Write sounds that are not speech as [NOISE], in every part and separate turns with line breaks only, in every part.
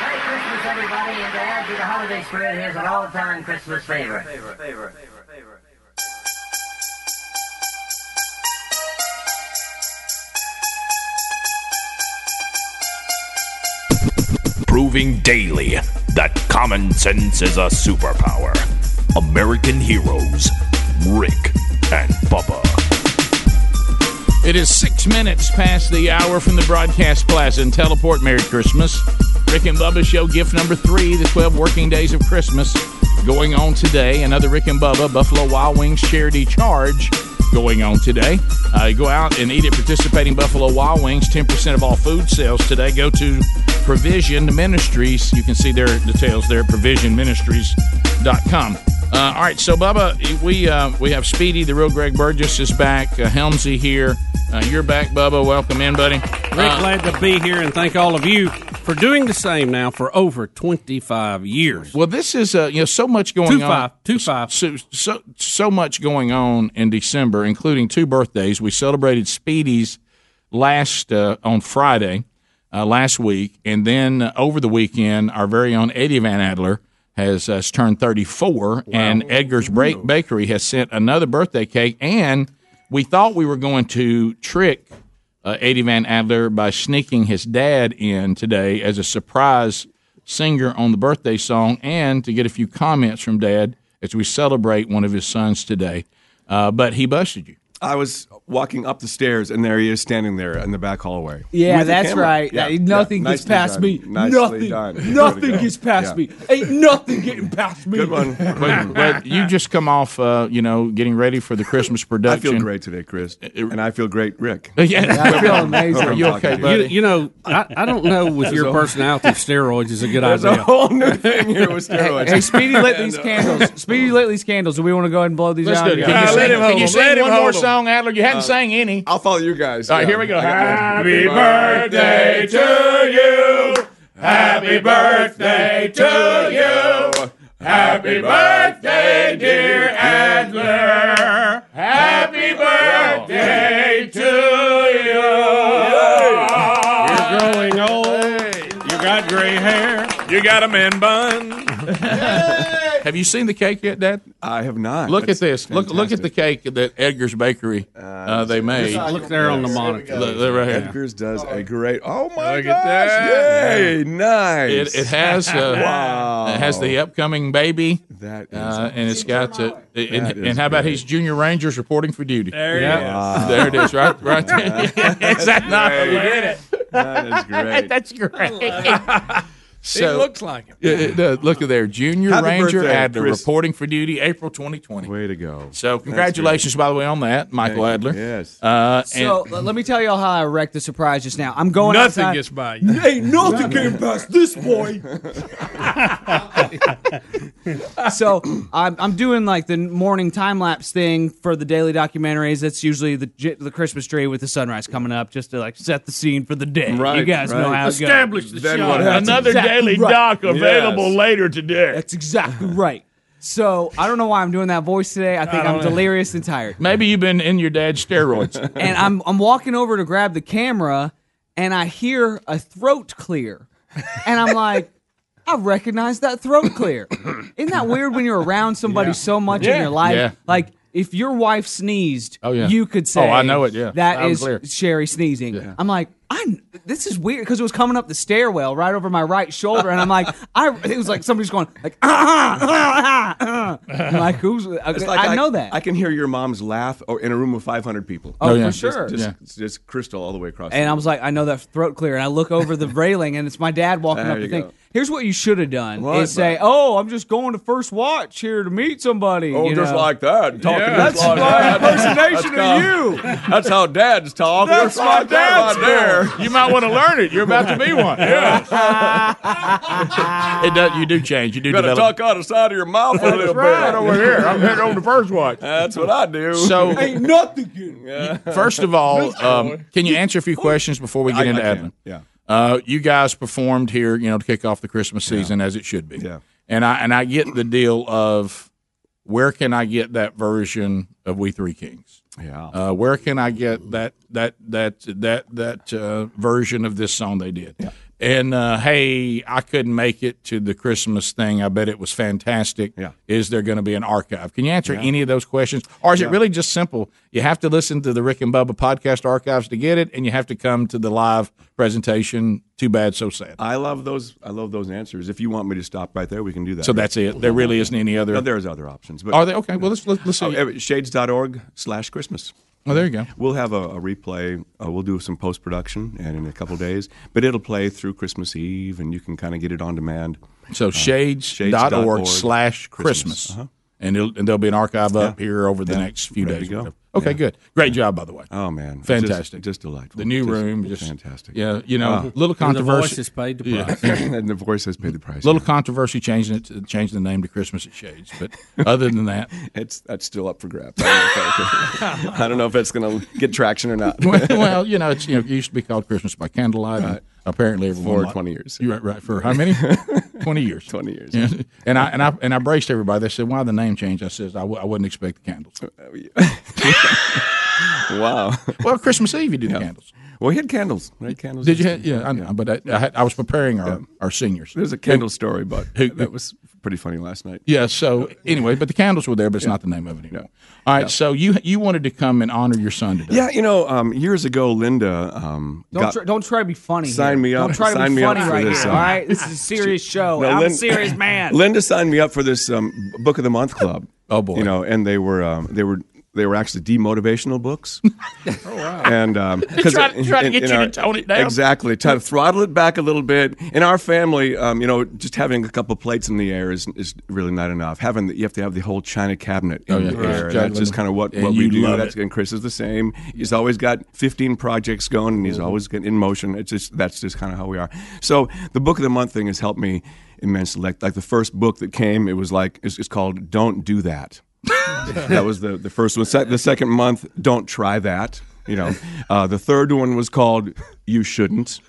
thanks everybody, and to add to the holiday spirit, here's an all-time Christmas favorite.
Favorite, favorite, favorite, favorite.
Proving daily that common sense is a superpower. American heroes, Rick and Bubba.
It is six minutes past the hour from the broadcast plaza and teleport. Merry Christmas. Rick and Bubba show gift number three, the 12 working days of Christmas, going on today. Another Rick and Bubba Buffalo Wild Wings charity charge going on today. Uh, go out and eat at participating Buffalo Wild Wings. 10% of all food sales today go to Provision Ministries. You can see their details there at provisionministries.com. Uh, all right, so Bubba, we uh, we have Speedy, the real Greg Burgess is back. Uh, Helmsy here. Uh, you're back, Bubba. Welcome in, buddy. Uh,
Rick, glad to be here and thank all of you for doing the same now for over 25 years.
Well, this is uh, you know so much going
Two
on.
five, two five.
So, so so much going on in December, including two birthdays. We celebrated Speedy's last uh, on Friday uh, last week, and then uh, over the weekend, our very own Eddie Van Adler has uh, turned 34, and Edgar's Break Bakery has sent another birthday cake. And we thought we were going to trick uh, Eddie Van Adler by sneaking his dad in today as a surprise singer on the birthday song and to get a few comments from dad as we celebrate one of his sons today. Uh, but he busted you.
I was walking up the stairs, and there he is standing there in the back hallway.
Yeah,
With the
that's
camera.
right.
Yeah,
That- nothing
yeah.
gets
Nicely
past
done.
me.
Nicely
nothing.
done. Way to
Nothing
go.
gets
Yeah.
past me. Ain't nothing getting past me.
[LAUGHS]
Good one.
But, but you just come off, uh, you know, getting ready for the Christmas
I
production. Uh,
feel great today, Chris, and I feel great, Rick.
[LAUGHS] yeah,
I feel amazing.
Are you okay,
You,
buddy?
you know, I, I don't know with your personality if steroids is a good
There's a
idea.
whole new thing here with steroids.
Hey, Speedy lit these candles. Speedy lit these candles. Do we want to go ahead and blow these
Let's
out?
do it. Can
Yeah.
you
Uh,
sing,
let him
can
hold
you
him.
sing
Let him
one more
hold him.
song, Adler? You hadn't sang any.
Uh, I'll follow you guys.
All right, here we go.
Happy birthday to you. Happy birthday to you. Happy birthday, dear Adler. Happy birthday to
You're growing old. You got gray
[LAUGHS]
hair.
you. You got a man bun.
Have you seen the cake yet, Dad?
I have not.
Look
That's
at this. Look look at the
fantastic.
cake that Edgar's Bakery uh, they made.
Look there on the monitor.
Look, they're right here.
Edgar's does a great. Oh my
Look at
Look gosh!
that.
Yay! Nice.
It, it has uh,
[LAUGHS] Wow.
it has the upcoming baby,
that is
uh, and it's got uh, and,
That is
and how about
great.
his junior rangers reporting for duty? There,
Yeah.
it is, right, right. [LAUGHS] is that not?
that
[LAUGHS]
is great.
That's great. So,
like him.
it- it does. look at there, junior
Happy
ranger
birthday,
Adler
Chris.
reporting for duty, April 2020.
Way to go.
So congratulations, by the way, on that, Michael
Thank you.
Adler.
Yes.
Uh, and
So l- let me tell y'all how I wrecked the surprise just now. I'm going
Nothing
outside.
gets by you.
Ain't nothing getting past
[LAUGHS]
this boy. [LAUGHS] so I'm, I'm doing like the morning time lapse thing for the daily documentaries. That's usually the j- the Christmas tree with the sunrise coming up, just to like set the scene for the day. you
Right,
guys know
right.
how it goes.
Establish the
Then
shot.
what happens?
Another
Exactly
daily
right.
doc available
Yes.
later today.
That's exactly right. So I don't know why I'm doing that voice today. I think I'm delirious and tired.
maybe you've been in your dad's steroids.
and I'm I'm walking over to grab the camera, and I hear a throat clear, and I'm like, I recognize that throat clear. Isn't that weird when you're around somebody so much in your life?
Yeah.
Like if your wife sneezed,
Oh, yeah.
you could say,
Oh, I know it, yeah. Loud
that
and
is
clear."
Sherry sneezing. I'm like, I this is weird because it was coming up the stairwell right over my right shoulder, and I'm like, I it was like somebody's going like, ah, ah, ah, ah. I'm like who's?
It's like
I, know that.
I can hear your mom's laugh or in a room of 500 people.
oh,
Oh, yeah.
for sure.
Just, it's just crystal all the way across.
And I was like, I know that throat clear. And I look over
[LAUGHS]
the railing, and it's my dad walking
There
up the
you
thing.
go.
Here's what you should have done:
What,
is say,
bud?
"Oh, I'm just going to first watch here to meet somebody."
Oh,
you
just
know?
like that. Talking
that's
just like
my
that.
impersonation
That's
of you.
how- That's how dads talk.
That's
Just like that
my dad's
right there.
You might want to learn it. You're about to be
[LAUGHS]
one. [LAUGHS] it does. You do change. You do
You gotta
develop.
talk out of the side of your mouth a little
Right
bit.
over here. I'm heading over to first watch.
That's what I do. [LAUGHS]
So,
Ain't nothing. good.
first of all, um, can you answer a few questions before we get
I-
into
I
Adlin?
can, yeah.
Uh, you guys performed here, you know, to kick off the Christmas season as it should be.
Yeah.
And I and I get the deal of where can I get that version of We Three Kings?
yeah.
Uh, where can I get that that that that that uh, version of this song they did? And uh, hey, I couldn't make it to the Christmas thing. I bet it was fantastic.
Yeah.
Is there going to be an archive? Can you answer any of those questions? Or is it really just simple? You have to listen to the Rick and Bubba podcast archives to get it, and you have to come to the live presentation. Too bad, so sad.
I love those. I love those answers. If you want me to stop right there, we can do that.
So that's it. There really isn't any other.
No, there's other options. But
Are they okay? Well, let's let's, let's see.
Oh, eh, shades.org slash Christmas.
Oh, there you go.
We'll have a, a replay. Uh, we'll do some post production and in a couple days, but it'll play through Christmas Eve, and you can kind of get it on demand. Uh,
So shades dot org
shades.org
slash Christmas.
Uh-huh.
And, it'll, and there'll be an archive up here over the next few
Ready
days.
to go.
Okay, good. Great job, by the way.
Oh man, It's
Fantastic.
just, just delightful.
the new
Just
room, just
fantastic. Ah.
Yeah, you know, little
And the voice
controversy.
is paid the price.
[LAUGHS] and the voice has paid the price.
little controversy changing it, to, changing the name to Christmas at Shades. But other than that,
[LAUGHS] It's that's still up for grabs. I don't know if, [LAUGHS] I don't know if that's going to get traction or not.
[LAUGHS] well, you know, it's you know, it used to be called Christmas by candlelight. and Apparently, everyone
For
liked-
20 years.
You're right, right. For how
[LAUGHS]
many? Twenty years.
20 years.
Yeah. And I and I and I braced everybody. They said, "Why the name change?" I says, "I, w- I wouldn't expect the candles."
Oh, [LAUGHS] Wow.
Well, Christmas Eve you do the candles.
Well, he had candles. We had candles.
Did you? Have, yeah, I know, but I, I, had, I was preparing our, our seniors.
There's a candle story, but
Who-
that was [LAUGHS] pretty funny last night.
Yeah. So anyway, but the candles were there, but it's not the name of it anymore. All right. So you you wanted to come and honor your son today.
Yeah, you know, um, years ago, Linda. Um,
Don't,
got-
try, don't try to be funny. here.
Sign me up.
Don't try to
Sign
be
me up
funny
for
right
this,
here.
um,
all right, this is a serious show.
No,
I'm
Lin-
a serious
[CLEARS THROAT]
man.
Linda signed me up for this um, book of the month club.
Oh, boy.
You know, and they were um, they were they were actually
[LAUGHS]
demotivational books. oh wow! And um, because
try to- try to get you to tone it down.
Exactly, try to throttle it back a little bit. In our family, um, you know, just having a couple plates in the air is is really not enough. Having the, you have to have the whole china cabinet in
Oh, yeah.
the
Yeah.
air. and That's just kind of what,
And
what we
you
do.
love
that's
it.
and Chris is the same. He's always got 15 projects going, and he's
Mm-hmm.
always getting in motion. It's just that's just kind of how we are. So the book of the month thing has helped me immensely. Like, like the first book that came, it was like it's, it's called "Don't Do That." that was the the first one. Se- the second month, "Don't Try That." You know, uh, the third one was called "You Shouldn't."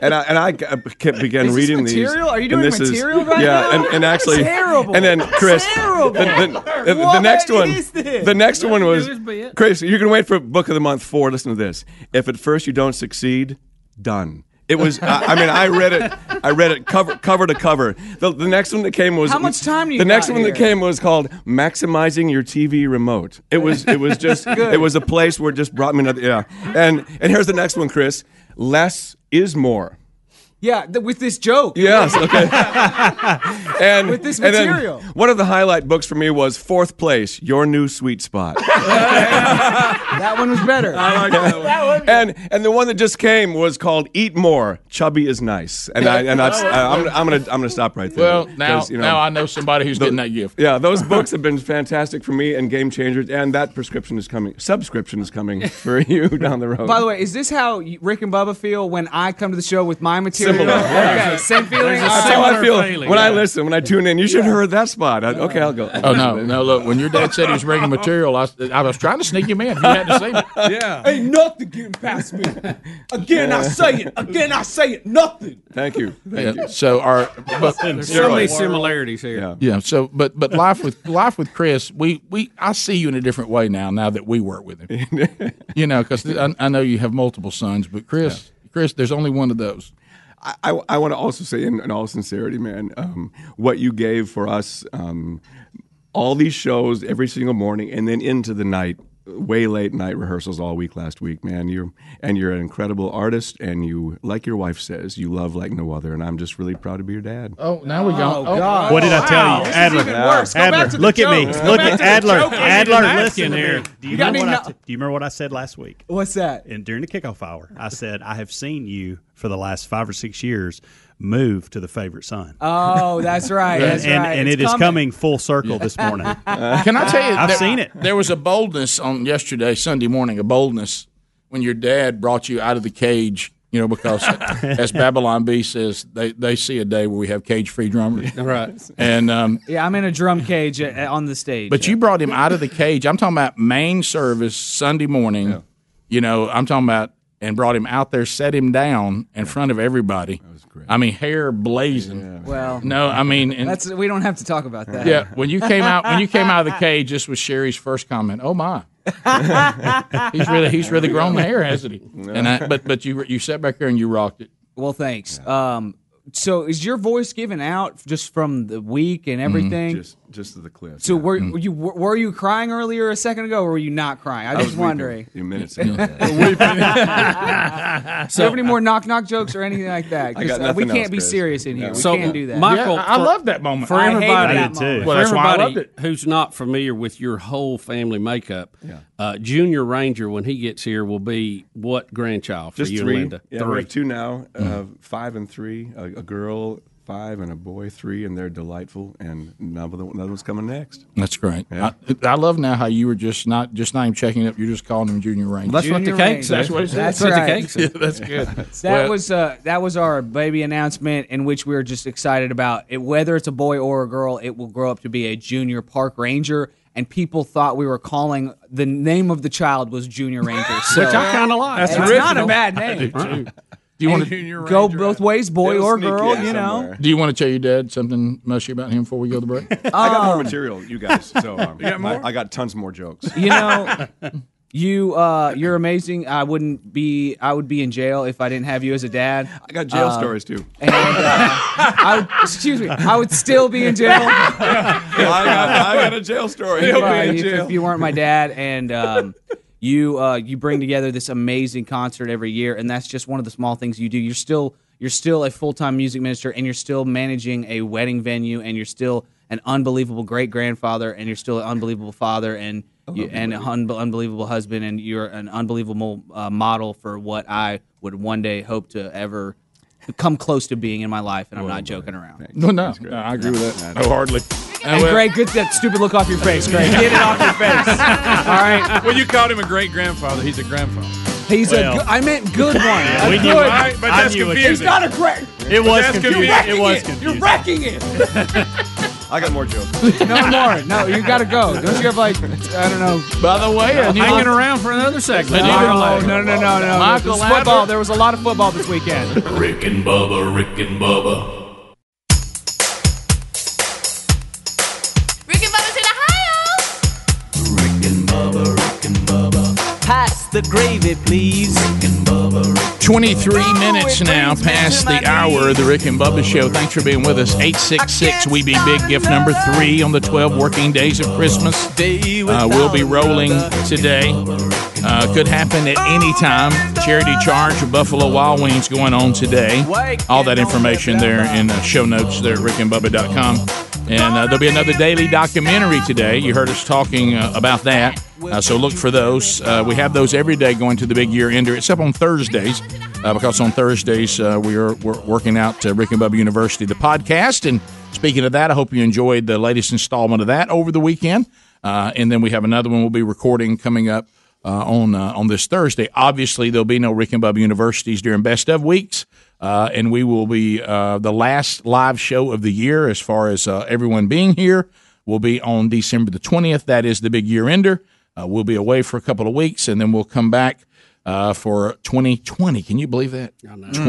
And I and I g- uh, kept began
Is this
reading
material?
these.
Are you
and
doing
this is-
material right
yeah,
now?
and, and actually,
Terrible.
And then Chris,
Terrible.
the, the- the- the
What
next one,
is this?
the next one was
is be it.
Chris. You can wait for book of the month four. Listen to this. If at first you don't succeed, done. It was. I, I mean, I read it. I read it cover cover to cover. The, the next one that came was
How much time do you
The next
got
one that
here?
came was called maximizing your TV remote. It was. It
[LAUGHS]
was just. it was a place where it just brought me another. Yeah. And and here's the next one, Chris. Less is more.
yeah, th- with this joke. [LAUGHS]
Yes. Okay. and
With this
and then
material.
one of the highlight books for me was fourth place, your new sweet
[LAUGHS]
spot.
That one was better.
[LAUGHS] and and the one that just came was called "Eat More." Chubby is nice, and I
[LAUGHS]
and that's, I, am I'm gonna I'm gonna stop right there.
Well, now
'Cause, you know,
now I know somebody who's getting that gift.
yeah, those books have been fantastic for me and game changers, and that prescription is coming. Subscription is coming for you down the road.
By the way, is this how you- Rick and Bubba feel when I come to the show with my material?
Similar.
Okay, same feeling.
There's a
All
that's
right.
how I
Similar
feel
feeling,
when I
yeah.
listen, when I tune in. You should have heard that spot. I, okay, I'll go.
Oh no, no! Look, when your dad said he was
[LAUGHS]
bringing material, I, s- I was trying to sneak him in. You hadn't seen it.
Yeah.
Ain't nothing
[LAUGHS]
getting
[LAUGHS]
past me. Again, I say it. Again, I say it. Nothing.
Thank you. Thank
Yeah, so our, but,
There's so many
right.
similarities here.
Yeah.
yeah. So, but but life with life with Chris, we we I see you in a different way now. Now that we work with him,
[LAUGHS]
you know, because I, I know you have multiple sons, but Chris, Chris, there's only one of those.
I, I want to also say, in, in all sincerity, man, um, what you gave for us, um, all these shows every single morning, and then into the night, way late night rehearsals all week last week, man. You're and you're an incredible artist, and you, like your wife says, you love like no other, and I'm just really proud to be your dad.
Oh, now we go. Oh,
God.
What did I tell you?
This is
Adler.
even worse. Go back
Adler,
to the
look at me.
jokes. Go
Look at
back to the
Adler.
joke.
Adler,
Napkin
listen to
here.
me. Do you,
got
remember
me
what I
no-
t- do you remember what I said last week?
What's that?
And during the kickoff hour, I said, I have seen you for the last five or six years move to the favorite son.
Oh, that's right. That's
and
right.
and
It's
it is coming. full circle this
[LAUGHS]
morning.
[LAUGHS] Can I tell you?
I've
there-
seen it.
There was a boldness on yesterday, Sunday morning, a boldness when your dad brought you out of the cage. You know, [LAUGHS] because as Babylon B says, they, they see a day where we have cage free drummers. [LAUGHS] Right. And um,
Yeah, I'm in a drum cage uh, uh, on the stage.
but you brought him out of the cage. I'm talking about main service Sunday morning. You know, I'm talking about and brought him out there, set him down in front of everybody. That was great. I mean, hair blazing.
well,
No, I mean, and,
that's we don't have to talk about that.
Yeah, when you came out when you came out of the cage, this was Sherry's first comment. Oh
[LAUGHS]
my, he's really he's really grown the hair, hasn't he? And I, but but you you sat back there and you rocked it.
Well, thanks. Um, so is your voice given out just from the week
Mm-hmm.
and everything?
Just just the cliff.
so were, were you were you crying earlier a second ago, or were you not crying? I was,
I was
just
weeping
wondering.
in
[LAUGHS]
minutes. ago.
Do you have
uh,
any more knock knock jokes or anything like that? 'Cause,
got
uh, we
nothing
can't
else,
be
Chris.
serious in here. We
So
can't do that.
Michael,
Yeah, I
for-
love that moment.
for
I
everybody,
hated
did
that
too.
moment.
Well,
for
that's why I
everybody
loved it.
who's not familiar with your whole family makeup, uh, Junior Ranger when he gets here will be what grandchild for
Just
you
three.
and Linda? Mm-hmm.
Yeah, we have two now, uh, five and three. A, a girl, five, and a boy, three, and they're delightful. And another, another one's coming next.
That's great. I, I love now how you were just not just not even checking up. You're just calling him Junior Ranger.
That's what
Junior
the cake says.
Ranger. That's what it says.
what
That's
the
right.
cake says.
that's good.
[LAUGHS] That was uh, that was our baby announcement in which we were just excited about it. Whether it's a boy or a girl, it will grow up to be a junior park ranger. And people thought we were calling the name of the child was Junior Ranger.
[LAUGHS]
So
Which I kind of like.
it's not a bad name.
Do you want to
Go both ways, boy
They'll
or
sneak
girl.
in
You know.
somewhere.
Do you want to tell your dad something mushy about him before we go to the break?
I got
Um,
more material, you guys.
[LAUGHS]
[LAUGHS]
So um, I, I got tons more jokes. [LAUGHS]
You know. You uh, you're amazing. I wouldn't be. I would be in jail if I didn't have you as a dad.
I got jail stories too.
And, uh, [LAUGHS] I would, excuse me. [LAUGHS] I would still be in
[LAUGHS]
jail.
I got, I got a jail story.
Right, if, if you weren't my dad and um, you uh, you bring together this amazing concert every year and that's just one of the small things you do you're still you're still a full-time music minister and you're still managing a wedding venue and you're still an unbelievable great grandfather and you're still an unbelievable father and you, and an un- unbelievable husband and you're an unbelievable uh, model for what I would one day hope to ever come close to being in my life and I'm not joking around.
no, no, no, I agree with that wholeheartedly.
And Greg, good that stupid look off your face, Greg. Get it off your
[LAUGHS]
face. All right.
Well, you called him a great grandfather. He's a grandfather.
He's
Well.
a. Go- I meant
[LAUGHS]
good one.
We knew
All
it.
right, but
I
that's
knew it.
confusing.
It
a great.
was
That's
confusing.
confusing.
It was confusing.
wrecking it.
I got more jokes.
No more. No, you gotta go. Don't you have like I don't know.
By the way, I knew-
Hanging around for another segment.
Oh, no, no, no, no, no.
Michael
This football.
Lambert.
There was a lot of football this weekend.
Rick and Bubba, Rick and Bubba.
Rick and Bubba's in Ohio.
Pass the gravy, please.
23 minutes now past the hour of the Rick and Bubba Show. Thanks for being with us. 866 We Be Big, gift number three on the 12 working days of Christmas. Uh, we'll be rolling today. Uh, could happen at any time. Charity charge of Buffalo Wild Wings going on today. All that information there in the show notes there at rickandbubba.com. And uh, there'll be another daily documentary today. You heard us talking uh, about that. Uh, so look for those. Uh, we have those every day going to the big year ender, except on Thursdays, uh, because on Thursdays uh, we are we're working out uh, Rick and Bubba University, the podcast. And speaking of that, I hope you enjoyed the latest installment of that over the weekend. Uh, and then we have another one we'll be recording coming up uh, on uh, on this Thursday. Obviously, there'll be no Rick and Bubba Universities during best of weeks, uh, and we will be uh, the last live show of the year as far as uh, everyone being here. Will be on December the twentieth. That is the big year ender. Uh, we'll be away for a couple of weeks, and then we'll come back uh, for 2020. Can you believe that?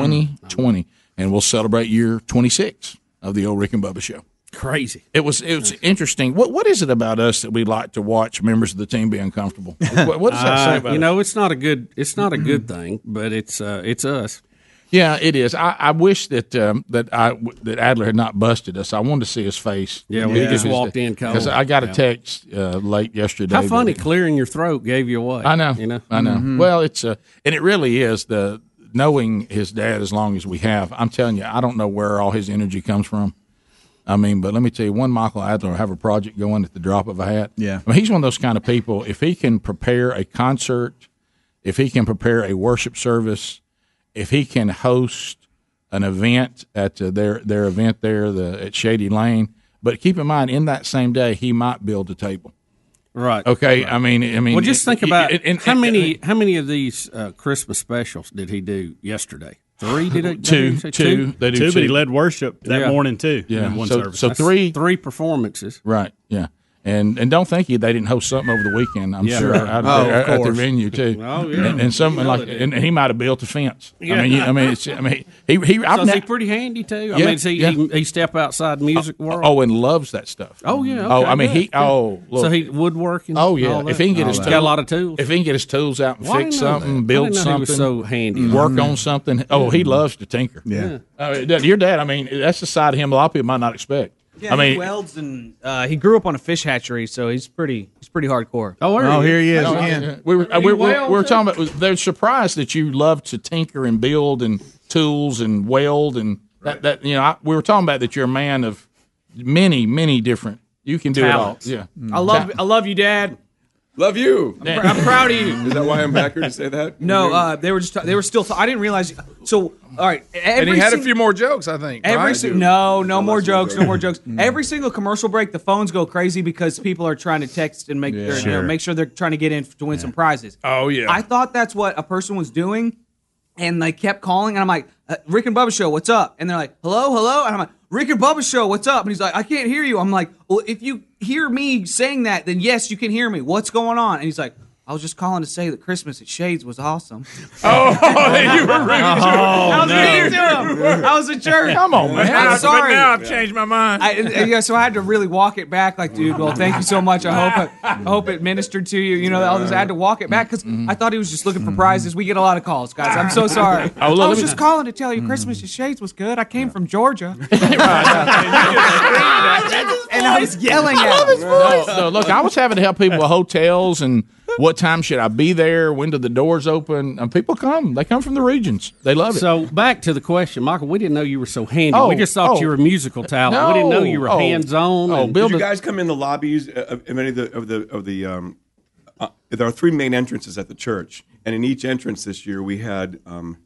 2020, and we'll celebrate year 26 of the old Rick and Bubba show.
Crazy.
It was it was interesting. What what is it about us that we like to watch members of the team be uncomfortable? What, what does that
Uh,
say about Mm-hmm.
you
us?
know, it's not a good. It's not a good thing, but it's uh, it's us.
Yeah, it is. I, I wish that um, that I that Adler had not busted us. I wanted to see his face.
Yeah, when he just walked in cold.
Because I got a
Yeah.
text uh, late yesterday.
How
that-
funny clearing your throat gave you away.
I know.
You know.
I know. Well, it's uh, and it really is the knowing his dad as long as we have. I'm telling you, I don't know where all his energy comes from. I mean, but let me tell you, one Michael Adler will have a project going at the drop of a hat.
Yeah.
I mean, he's one of those kind of people. If he can prepare a concert, if he can prepare a worship service, if he can host an event at uh, their their event there the, at Shady Lane. But keep in mind, in that same day, he might build a table.
Right.
Okay, I mean, I mean,
Well, just think
it- it-
about
it- and-
how
and-
many how many of these uh, Christmas specials did he do yesterday? Three did it?
two,
did he say
two, They do
Too,
two,
but he led worship that
Yeah.
morning too.
yeah.
in one
so,
service.
so three,
Three performances.
right? Yeah, And and don't think you they didn't host something over the weekend. I'm
Yeah.
sure
Right.
out
Oh,
there,
of
at the
course.
venue too.
Oh, yeah.
And, and something
You know
like
they
and, and he might have built a fence. I
Yeah.
mean, you, I mean, it's, I mean, he he.
So is
ne-
he pretty handy too? I
Yeah,
mean, is he,
yeah.
he he step outside music world.
Oh, and loves that stuff.
Oh, yeah,
oh,
okay,
I mean,
good,
he.
good.
Oh, look.
So he woodworking.
Oh yeah. If he can get his
got a lot of tools.
If he can get his tools out and
Well, I
fix
didn't know
something,
that. I
build
didn't know he
something,
was so handy.
work
Mhm.
on something. Oh, he loves to tinker.
Yeah.
I mean, that- your dad. I mean, that's the side of him a lot of people might not expect.
Yeah,
I mean,
he welds and uh, he grew up on a fish hatchery, so he's pretty he's pretty hardcore.
Oh,
Oh, here he is Oh, again. yeah. We were, uh, we, we, we were talking about. They're surprised that you love to tinker and build and tools and weld and that. That you know, I, we were talking about that. You're a man of many, many different. You can do
Talents.
it all. Yeah,
I love I love you, Dad.
Mm. Love you.
I'm, pr- I'm proud of you.
Is that why I'm back here to say that?
No, uh, they were just they were still. I I didn't realize. So all right,
and
every
he had a
sing-
few more jokes, I think.
Every
right? Mm.
si- no, no more jokes, no more jokes. Every single commercial break, the phones go crazy because people are trying to text and make their, you know,
Sure.
make sure they're trying to get in to win some prizes.
Oh yeah.
I thought that's what a person was doing, and they kept calling, and I'm like, uh, Rick and Bubba Show, what's up? And they're like, hello, hello, and I'm like, Rick and Bubba Show, what's up? And he's like, I can't hear you. I'm like, well, if you hear me saying that, then yes, you can hear me. What's going on? And he's like. I was just calling to say that Christmas at Shades was awesome.
[LAUGHS] oh, you were rude.
I was mean
[LAUGHS]
to him. I was a jerk.
Come on, man.
Now-
I'm sorry.
But now I've changed my mind.
I, and- and, yeah, so I had to really walk it back. Like, dude, well, thank you so much. I hope I, I [LAUGHS] hope it ministered to you. You know, all this. I had to walk it back because
Mm-hmm.
I thought he was just looking for prizes. We get a lot of calls, guys.
[LAUGHS]
I'm so sorry.
Oh, look,
I
let
was
me-
just calling to tell
Mm-hmm.
you Christmas at Shades was good. I came
[LAUGHS]
from Georgia, and I was yelling at him.
No, no, look, I was having to help people with hotels and what time should I be there? When do the doors open? And people come. They come from the regions. They love it.
So back to the question, Michael. We didn't know you were so handy.
Oh,
we just thought
oh.
you were a musical talent. We didn't know you were
No. Oh.
hands on.
Oh, Bill-
Did you guys come in the lobbies uh, of of any of the of the of the? Um, uh, there are three main entrances at the church, and in each entrance this year we had um,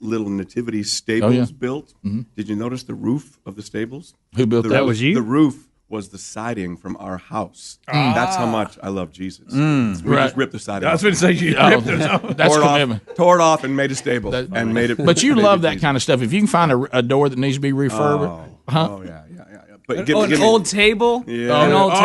little nativity stables
Oh, yeah. Mm-hmm.
built. Did you notice the roof of the stables?
Who built
The
that?
roof-
was you?
The roof was the siding from our house. That's how much I love Jesus. we
Right.
just ripped the siding.
I was
off.
going to say you
Oh,
ripped those off.
that's
tore it
commitment.
off, tore it off, and made a stable, and made it. [LAUGHS]
But you
baby
love that
Jesus.
kind of stuff. If you can find a, a door that needs to be refurbed,
Oh yeah, yeah, yeah. yeah. But give,
Oh, an
give
old
me,
table,
Yeah.
an old
Oh.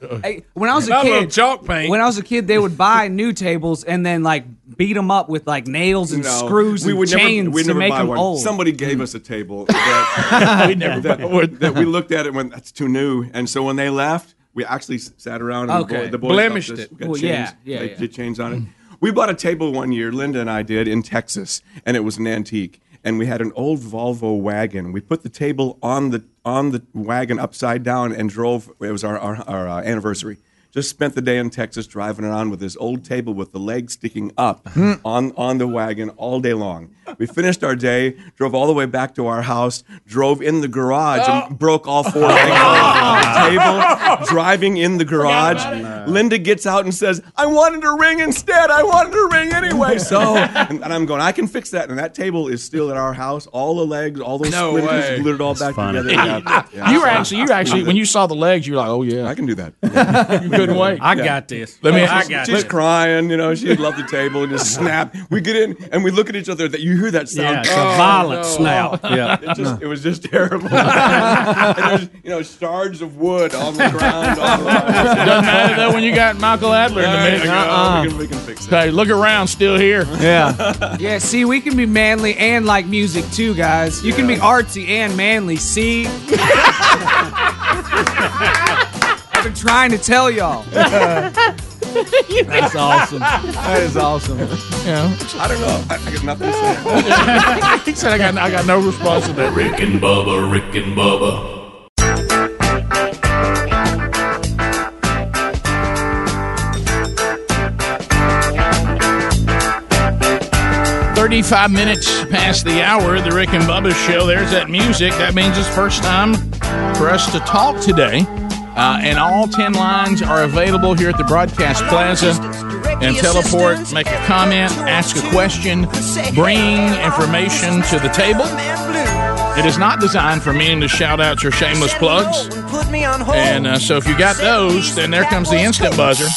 [LAUGHS]
table. Hey, when I was a
I love
kid,
chalk paint.
When I was a kid, they would buy new tables and then like beat them up with like nails and
No,
screws and
would
chains
never, we'd
to
never
make
buy
them
one.
old.
Somebody gave us a
[LAUGHS]
table that we never that, that we looked at it when that's too new, and so when they left, we actually s- sat around and
Okay.
the, boy, the boys
Blemished
helped us.
it.
We got
Well,
chains.
yeah, yeah,
they
yeah.
did chains on it. We bought a table one year, Linda and I did in Texas, and it was an antique, and we had an old Volvo wagon. We put the table on the on the wagon upside down and drove. It was our our, our uh, anniversary. Just spent the day in Texas driving around with this old table with the legs sticking up on, on the wagon all day long. We finished our day, drove all the way back to our house, drove in the garage,
Oh.
and broke all four legs
[LAUGHS]
off the table, driving in the garage. Linda gets out and says, [LAUGHS] I wanted a ring instead. I wanted a ring anyway. So, and, and I'm going, I can fix that. And that table is still at our house. All the legs, all those
No
splinters
way.
glued it all back
funny.
together.
[LAUGHS]
Yeah. Yeah.
you were actually, you were actually, when you saw the legs, you were like, oh yeah,
I can do that. Yeah.
you couldn't wait.
I got this.
Let me
I
ask-
got
She's
this.
crying, you know. She loved the table and
[LAUGHS]
just snap. We get in and we look at each other. That you hear that
Yeah,
sound?
it's a
Oh,
violent
no.
snout. Yeah.
It, just, it was just terrible. [LAUGHS] and there's, you know, shards of wood on the ground.
[LAUGHS]
All around.
Doesn't matter though when you got Michael Adler in the
There you
mix. Uh-uh.
go. we, can, we can fix it.
Hey, look around, still here. [LAUGHS]
Yeah. yeah, see, we can be manly and like music too, guys. You can be artsy and manly, see? I've been trying to tell
[LAUGHS]
y'all.
That's awesome. That is awesome.
Yeah.
I don't know. I, I got nothing to say.
[LAUGHS] He said I got, I got no response to that.
Rick and Bubba, Rick and Bubba,
Thirty-five minutes past the hour, the Rick and Bubba show. There's that music. That means it's first time for us to talk today. Uh, and all 10 lines are available here at the Broadcast Plaza. And teleport, make a comment, ask a question, bring information to the table. It is not designed for men to shout out your shameless plugs. And uh, so if you got those, then there comes the instant buzzer.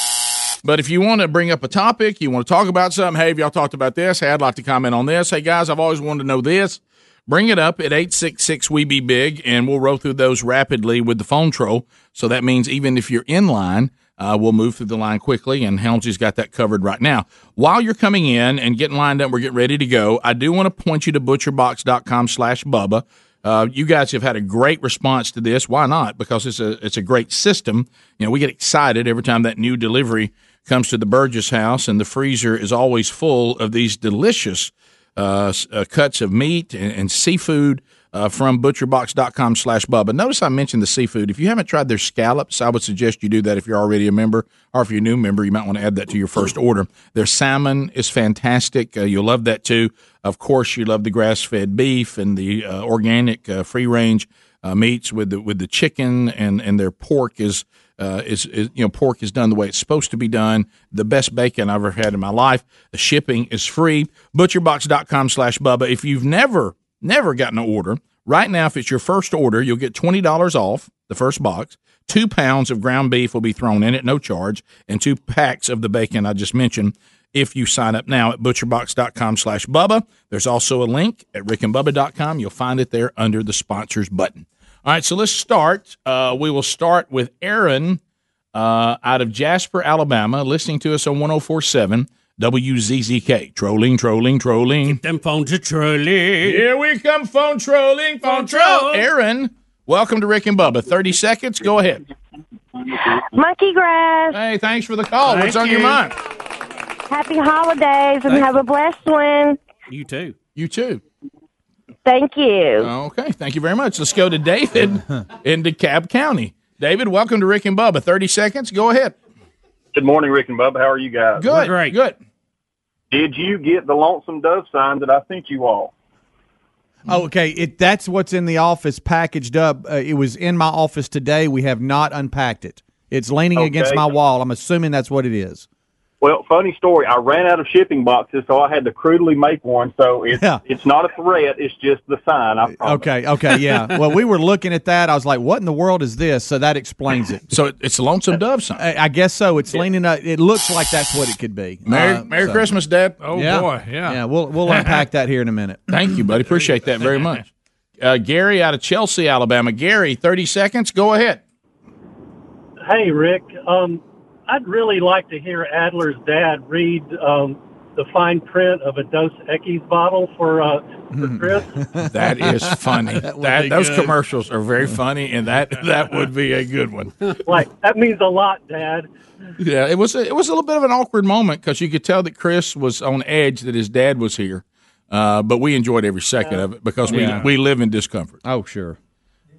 But if you want to bring up a topic, you want to talk about something, hey, have y'all talked about this? Hey, I'd like to comment on this. Hey, guys, I've always wanted to know this. Bring it up at 866 We Be Big, and we'll roll through those rapidly with the phone troll. So that means even if you're in line, uh, we'll move through the line quickly, and Helmsy's got that covered right now. While you're coming in and getting lined up, we're getting ready to go. I do want to point you to butcherbox.com slash Bubba. Uh, you guys have had a great response to this. Why not? Because it's a it's a great system. You know, we get excited every time that new delivery comes to the Burgess house, and the freezer is always full of these delicious uh, s- uh, cuts of meat and, and seafood uh, from butcherbox.com slash bubba. Notice I mentioned the seafood. If you haven't tried their scallops, I would suggest you do that if you're already a member, or if you're a new member, you might want to add that to your first order. Their salmon is fantastic. Uh, you'll love that too. Of course, you love the grass fed beef and the uh, organic uh, free range uh, meats with the, with the chicken and, and their pork is uh, is, is you know pork is done the way it's supposed to be done. The best bacon I've ever had in my life. The shipping is free. Butcherbox.com slash Bubba. If you've never, never gotten an order, right now, if it's your first order, you'll get $20 off the first box. Two pounds of ground beef will be thrown in at no charge, and two packs of the bacon I just mentioned if you sign up now at butcherbox.com slash Bubba. There's also a link at rickandbubba.com. You'll find it there under the sponsors button. All right, so let's start. Uh, we will start with Aaron uh, out of Jasper, Alabama, listening to us on 1047 WZZK. Trolling, trolling, trolling. Get
them phones a trolling.
Here we come, phone trolling, phone troll. Aaron, welcome to Rick and Bubba. 30 seconds, go ahead.
Monkey grass.
Hey, thanks for the call. What's on your mind?
Happy holidays and
Thank
have a blessed one.
You too.
You too.
Thank you.
Okay, thank you very much. Let's go to [LAUGHS] David in DeKalb County. David, welcome to Rick and Bubba. 30 seconds, go ahead.
Good morning, Rick and Bubba. How are you guys?
Good, good.
Did you get the lonesome dove sign that I sent you all?
Oh, okay, it that's what's in the office packaged up. Uh, it was in my office today. We have not unpacked it. It's leaning against
Okay.
my wall. I'm assuming that's what it is.
Well, funny story. I ran out of shipping boxes, so I had to crudely make one. So it's
Yeah.
it's not a threat. It's just the sign. I
Uh,
Oh.
promise.
Okay, okay, yeah.
[LAUGHS]
well, we were looking at that. I was like, "What in the world is this?" So that explains it. Uh,
So it's a lonesome dove sign.
I, I guess so. It's leaning. Up, it looks like that's what it could be.
Merry,
Uh,
Merry
so-
Christmas, Dad. Oh,
Yeah.
boy. Yeah.
Yeah, we'll, we'll unpack that here in a
[LAUGHS]
minute.
Thank you, buddy. Appreciate that very [LAUGHS] much. Uh, Gary out of Chelsea, Alabama. Gary, 30 seconds, go ahead.
Hey, Rick. Um, I'd really like to hear Adler's dad read um, the fine print of a Dos Equis bottle for, uh,
Hmm.
for
[LAUGHS]
Chris.
[LAUGHS] That is
[LAUGHS]
funny. that
would be
those
good.
commercials are very funny, and that that would be a good one.
like, that means a lot, Dad.
Yeah, it was a, it was a little bit of an awkward moment because you could tell that Chris was on edge that his dad was here, uh, but we enjoyed every second of it because we
Yeah.
we live in discomfort.
Oh, sure.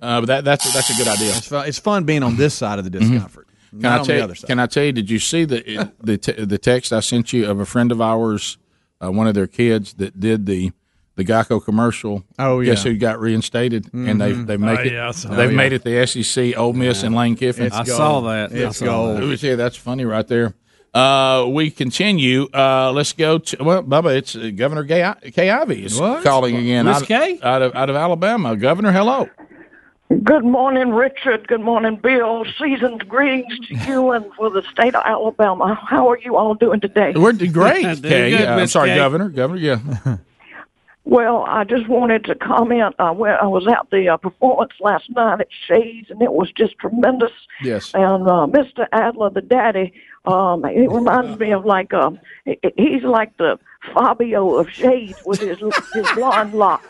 Uh, but that that's that's a good idea. Mm-hmm.
It's fun, it's fun being on this side of the discomfort.
Can
not
I
on
tell
the
you,
other side.
Can I tell you? Did you see
[LAUGHS]
the the te- the text I sent you of a friend of ours, uh, one of their kids that did the the Geico commercial?
Oh,
guess
yeah.
who got reinstated? And they've
Mhm.
they've made
Oh,
it.
yeah, I saw
they've
that.
made it the SEC, Ole Miss, and Lane Kiffin.
It's I gold. saw that. It's I saw gold. that.
Ooh, yeah, that's funny right there. Uh, we continue. Uh, let's go to well, Bubba. It's uh, Governor Gay, Kay Ivey is calling again.
Miss
out, Kay? out of out of Alabama. Governor, hello.
Good morning, Richard. Good morning, Bill. Seasoned greetings to you and for the state of Alabama. How are you all doing today?
We're
[LAUGHS]
d- great. Kay,
good,
Uh, I'm
Miss
sorry,
Kay.
Governor. Governor, yeah.
Well, I just wanted to comment. I went. I was at the uh, performance last night at Shades, and it was just tremendous.
yes.
And uh, Mr. Adler, the daddy, um, it reminds me of like um, he- he's like the Fabio of Shades with his his
[LAUGHS]
blonde locks.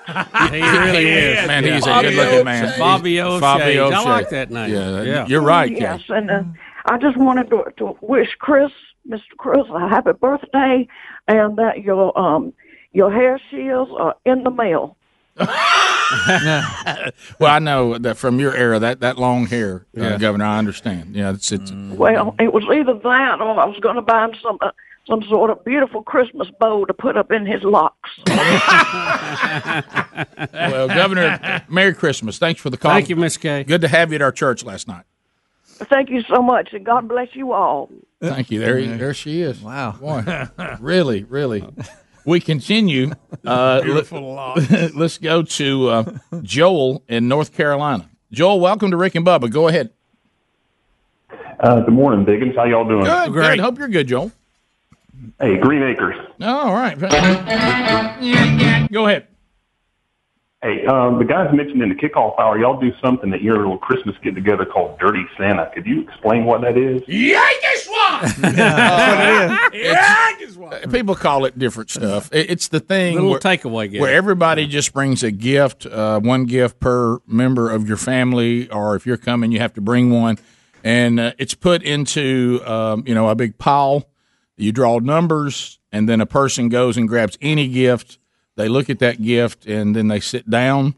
He really is.
Man, he's a
Fabio
good-looking man.
Shades. Fabio
He's- Fabio
Shades. I like
Shades.
that name.
Yeah,
Yeah.
you're right, Kay.
[LAUGHS] Yes, and uh, I just wanted to, to wish Chris, Mr. Chris, a happy birthday, and that your um your hair shields are in the mail.
well, I know that from your era, that, that long hair, uh,
Yeah. Mm.
Governor, I understand. Yeah, it's, it's
Well, it was either that, or I was going to buy him some uh, some sort of beautiful Christmas bow to put up in his locks.
well, Governor, Merry Christmas. Thanks for the call. Thank you,
Miss Kay.
Good to have you at our church last night.
Thank you so much, and God bless you all.
Thank you. There, you- there she is. Wow. Boy, [LAUGHS] really, really. We continue. Uh, [LAUGHS]
Beautiful
let, us go to uh, Joel in North Carolina. Joel, welcome to Rick and Bubba. Go ahead.
Uh, good morning, Biggins. How y'all doing?
Good, good. Hope you're good, Joel. Oh,
Hey, Green Acres.
All right. Go ahead.
Hey, um, the guys mentioned in the kickoff hour, y'all do something at your little Christmas get together called Dirty Santa. Could you explain what that is?
Yankees one. Yankees one.
People call it different stuff. It- It's the thing
Little
where,
takeaway gift.
where everybody just brings a gift, uh, one gift per member of your family, or if you're coming, you have to bring one, and uh, it's put into um, you know a big pile. You draw numbers, and then a person goes and grabs any gift. They look at that gift, and then they sit down,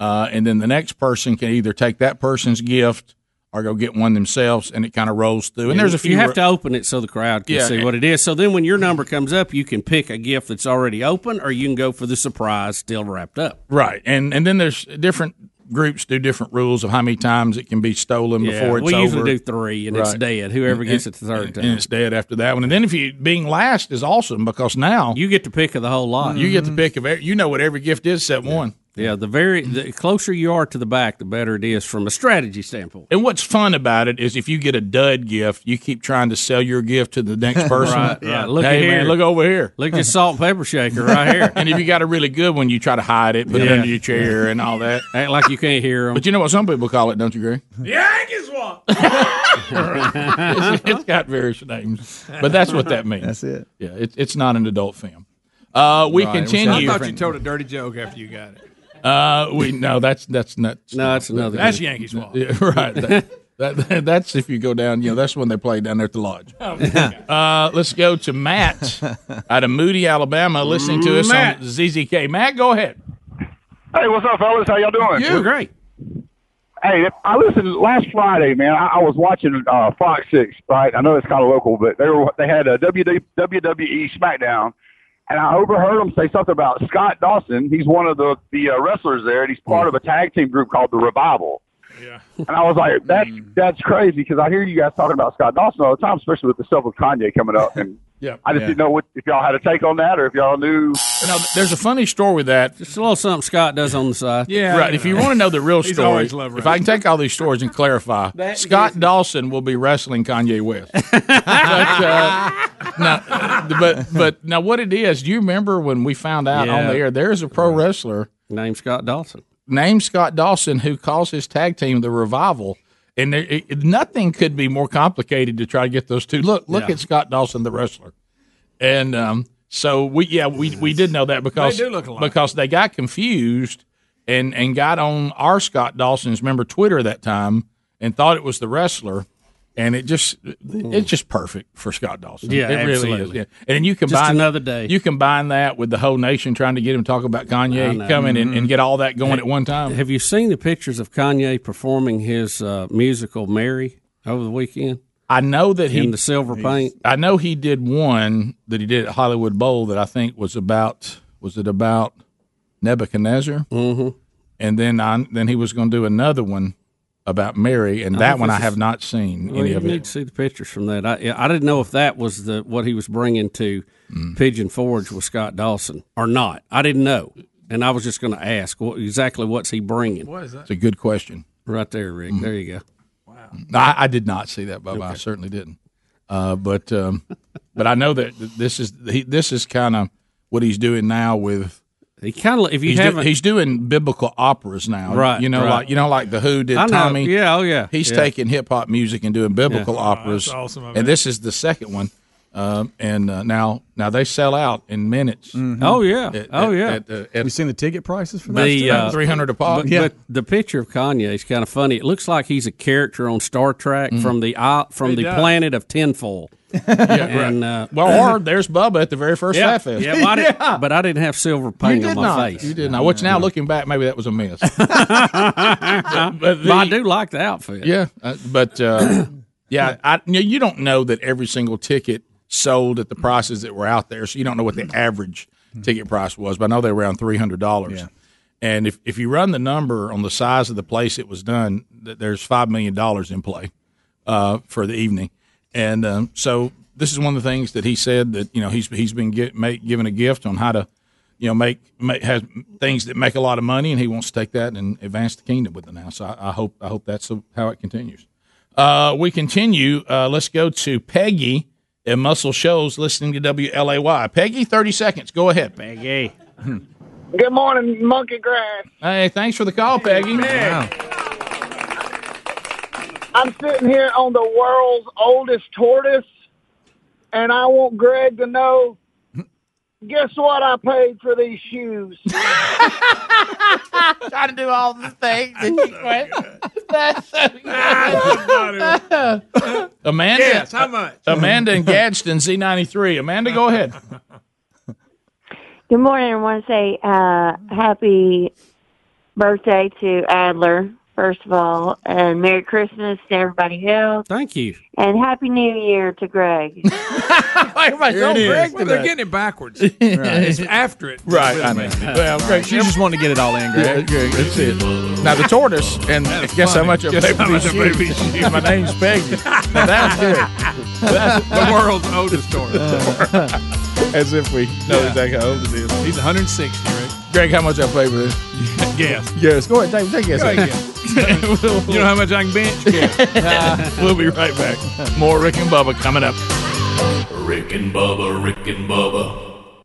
uh, and then the next person can either take that person's gift or go get one themselves, and it kind of rolls through. And there's a few
You have to open it so the crowd can
Yeah,
see
and-
what it is. So then, when your number comes up, you can pick a gift that's already open, or you can go for the surprise still wrapped up.
Right, and and then there's different groups do different rules of how many times it can be stolen
Yeah,
before it's
we usually
over.
do three, and it's dead. Whoever gets it the third
and-
time.
and it's dead after that one. And then if you being last is awesome because now
you get the pick of the whole lot.
You get the pick of every, you know what every gift is except one.
Yeah, the very the closer you are to the back, the better it is from a strategy standpoint.
And what's fun about it is if you get a dud gift, you keep trying to sell your gift to
[LAUGHS]
the next person.
Right, right. Look
hey
at
man,
here.
look over here.
Look at this salt and pepper shaker right here.
and if you got a really good one, you try to hide it, put it
Yeah.
under your chair, and all that.
Act like you can't hear them.
But you know what some people call it, don't you, Greg? [LAUGHS]
Yankees one.
It's- [LAUGHS] it's got various names, but that's what that means. That's it. Yeah, it, it's not an adult film. Uh, we continue.
I thought you told a dirty joke after you got it. [LAUGHS]
Uh, we no, that's that's not.
No, that's another That's good. Yankees wall.
Yeah, [LAUGHS] right. That, that- that's if you go down. You know, that's when they play down there at the lodge. Uh, let's go to Matt out of Moody, Alabama, listening to us
Matt.
on ZZK. Matt, go ahead.
Hey, what's up, fellas? How y'all doing?
You. We're
great.
Hey, I listened last Friday, man. I, I was watching uh, Fox Six, right? I know it's kind of local, but they were they had a WD, WWE SmackDown, and I overheard them say something about Scott Dawson. He's one of the the uh, wrestlers there, and he's part of a tag team group called the Revival. Yeah. And I was like, that's that's crazy because I hear you guys talking about Scott Dawson all the time, especially with the stuff with Kanye coming up. And
[LAUGHS] Yeah,
I just
Yeah.
didn't know what if y'all had a take on that or if y'all knew.
No, there's a funny story with that.
Just a little something Scott does on the side.
right. If you want to know the
[LAUGHS]
real
He's
story,
always loved
if I can take all these stories and clarify,
That
Scott Dawson will be wrestling Kanye West. but, uh, no, but but now what it is? Do you remember when we found out on
Yeah.
the air? There's a pro wrestler
named Scott Dawson.
Named Scott Dawson who calls his tag team the Revival. And there, it, it- nothing could be more complicated to try to get those two. Look, look
Yeah.
at Scott Dawson, the wrestler, and um, so we, yeah, we we did know that because
They do look alike.
because they got confused and and got on our Scott Dawson's member Twitter that time and thought it was the wrestler, and it just it's just perfect for Scott Dawson.
Yeah,
it really is.
absolutely.
Yeah. And then you
Just
combine
another day.
You combine that with the whole nation trying to get him to talk about
I
Kanye
know.
coming and,
Mm-hmm.
and get all that going at one time.
Have you seen the pictures of Kanye performing his uh, musical Mary over the weekend?
I know that he
in the silver paint.
I know he did one that he did at Hollywood Bowl that I think was about was it about Nebuchadnezzar? Mm-hmm. And then I, then he was going to do another one about Mary, and
I
that
think
one I
this
have
is- Oh,
not seen
Well,
any
you
of
need
it.
to see the pictures from that. I I didn't know if that was the what he was bringing to
Mm.
Pigeon Forge with Scott Dawson or not. I didn't know, and I was just going to ask what, exactly what's he bringing.
What is that?
It's a good question.
Right there, Rick. There you go.
No, I, I did not see that, Bubba. I certainly didn't. Uh, but um, but I know that th- this is he, this is kind of what he's doing now with.
He kind of if you
he's,
haven't-
he's doing biblical operas now,
Right,
You know,
right.
like you know, like the Who did
I know.
Tommy.
Yeah, oh, yeah.
He's
Yeah.
taking hip hop music and doing biblical
Yeah. Oh,
operas.
that's awesome, I bet.
and this is the second one. Um, and uh, now now they sell out in minutes.
Oh, yeah. Oh, yeah.
Have you
seen the ticket prices for that?
The uh,
uh, three hundred a pop.
But, [LAUGHS] but the picture of Kanye is kind of funny. It looks like he's a character on Star Trek
Mhm.
from the i- from
He
the
does.
planet of
[LAUGHS]
tinfoil. and, uh,
well, or there's Bubba at the very first
yeah,
Fat Fest.
yeah, well, I
[LAUGHS]
didn't- but I didn't have silver
You
paint
did
on my
not.
face.
You did not. Which now, looking back, maybe that was a miss.
but, I do
[LAUGHS]
like the outfit.
Yeah, uh, but uh, [COUGHS] yeah, I, you, know, you don't know that every single ticket sold at the prices that were out there, so you don't know what the average ticket price was. But I know they were around three hundred dollars. And if, if you run the number on the size of the place it was done, th- there's five million dollars in play uh, for the evening. And um, so this is one of the things that he said that you know he's he's been get, make, given a gift on how to you know make, make has things that make a lot of money, and he wants to take that and advance the kingdom with it now. So I, I hope I hope that's how it continues. Uh, we continue. Uh, let's go to Peggy at Muscle Shoals listening to WLAY. Peggy, thirty seconds. Go ahead,
Peggy.
[LAUGHS] Good morning, Monkey Grass.
Hey, thanks for the call, Peggy.
I'm sitting here on the world's oldest tortoise, and I want Greg to know. Guess what I paid for these shoes?
Trying to do all the things that you quit. [LAUGHS] That's so good.
Amanda.
Yes, how much? [LAUGHS]
Amanda and Gadsden Z93. Amanda, go ahead.
Good morning. I want to say uh, happy birthday to Adler, first of all, and Merry Christmas to everybody else,
Thank you.
and Happy New Year to Greg.
Everybody's
Here it
on
is.
Greg
Well, they're
today.
getting it backwards. It's after it.
Right, I mean, well, Greg, you just want to get it all in, Greg. that's it. Now the tortoise, and guess how
funny.
much I
Guess
paid
how
for
much I
these
paid for
shoes.
these shoes.
[LAUGHS] My name's
[LAUGHS]
Peggy. Now that's good. That's-
the world's oldest tortoise.
[LAUGHS] As if we know exactly how old it is. He's 160, right? Greg, how much I paid for this?
[LAUGHS] Guess.
[LAUGHS] Yes, go ahead, take, take a
Go ahead,
[LAUGHS] guess.
You know how much I can [LAUGHS] bench?
[LAUGHS] we'll be right back. More Rick and Bubba coming up.
Rick and Bubba, Rick and Bubba,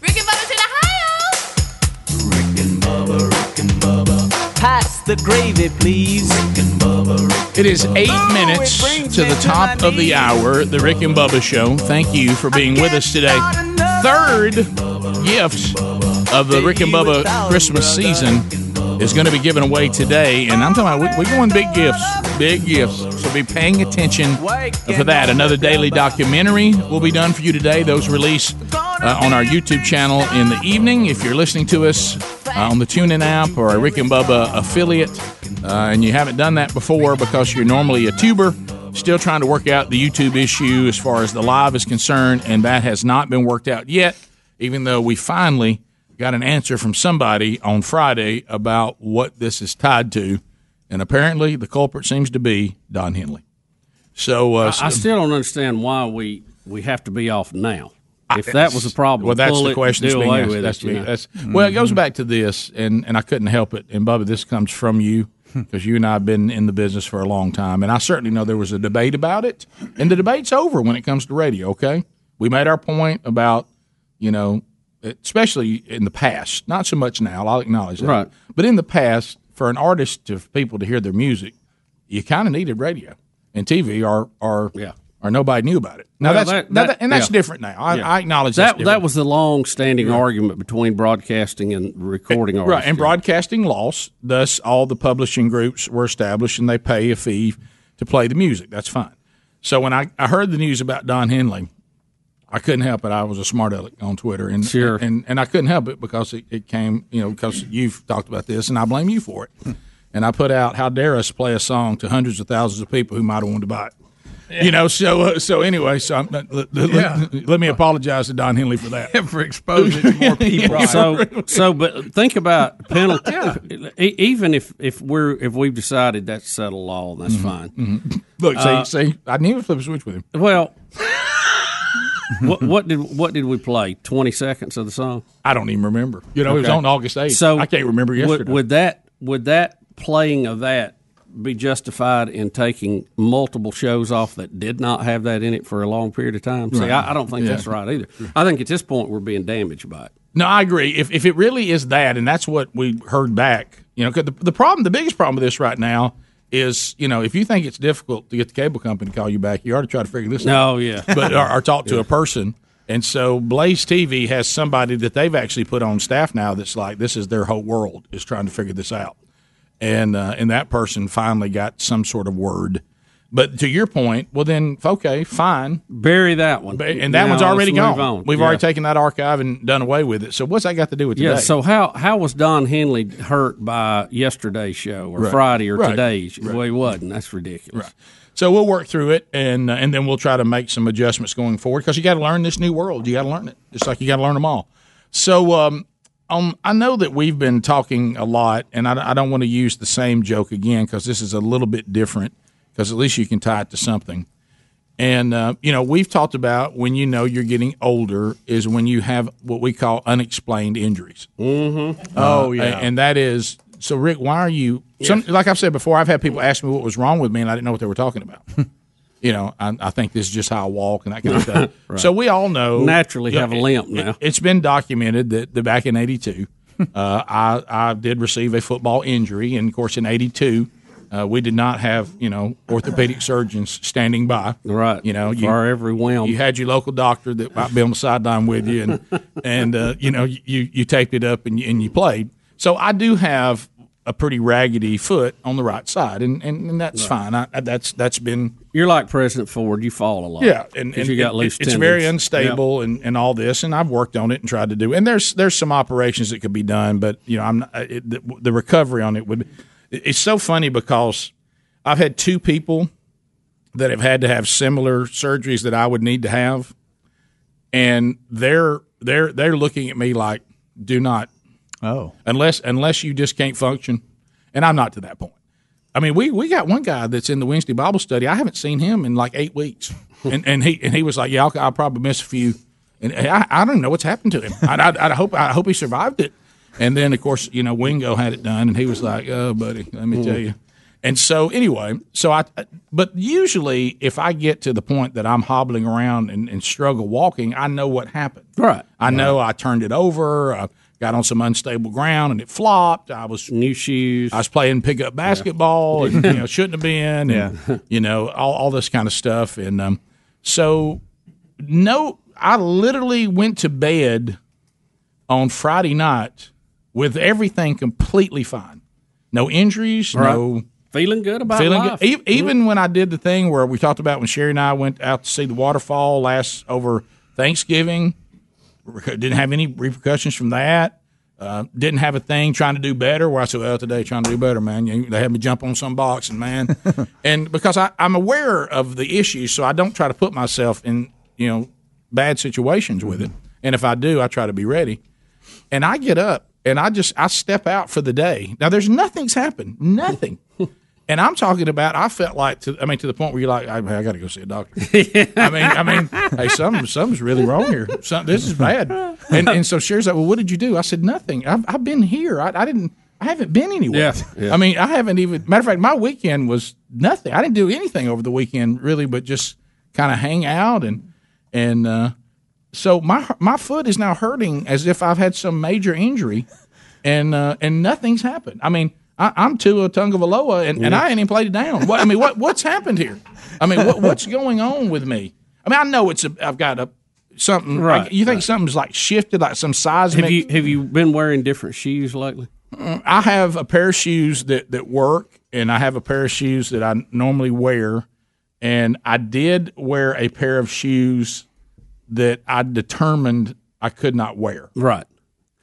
Rick and Bubba's in Ohio.
Pass the gravy, please.
It is eight minutes to the top of the hour, the Rick and Bubba Show. Thank you for being with us today. Third gift of the Rick and Bubba Christmas season is going to be given away today, and I'm talking about we- we're going big gifts, big gifts. So be paying attention for that. Another daily documentary will be done for you today. Those release uh, on our YouTube channel in the evening. If you're listening to us uh, on the TuneIn app or a Rick and Bubba affiliate, uh, and you haven't done that before because you're normally a tuber, still trying to work out the YouTube issue as far as the live is concerned, and that has not been worked out yet, even though we finally got an answer from somebody on Friday about what this is tied to. And apparently, the culprit seems to be Don Henley. So, uh,
I, I still don't understand why we we have to be off now. If that was a problem,
Well, that's
pull
the
it,
question
Do
that's being
away
asked.
with
That's
it. you
being-
know?
that's- Well, it goes back to this, and, and I couldn't help it. And Bubba, this comes from you
Hmm.
because you and I have been in the business for a long time, and I certainly know there was a debate about it, and the debate's over when it comes to radio. Okay, we made our point about you know, especially in the past, not so much now. I'll acknowledge that,
Right.
but in the past, for an artist to for people to hear their music, you kind of needed radio and TV, or or yeah. or nobody knew about it. Now
Well,
that's
that-
now
that-
that- and that's
yeah.
different now. I,
Yeah.
I acknowledge that's
that.
different.
That was the long-standing
Yeah.
argument between broadcasting and recording artists.
Right, and broadcasting loss. Thus, all the publishing groups were established, and they pay a fee to play the music. That's fine. So when I, I heard the news about Don Henley, I couldn't help it. I was a smart aleck on Twitter, and sure. and and I couldn't help it because it, it came, you know, because you've talked about this, and I blame you for it. and I put out, "How dare us play a song to hundreds of thousands of people who might have wanted to buy it." You know, so uh, so anyway, so I'm, let, let- let-
Yeah.
let me apologize to Don Henley for that
for exposing it to [LAUGHS] more
[LAUGHS]
people.
So, so, but think about penalty. e- Even if if we're if we've decided that's settled law, that's fine.
Mm-hmm. Look, see,
Uh,
see, I didn't even flip a switch with him.
Well, [LAUGHS] what, what did what did we play? Twenty seconds of the song.
I don't even remember. You know, it was on August 8th.
So
I can't remember
would-
yesterday.
Would, that would that playing of that be justified in taking multiple shows off that did not have that in it for a long period of time? See,
Right.
I, I don't think
Yeah.
that's right either. I think at this point we're being damaged by it.
No, I agree. If, if it really is that, and that's what we heard back, you know, 'cause the, the problem, the biggest problem with this right now is, you know, if you think it's difficult to get the cable company to call you back, you ought to try to figure this out.
Oh, yeah.
[LAUGHS] But or, or talk to
Yeah.
a person. And so Blaze TV has somebody that they've actually put on staff now that's like, this is their whole world is trying to figure this out. And, uh, and that person finally got some sort of word. But to your point, well, then, okay, fine.
Bury that one.
And that
Now
one's already
let's move
gone.
on.
We've
Yeah.
already taken that archive and done away with it. So what's that got to do with today?
Yeah. So how how was Don Henley hurt by yesterday's show or
Right.
Friday or
Right.
today's? Well, he wasn't. That's ridiculous.
So we'll work through it, and uh, and then we'll try to make some adjustments going forward because you got to learn this new world. You got to learn it, just like you got to learn them all. So um, um, I know that we've been talking a lot, and I, I don't want to use the same joke again because this is a little bit different. Because at least you can tie it to something. And uh, you know, we've talked about when you know you're getting older is when you have what we call unexplained injuries. Mm-hmm.
Oh, yeah.
and, and that is so. Rick, why are you? Some, like I've said before, I've had people ask me what was wrong with me, and I didn't know what they were talking about. you know, I, I think this is just how I walk and
[LAUGHS]
that kind of
[LAUGHS]
stuff.
Right.
So we all know
Naturally have a limp
now. It, has been documented that the back in '82, uh, I I did receive a football injury, and of course in '82. Uh, we did not have, you know, orthopedic surgeons standing by. Right. You know, you,
For every whim.
You had your local doctor that might be on the sideline with you,
[LAUGHS]
and and uh, you know you you taped it up and you, and you played. So I do have a pretty raggedy foot on the right side, and and, and that's fine. I, I, that's that's been
You're like President Ford. You fall a lot.
yeah, and,
'Cause
and
you got
it-
loose.
It's very
tendons.
unstable and, and all this, and I've worked on it and tried to do. And there's there's some operations that could be done, but you know, I'm not, it, the, the recovery on it would. Be, it's so funny because I've had two people that have had to have similar surgeries that I would need to have, and they're they're they're looking at me like, do not,
oh,
unless unless you just can't function, and I'm not to that point. I mean, we we got one guy that's in the Wednesday Bible study. I haven't seen him in like eight weeks, and and he and he was like, yeah, I'll, I'll probably miss a few, and I, I don't know what's happened to him. I, I, I hope I hope he survived it. And then of course, you know, Wingo had it done, and he was like, oh, buddy, let me tell you. And so anyway, so I but usually if I get to the point that I'm hobbling around and, and struggle walking, I know what happened.
Right.
I know I turned it over. I got on some unstable ground and it flopped. I was
new shoes.
I was playing pickup basketball and you
[LAUGHS]
know shouldn't have been. And, You know all, all this kind of stuff. And um, so no, I literally went to bed on Friday night with everything completely fine. No injuries. No
Right. Feeling good about
feeling
life.
good. E- Even when I did the thing where we talked about when Sherry and I went out to see the waterfall last over Thanksgiving, rec- didn't have any repercussions from that. Uh, didn't have a thing trying to do better. Where I said, "Well, today trying to do better, man." You- They had me jump on some box,
[LAUGHS]
and man, and because I, I'm aware of the issues, so I don't try to put myself in you know bad situations with it. And if I do, I try to be ready. And I get up and I just I step out for the day. Now there's nothing's happened, nothing. And I'm talking about. I felt like to. I mean, to the point where you're like, I, I got to go see a doctor. I mean, I mean, hey, something, something's really wrong here. Something, this is bad. And and so Sherry's like, well, what did you do? I said nothing. I've, I've been here. I, I didn't. I haven't been anywhere.
Yeah, yeah.
I mean, I haven't even. Matter of fact, my weekend was nothing. I didn't do anything over the weekend really, but just kind of hang out and and uh, so my my foot is now hurting as if I've had some major injury, and uh, and nothing's happened. I mean, I, I'm Tua Tungavaloa, and, and I ain't even played it down. What, I mean, what what's happened here? I mean, what, what's going on with me? I mean, I know it's a, I've got a something.
Right,
like, you think something's like shifted, like some seismic.
Have you have you been wearing different shoes lately?
Mm, I have a pair of shoes that that work, and I have a pair of shoes that I normally wear, and I did wear a pair of shoes that I determined I could not wear.
Right.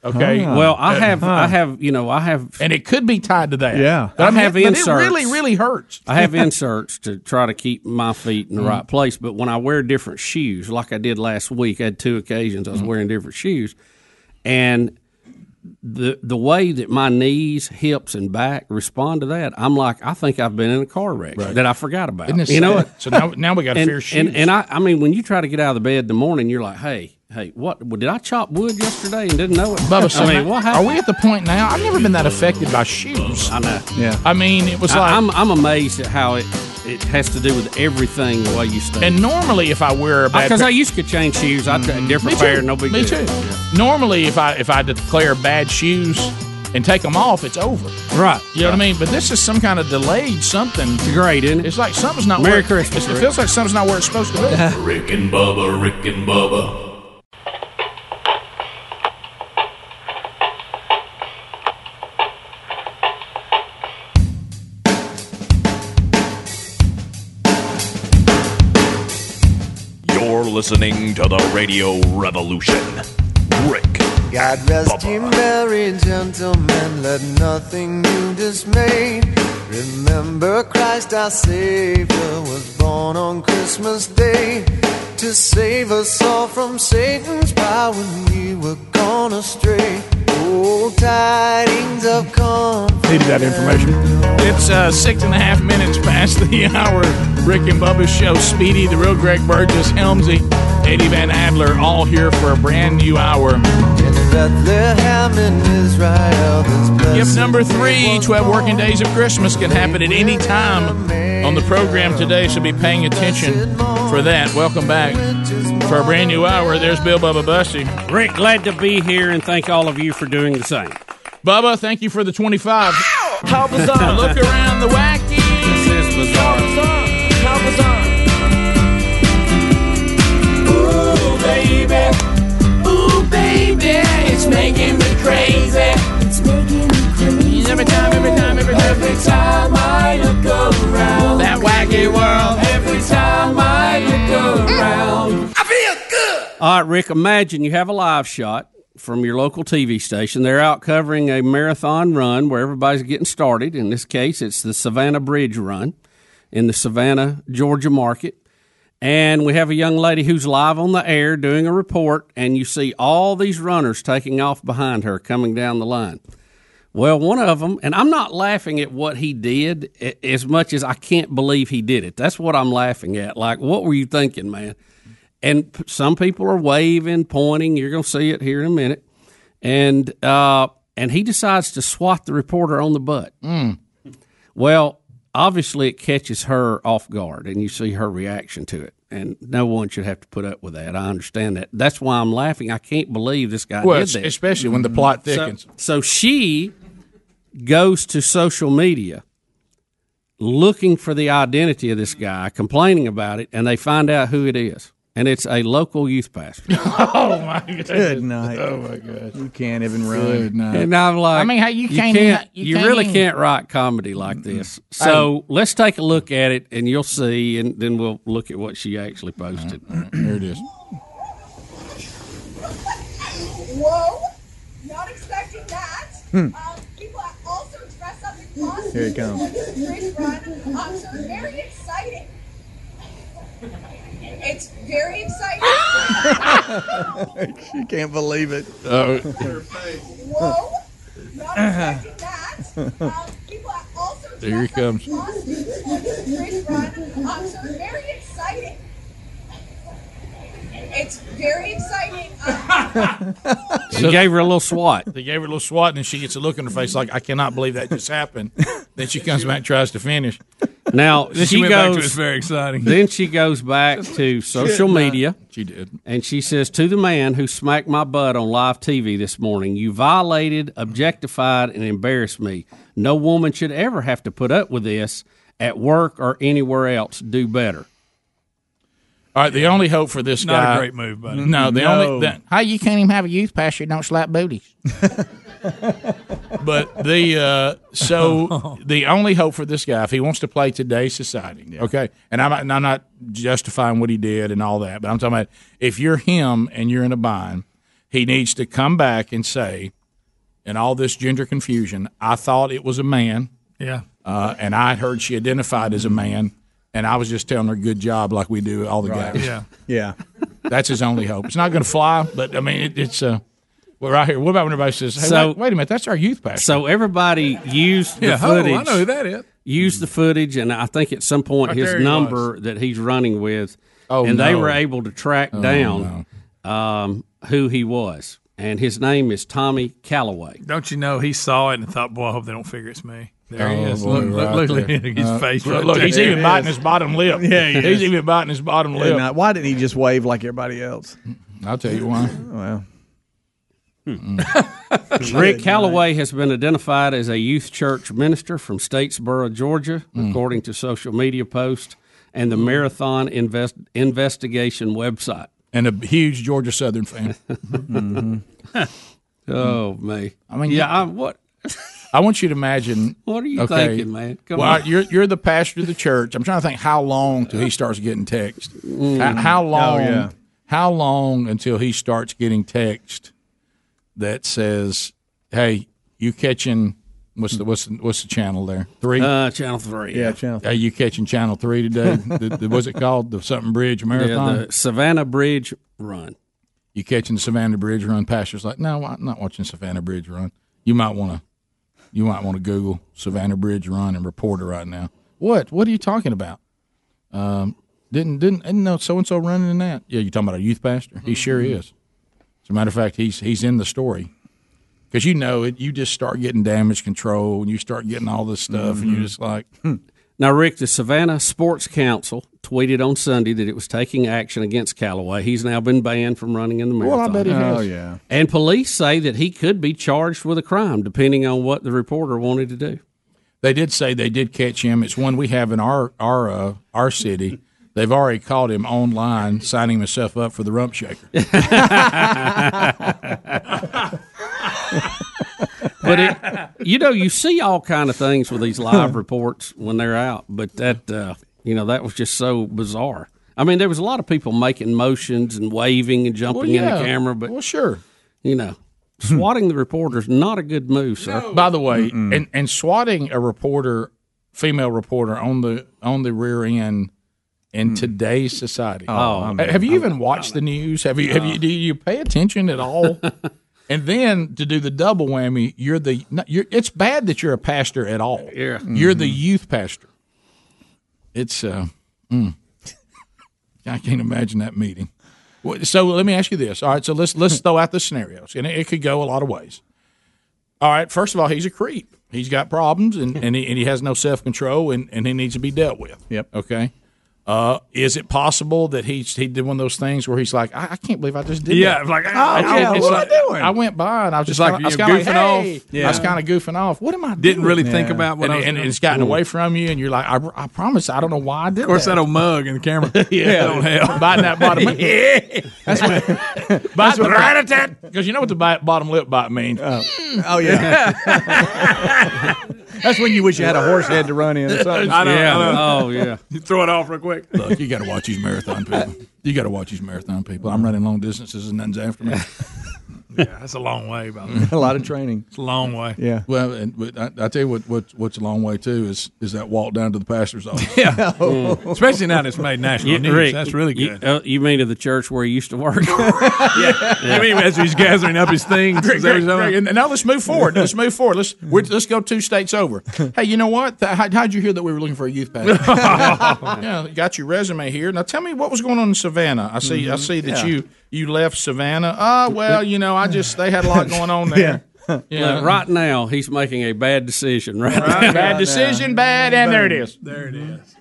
Okay.
Well, I
Uh,
have I have you know I have
and it could be tied to that.
Yeah.
But
I
I'm
have
hit- but it
inserts.
really, really hurts.
I
[LAUGHS]
have inserts to try to keep my feet in the
Mhm.
right place. But when I wear different shoes, like I did last week, I had two occasions I
Mm-hmm.
was wearing different shoes, and the the way that my knees, hips, and back respond to that, I'm like, I think I've been in a car wreck that I forgot about.
Isn't it
you know
sad?
what?
So now- now we gotta
And-
fear shoes.
And, and I, I mean, when you try to get out of the bed in the morning, you're like, hey, hey, what did I chop wood yesterday and didn't know it?
Bubba, so
I mean,
now-
what
are
happened?
we at the point now? I've never been that affected by shoes.
I know.
Yeah. I mean, it was
I-
like
I'm, I'm amazed at how it it has to do with everything the way you stay.
And normally, if I wear a bad
because
pair-
Uh, I used to change shoes, I tried a different
Me
pair,
too.
no big
Me
deal.
too.
[LAUGHS]
Normally, if I if I declare bad shoes and take them off, it's over.
Right.
You know what I mean? But this is some kind of delayed something. It's
great, isn't it?
It's like something's not.
Merry
where,
Christmas,
It
Rick.
feels like something's not where it's supposed to
[LAUGHS]
be.
[LAUGHS] Rick and Bubba, Rick and Bubba,
You're listening to the Radio Revolution. Rick.
God rest ye merry gentlemen, let nothing you dismay. Remember Christ our Savior was born on Christmas Day to save us all from Satan's power when we were gone astray. Old tidings of comfort.
Needed that information. It's uh, six and a half minutes past the [LAUGHS] hour. Rick and Bubba's show. Speedy, the real Greg Burgess, Helmsy, Eddie Van Adler, all here for a brand new hour.
Bethlehem in Israel, this
Gift number three 12 working days of Christmas can happen at any time. on the program today, so be paying attention for that. Welcome back for a brand new hour. There's Bill Bubba Bussy.
Rick, glad to be here and thank all of you for doing the same.
Bubba, thank you for the 25.
How bizarre. Look
around the wacky.
This is bizarre. How bizarre. Ooh, baby. Ooh, baby. It's making me crazy. It's making me crazy. Every time, every time, every time. Every time I look around. That wacky world. Every time I look around. I feel good.
All right, Rick, imagine you have a live shot from your local TV station. They're out covering a marathon run where everybody's getting started. In this case, it's the Savannah Bridge Run in the Savannah, Georgia market. And we have a young lady who's live on the air doing a report, and you see all these runners taking off behind her coming down the line. Well, one of them, and I'm not laughing at what he did a- as much as I can't believe he did it. That's what I'm laughing at. Like, what were you thinking, man? And p- some people are waving, pointing. You're going to see it here in a minute. And uh, and he decides to swat the reporter on the butt. Well, obviously, it catches her off guard, and you see her reaction to it. And no one should have to put up with that. I understand that. That's why I'm laughing. I can't believe this guy
Well,
did that.
especially when the plot
Mm-hmm. So-
thickens.
so she goes to social media looking for the identity of this guy, complaining about it, and they find out who it is. And it's a local youth pastor.
Oh my goodness.
Good night.
Oh my god.
You can't even run.
Good night.
And
[LAUGHS]
I'm like,
I mean, how you can't
can't-
even-
you,
you can't
really
even-
can't write comedy like
Mm-hmm.
this. So let's take a look at it, and you'll see, and then we'll look at what she actually posted.
Here it is.
Whoa! Not expecting that.
Hmm.
Um, people are also dress up in costumes.
Here it comes.
for this bridge run. Um, so it's very exciting. It's very exciting.
she can't believe it.
[LAUGHS] Oh.
[LAUGHS]
Whoa! Not expecting that. Um, people are also dress
Here he comes.
up in costumes for this bridge run. Um, so it's very exciting. It's very exciting. Um,
They gave her a little swat.
They gave her a little swat, and then she gets a look in her face like, "I cannot believe that just happened." then she comes back, and tries to finish.
Now
[LAUGHS] Then she
she
went back
goes.
to it's very exciting.
Then she goes
[LAUGHS]
back to social
Shit, man.
media.
She did,
and she says to the man who smacked my butt on live TV this morning, "You violated, objectified, and embarrassed me. No woman should ever have to put up with this at work or anywhere else. Do better."
All right, the only hope for this
Not a
guy.
great move, buddy.
No, the
No.
only. The, hey, you can't even have a youth pastor. Don't slap booties. but the uh,
[LAUGHS]
so the only hope for this guy, if he wants to play today's society, okay. And I'm, and I'm not justifying what he did and all that, but I'm talking about if you're him and you're in a bind, he needs to come back and say, in all this gender confusion, I thought it was a man.
Yeah.
Uh, and I heard she identified as a man, and I was just telling her good job, like we do all the
Right.
guys.
Yeah.
Yeah.
That's his only hope. It's not going to fly, but I mean, it, it's uh, well, right here. What about when everybody says, "Hey,
So-
wait, wait a minute, that's our youth pastor"?
So everybody used the
Yeah, oh, I
footage.
know who that is.
Used the footage, and I think at some point
Right
his
there he
number that he's running with,
Oh,
and they
no.
were able to track
Oh,
down um, who he was, and his name is Tommy
[LAUGHS]
Calloway.
Don't you know he saw it and thought, boy, I hope they don't figure it's me. There he
Oh,
is.
boy,
Look,
right
look, look,
there.
look at his
Uh,
face.
look,
right
look,
there.
he's
There
even
it
biting
is.
his bottom lip.
Yeah, he
he's
is.
even biting his bottom
Good
lip.
night. Why didn't he just wave like everybody else?
I'll tell you why.
Well,
Hmm.
Rick Calloway has been identified as a youth church minister from Statesboro, Georgia,
Hmm.
according to social media posts and the Marathon Invest- Investigation website.
And a huge Georgia
[LAUGHS]
Southern fan.
Mm-hmm. Oh, me.
Hmm. I mean,
yeah. I, what?
I want you to imagine.
What are you thinking, man? Come
well,
on.
you're you're the pastor of the church. I'm trying to think how long till he starts getting text.
Mm.
How, how
Oh,
long?
yeah.
How long until he starts getting text that says, "Hey, you catching what's the what's the, what's the channel there? Three?
Uh, channel three.
Yeah,
channel.
Hey, you catching channel
[LAUGHS]
three today? the, the, was it called the something bridge marathon?
Yeah, the Savannah Bridge Run.
you catching the Savannah Bridge Run? Pastor's like, no, I'm not watching Savannah Bridge Run. You might want to, you might want to Google Savannah Bridge Run and report it right now. What? What are you talking about? Um, didn't didn't didn't know so and so running in that. Yeah, you talking about a youth pastor? He sure
Mm-hmm.
is. As a matter of fact, he's he's in the story
Mm-hmm.
Mm-hmm.
because you know it. You just start getting damage control and you start getting all this stuff, and you're just like, hmm.
Now, Rick, the Savannah Sports Council tweeted on Sunday that it was taking action against Callaway. He's now been banned from running in the
Well,
marathon.
I bet he has. Oh, yeah.
And police say that he could be charged with a crime, depending on what the reporter wanted to do.
They did say they did catch him. It's one we have in our our uh, our city. They've already called him online, signing himself up for the rump shaker.
But it, you know, you see all kind of things with these live reports when they're out. But that, uh, you know, that was just so bizarre. I mean, there was a lot of people making motions and waving and jumping in
yeah.
the camera. But
well, sure, Hmm.
you know, swatting the reporter's not a good move, sir.
By the way, and and swatting a reporter, female reporter on the on the rear end in today's society.
Mm. Oh, Uh. I mean,
have you even watched the news? Have you have you do you pay attention
[LAUGHS]
at all? and then to do the double whammy, you're the no, you're, it's bad that you're a pastor at all.
Yeah,
you're
Mm-hmm.
the youth pastor. It's uh, mm. [LAUGHS] I can't imagine that [LAUGHS] meeting. Well, So let me ask you this. All right, so let's let's throw out the scenarios, and it, it could go a lot of ways. All right, first of all, he's a creep. He's got problems, and and he, and he has no self control, and and he needs to be dealt with. Yep. Okay. Uh, is it possible that he he did one of those things where he's like, I, I can't believe I just did
Yeah,
that.
like,
oh,
I- I
yeah,
can't-
what
it's
am I
like-
doing? I went by and I was
It's
just
like
kinda- I was
you're
kind of like,
goofing
hey.
off. Yeah.
I was kind of goofing off. What am I?
Didn't
doing?
really think Yeah. about what
and,
I was
and
doing.
it's gotten
Ooh.
away from you, and you're like, I, I promise, I don't know why I did.
Of course, that
that
old mug in the camera.
Yeah.
don't help.
Biting that bottom [LAUGHS] lip.
That's
Bite the rat [LAUGHS] because you know what the bi- bottom lip bite means. Mm.
oh, yeah.
[LAUGHS]
That's when you wish you had a horse head to run in
[LAUGHS]
or something.
I don't, I don't-
Oh, yeah.
[LAUGHS] You throw it off real quick.
Look, you got to watch these marathon people. You got to watch these marathon people. I'm running long distances and nothing's after me.
Yeah, [LAUGHS] that's a long way, by the way.
[LAUGHS] A lot of training.
It's a [LAUGHS] long way.
Well, and but I, I tell you what, what, what's a long way too is is that walk down to the pastor's office. [LAUGHS] Yeah.
Mm. Especially now that it's made national
Yeah,
news.
Rick,
That's really
you-
good.
uh, You, mean to the church where he used to
[LAUGHS]
work? [LAUGHS]
I mean, as he's gathering up his things.
Great,
is that what
great,
he's doing?
great. And now let's move forward. Let's move forward. Let's we're, let's go two states over.
[LAUGHS]
Hey, you know what? Th- How, how'd you hear that we were looking for a youth pastor? [LAUGHS] yeah, got your resume here. Now tell me what was going on in Savannah. I see. I
Mhm.
see that
Yeah.
you you left Savannah. Ah, well, you know, I just they had a lot
[LAUGHS]
going on there. Yeah.
Look, right now he's making a bad decision. Right, now.
Bad decision, bad, and there it is.
There it is.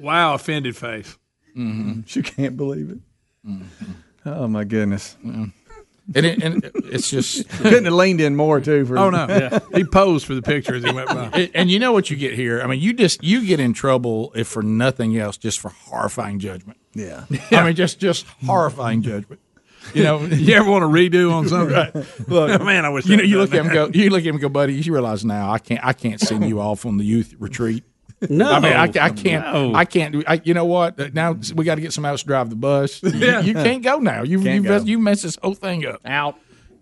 Wow, offended face.
You can't believe it. Oh, my goodness.
Mm-hmm. And, it, and it-
[LAUGHS]
it's [LAUGHS] just
Couldn't have leaned in more, too. For
Oh no, [LAUGHS] he posed for the picture as he went by.
And- and you know what you get here. I mean, you just you get in trouble if for nothing else, just for horrifying judgment.
Yeah.
I mean, just just horrifying judgment. You
[LAUGHS]
know,
you ever want to redo on something? Oh,
Right. Look,
man, I wish
you know.
I'd
You
done
look at him
that.
go. You look at him go, buddy. You realize now, I can't. I can't send you off on the youth retreat.
No.
I mean, I, I can't.
No.
I can't. do- I, you know what? Uh, Now we got to get somebody else to drive the bus. [LAUGHS] You-
[LAUGHS] Yeah.
You, can't go now. You
Can't
you,
go.
you messed this whole thing up.
Out.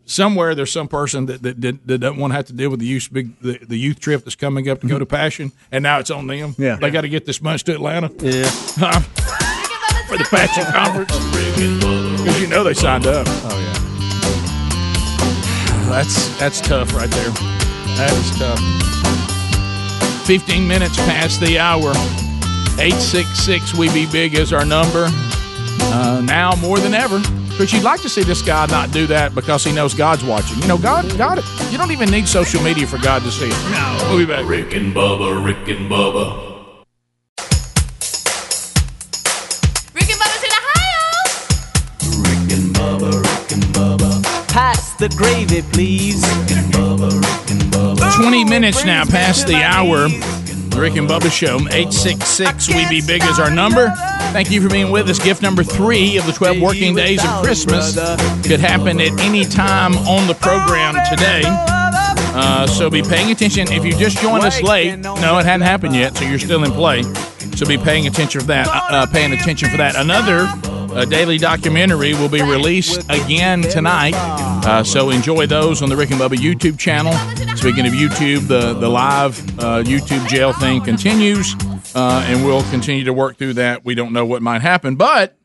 Somewhere there's some person that that, that, that doesn't want to have to deal with the youth big the, the youth trip that's coming up to go to Passion, and now it's on them.
Yeah.
they got to get this bunch to Atlanta.
Yeah,
[LAUGHS] for the Passion conference because you know they signed up. Oh yeah. [SIGHS] That's that's tough right there. That is tough. Fifteen minutes past the hour. Eight six six. We be big is our number. Uh, now more than ever. But you'd like to see this guy not do that because he knows God's watching. You know, God, God, you don't even need social media for God to see it. No. We'll be back.
Rick and Bubba, Rick and Bubba,
Rick and Bubba's in Ohio.
Pass the gravy, please.
20 minutes now past the hour. The Rick and Bubba Show, 866 We Be Big is our number. Thank you for being with us. Gift number three of the 12 working days of Christmas uh, could happen at any time on the program today. Uh, so be paying attention. If you just joined us late, no, it hadn't happened yet, so you're still in play. So be paying attention for that. Uh, uh, paying attention for that. Another uh, daily documentary will be released again tonight. Uh, so enjoy those on the Rick and Bubba YouTube channel. Speaking of YouTube, the the live uh, YouTube jail thing continues, uh, and we'll continue to work through that. We don't know what might happen, but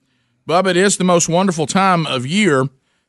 Bub, it is the most wonderful time of year.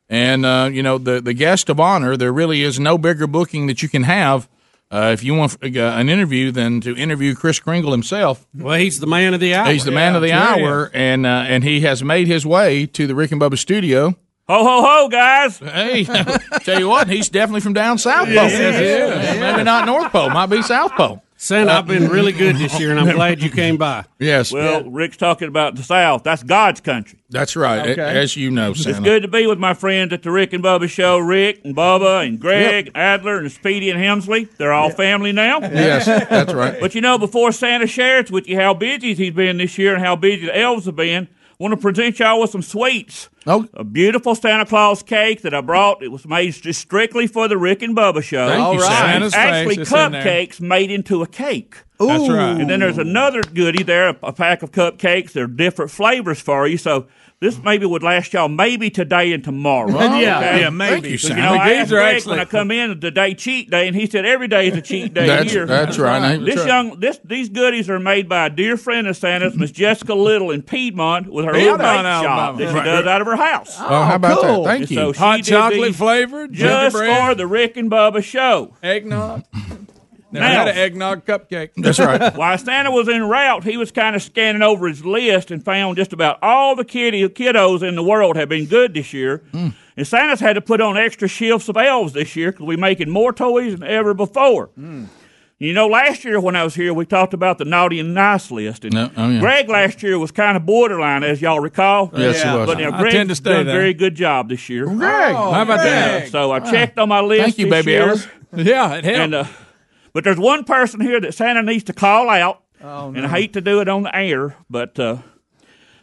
And, uh, you know, the, the guest of honor, there really is no bigger booking that you can have uh, if you want uh, an interview than to interview Chris Kringle himself.
well, he's the man of the hour.
He's the man of the
Yeah.
hour, and uh, and he has made his way to the Rick and Bubba studio.
Ho ho ho, guys!
Hey, [LAUGHS] tell you what, he's definitely from down south. Pole.
Yes, he is.
Maybe not North Pole, might be South Pole.
Santa, I've been really good this year, and I'm glad you came by.
Yes.
Well, Rick's talking about the South. That's God's country.
That's right, a-
Okay.
uh, as you know,
It's
Santa.
good to be with my friends at the Rick and Bubba show. Rick and Bubba and Greg, Adler and Speedy and Hemsley. They're all family now.
Yes, that's right.
But you know, before Santa shares with you how busy he's been this year and how busy the elves have been, want to present y'all with some sweets.
Oh.
A beautiful Santa Claus cake that I brought. It was made just strictly for the Rick and Bubba show.
Thank you, All right. Santa's
It's actually
face is in there.
cupcakes made into a cake.
That's right.
And then there's another goodie there, a, a pack of cupcakes. They're different flavors for you. So this maybe would last y'all maybe today and [LAUGHS] tomorrow.
Well,
Okay?
yeah, yeah, maybe. Thank you,
'Cause,
Sam.
know, I
These
asked
are
Greg
excellent.
when I come in the day cheat day, and he said every day is a cheat day
That's-
here.
that's right. Ain't
This
that right?
young, this these goodies are made by a dear friend of Santa's, Miss Jessica Little in Piedmont, with her
Piedmont,
little bake
Alabama.
shop that she
Right.
does out of her house.
Oh, how about that? Thank
And
you.
so she
Hot
did
chocolate
these
flavored,
just
gingerbread.
for the Rick and Bubba show.
Eggnog. Never
Now-
had an eggnog cupcake. [LAUGHS]
While Santa was en route, he was kind of scanning over his list and found just about all the kitty kiddos in the world have been good this year.
Hmm.
And Santa's had to put on extra shifts of elves this year because we're making more toys than ever before. You know, last year when I was here, we talked about the naughty and nice list. And
No, oh, yeah.
Greg last year was kind of borderline, as y'all recall.
Yes, he Yeah. was. Oh,
But now
I
Greg's
tend to stay
done a
there.
very good job this year. Greg,
How about that?
So I
Ah.
Wow.
checked on my list.
Thank you,
this
baby
year.
Ellis. [LAUGHS] Yeah, it helped.
And, uh, but there's one person here that Santa needs to call out,
Oh.
Oh,
Oh,
and I hate to do it on the air, but uh,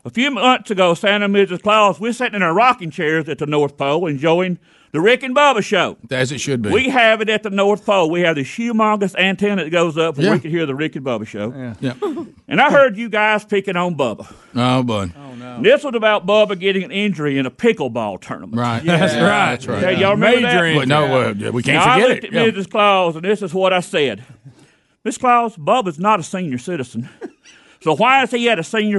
a few months ago, Santa and Mrs. Claus, we're sitting in our rocking chairs at the North Pole enjoying the Rick and Bubba show.
As it should be.
We have it at the North Pole. We have this humongous antenna that goes up, and
Yeah.
we can hear the Rick and Bubba show.
yeah.
[LAUGHS] And I heard you guys picking on Bubba.
Oh, bud.
And This was about Bubba getting an injury in a pickleball tournament.
Right. Yeah. That's right. That's right.
Okay, y'all remember
Major
that?
injury. Well, no, well, yeah, we can't
now,
forget
I looked
it.
at
Yeah.
Mrs. Claus, and this is what I said. Miss Claus, Bubba's not a senior citizen. [LAUGHS] So why is he at a senior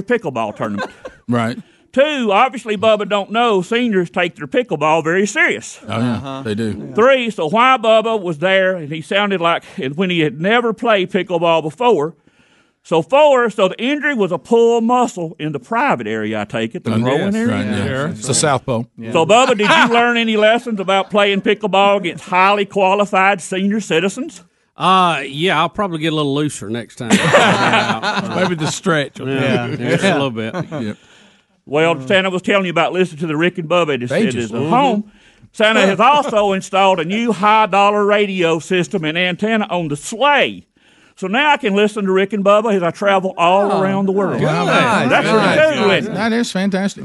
[LAUGHS]
pickleball tournament?
Right.
Two, obviously Bubba don't know seniors take their pickleball very serious.
Oh, yeah. They do.
Three, so why Bubba was there and he sounded like and when he had never played pickleball before. So four, so the injury was a pulled muscle in the private area, I take it, the growing area.
Oh, Right, yeah. It's the South Pole.
So, Bubba, did you learn any lessons about playing pickleball against highly qualified senior citizens?
Uh, yeah, I'll probably get a little looser next time.
Maybe the stretch will
Uh, Yeah,
help.
yeah, just a little bit.
Yep.
Well, Santa was telling you about listening to the Rick and Bubba that
They
it
just-
is at home. Santa has also installed a new high dollar radio system and antenna on the sleigh. So now I can listen to Rick and Bubba as I travel all around the world.
Wow,
That's
nice.
pretty cool. isn't it?
That is fantastic.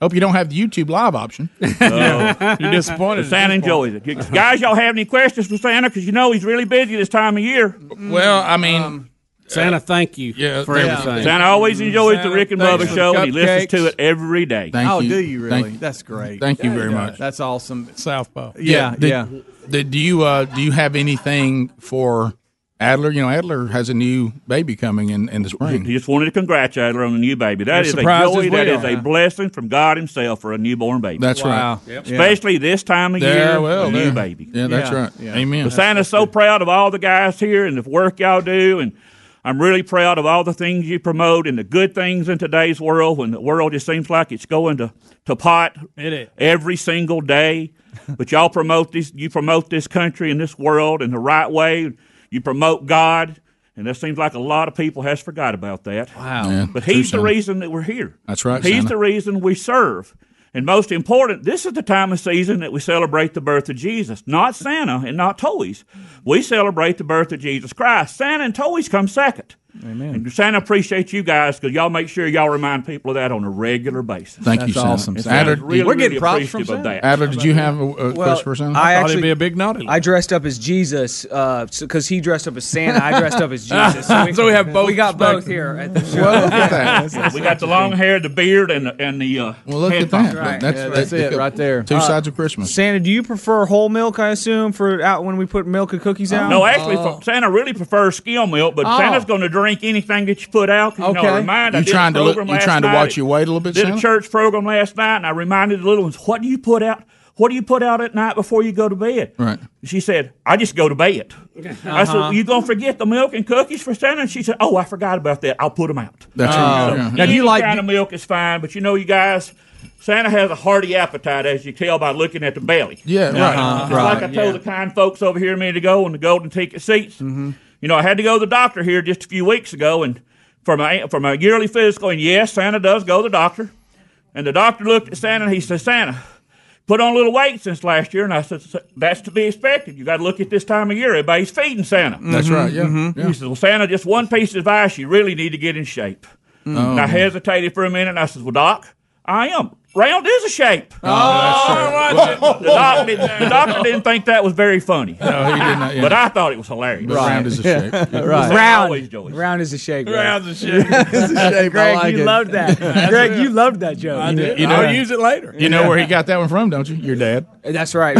Hope you don't have the YouTube live option.
You're disappointed. Santa enjoys it. You- Guys, y'all have any questions for Santa? Because you know he's really busy this time of year.
[LAUGHS] Well, I mean,
Santa, thank you for
yeah.
everything.
Santa always enjoys the Rick and
thanks
Bubba
for the
show, and he listens to
cupcakes.
it every day.
oh, do you really? That's great.
Thank you
Yeah,
very
yeah.
much.
That's awesome.
Southpaw.
Yeah,
Did-
yeah.
did- do you uh, do you have anything for Adler? You know, Adler has a new baby coming in, in the spring.
He just wanted to congratulate her on the new baby. That
We're
is a
surprised
joy.
as
That
well.
is a blessing from God Himself for a newborn baby.
That's Wow. right. Yep.
Especially this time of
There,
year,
well,
a
there.
new baby.
Yeah, that's Yeah, right. yeah. Amen.
But Santa's so proud of all the guys here and the work y'all do, and I'm really proud of all the things you promote and the good things in today's world when the world just seems like it's going to, to pot
It is.
every single day. But y'all promote this. You promote this country and this world in the right way. You promote God, and that seems like a lot of people has forgot about that.
Wow!
Yeah,
but
true,
He's the
Santa.
reason that we're here.
That's right,
He's
Santa.
the reason we serve. And most important, this is the time of season that we celebrate the birth of Jesus, not Santa and not toys. We celebrate the birth of Jesus Christ. Santa and toys come second. Amen. And Santa appreciates you guys because y'all make sure y'all remind people of that on a regular basis.
Thank you, That's Santa. awesome,
And
Santa.
Santa's
Adler,
really,
We're getting
really
props from
appreciative of
Santa.
that.
Adler, did you have a, a question for Santa?
I actually,
a big naughty.
I dressed up as Jesus because he dressed up as Santa. I dressed
[LAUGHS]
up as Jesus.
[LAUGHS]
So we have both
We got both
perspectives.
here at the show.
we got the long hair, the beard, and the, and the uh,
well, look at
headphones.
that. That's, that- Two
Uh,
sides of Christmas.
Santa, do you prefer whole milk? I assume for out when we put milk and cookies out.
Uh, No, actually,
Uh, Oh.
Santa really prefers skim milk, but
Oh.
Santa's going to drink anything that you put out. 'cause, You know,
Okay.
I remind, I
You
did a
trying to look-
program
you
last
trying to
night
watch
at-
your weight a little bit,
Did
Santa?
a church program last night, and I reminded the little ones, "What do you put out? What do you put out at night before you go to bed?"
Right.
She said, "I just go to bed." I
Uh-huh.
said, "You gonna forget the milk and cookies for Santa?" And she said, "Oh, I forgot about that. I'll put them out."
That's right.
So
Yeah.
Any kind of milk is fine, but you know, you guys. Santa has a hearty appetite, as you tell by looking at the belly. Uh-huh.
Yeah, right,
Just
Uh-huh. right, Mm-hmm.
Like I told the kind folks over here a minute ago on the golden ticket seats. You know, I had to go to the doctor here just a few weeks ago, and for my for my yearly physical. And yes, Santa does go to the doctor. And the doctor looked at Santa and he said, Santa, put on a little weight since last year. And I said, "S- that's to be expected. You got to look at this time of year. Everybody's feeding Santa.
That's right,
Mm-hmm,
yeah, Mhm. yeah.
He said, well, Santa, just one piece of advice. You really need to get in shape.
Mm.
And I
Oh.
hesitated for a minute and I said, well, Doc, I am. Round is a shape. Oh,
that's true.
the, doc didn't, the doctor didn't think that was very funny.
No, he did not, yeah.
But I thought it was hilarious.
But round is a shape. [LAUGHS]
[LAUGHS] Right.
Round. Round is a shake.
Round
is
a shake.
Round is a shake. [LAUGHS] Greg,
I like
you
it.
loved that.
That's
Greg,
it.
you loved that joke.
I did. You know- I'll use
it later.
You know where he got that one from, don't you? Your dad.
That's right.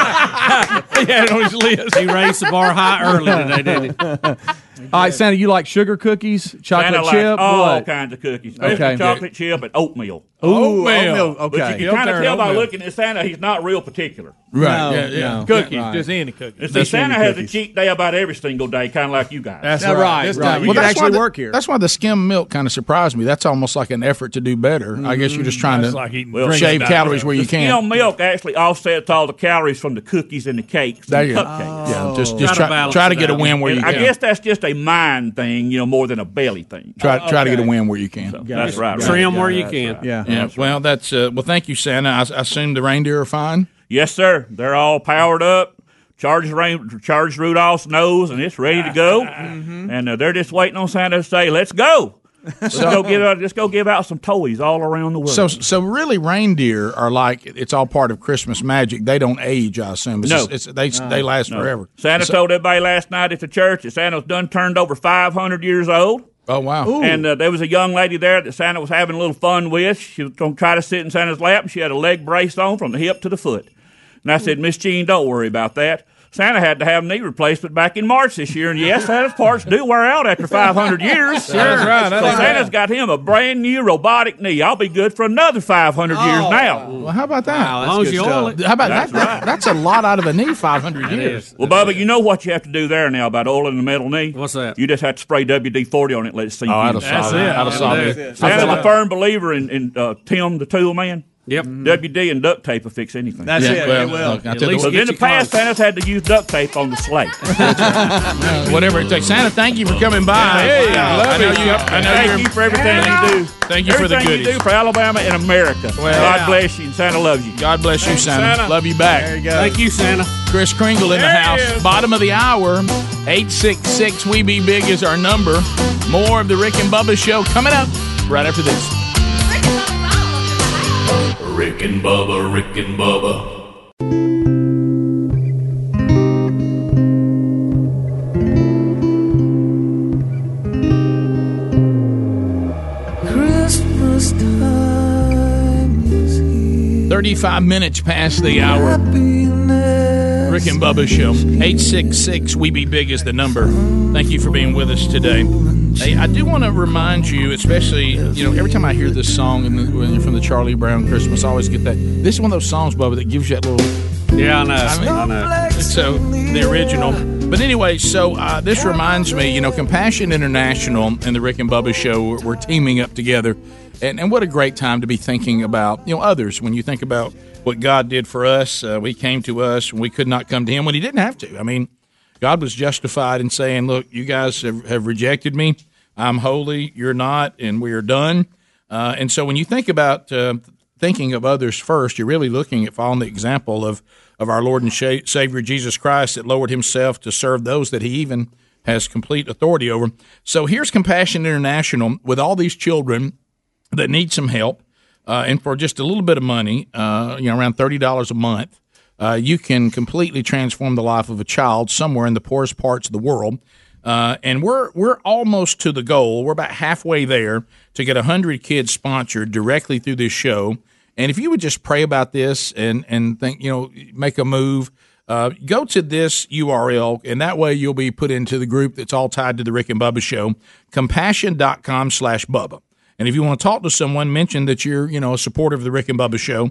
[LAUGHS]
yeah, it was list.
He raised the bar high early today,
[LAUGHS]
didn't he?
All right, Santa, you like sugar cookies, chocolate
Santa likes
chip,
all
what?
kinds of cookies.
Okay.
Especially chocolate chip and oatmeal.
Ooh, Oatmeal. oatmeal, okay.
But you can kind
Oatmeal,
of tell by
oatmeal.
looking at Santa, he's not real particular.
Right, No, yeah, yeah. no. Cookies, Right. just any cookies.
And see,
Just any
Santa has a
cookies.
cheat day about every single day, kind of like you guys.
[LAUGHS] That's right. This time
You could
that's why
actually
the-
work here.
That's why the skim milk kind of surprised me. That's almost like an effort to do better. I guess you're
Mm-hmm.
just trying
That's
to
like eating-
shave
Well,
calories where you
You know,
can.
milk actually offsets all the calories from the cookies and the cakes.
There
and
you go.
cupcakes.
Yeah, just- just Gotta try- balance try to it get a out. win where
And
you
I
can.
guess that's just a mind thing, you know, more than a belly thing.
Try, try to get a win where you can.
Oh, That's right. right.
Yeah. Well, that's uh, well. Thank you, Santa. I, I assume the reindeer are fine.
Yes, sir. They're all powered up. Charge, Rain- charge Rudolph's nose, and it's ready to go. And uh, they're just waiting on Santa to say, "Let's go." Let's go give out. Let's go give out some toys all around the world.
So, so really, reindeer are like it's all part of Christmas magic. They don't age. I assume. It's
no,
just- it's, they they last
No.
forever.
Santa
So-
told everybody last night at the church that Santa's done turned over 500 years old.
Oh wow! Ooh.
And uh, there was a young lady there that Santa was having a little fun with. She was going to try to sit in Santa's lap, and she had a leg brace on from the hip to the foot. And I said, Miss Jean, don't worry about that. Santa had to have a knee replacement back in March this year, and yes, Santa's parts do wear out after 500 years.
Sure. That's right, that's
so
right.
Santa's got him a brand new robotic knee. I'll be good for another 500 years now.
Well, how about that?
Oh. Wow, that's As long as good you oil stuff. it.
How about
That's
that? that- That's a lot out of a knee. Five hundred years.
Well, Bubba, you know what you have to do there now about oiling the metal knee. What's that? You just have to spray WD forty on it, and let it sink.
Oh,
in.
I'd have That's solved it. it. I'd have solved it. That's it.
Santa's
That's
a
it.
firm believer in, in uh, Tim the Tool Man. Yep. WD and duct tape will fix anything.
That's Mm-hmm. Yeah, it. well, It will. look, I tell you what-
in the past, Santa's had to use duct tape on the slate.
Whatever it takes. Santa, thank you for coming by.
Hey,
Wow.
I love
I know
it.
you. I know
Thank
you're-
you for everything you do.
Thank you for the
everything you
goodies.
do for Alabama and America. God bless you. and Santa loves you.
God bless
Thanks,
you, Santa.
Santa.
Love you back.
There you go. Thank you, Santa.
Chris Kringle in the
There he
house.
is.
Bottom of the hour, 866 We Be Big is our number. More of the Rick and Bubba show coming up right after this.
Rick and Bubba, Rick and Bubba,
Christmas time is
35 minutes past the hour. Rick and Bubba Show. 866 We Be Big is the number. Thank you for being with us today. Hey, I do want to remind you, especially, you know, every time I hear this song in the, when you're from the Charlie Brown Christmas, I always get that. This is one of those songs, Bubba, that gives you that little.
Yeah, I know.
I mean,
I know.
So, the original. But anyway, so uh, this reminds me, you know, Compassion International and the Rick and Bubba Show were, were teaming up together. And, and what a great time to be thinking about, you know, others. When you think about what God did for us, uh, we came to us and we could not come to Him when He didn't have to. I mean, God was justified in saying, look, you guys have, have rejected me. I'm holy. You're not. And we are done. Uh, and so when you think about uh, thinking of others first, you're really looking at following the example of, of our Lord and Sha- Savior Jesus Christ that lowered himself to serve those that he even has complete authority over. So here's Compassion International with all these children that need some help. Uh, and for just a little bit of money, uh, you know, around $30 a month, uh, you can completely transform the life of a child somewhere in the poorest parts of the world. Uh, and we're we're almost to the goal. We're about halfway there to get hundred kids sponsored directly through this show. And if you would just pray about this and and think, you know, make a move, uh, go to this URL, and that way you'll be put into the group that's all tied to the Rick and Bubba show, compassion.com slash Bubba. And if you want to talk to someone, mention that you're, you know, a supporter of the Rick and Bubba show,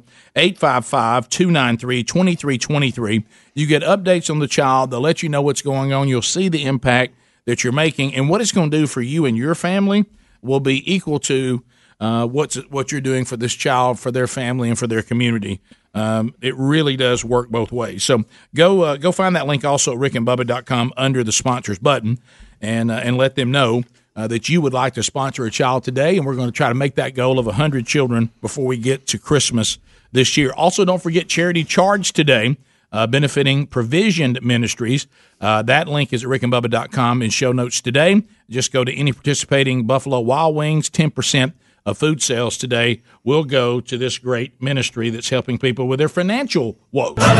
855-293-2323. You get updates on the child. They'll let you know what's going on. You'll see the impact that you're making. And what it's going to do for you and your family will be equal to uh, what's what you're doing for this child, for their family, and for their community. Um, it really does work both ways. So go uh, go find that link also at rickandbubba.com under the sponsors button and, uh, and let them know uh, that you would like to sponsor a child today. And we're going to try to make that goal of 100 children before we get to Christmas this year. Also, don't forget Charity Charge today. Uh, benefiting provisioned ministries. Uh, that link is at rickandbubba.com in show notes today. Just go to any participating Buffalo Wild Wings, 10% of food sales today will go to this great ministry that's helping people with their financial woes.
Oh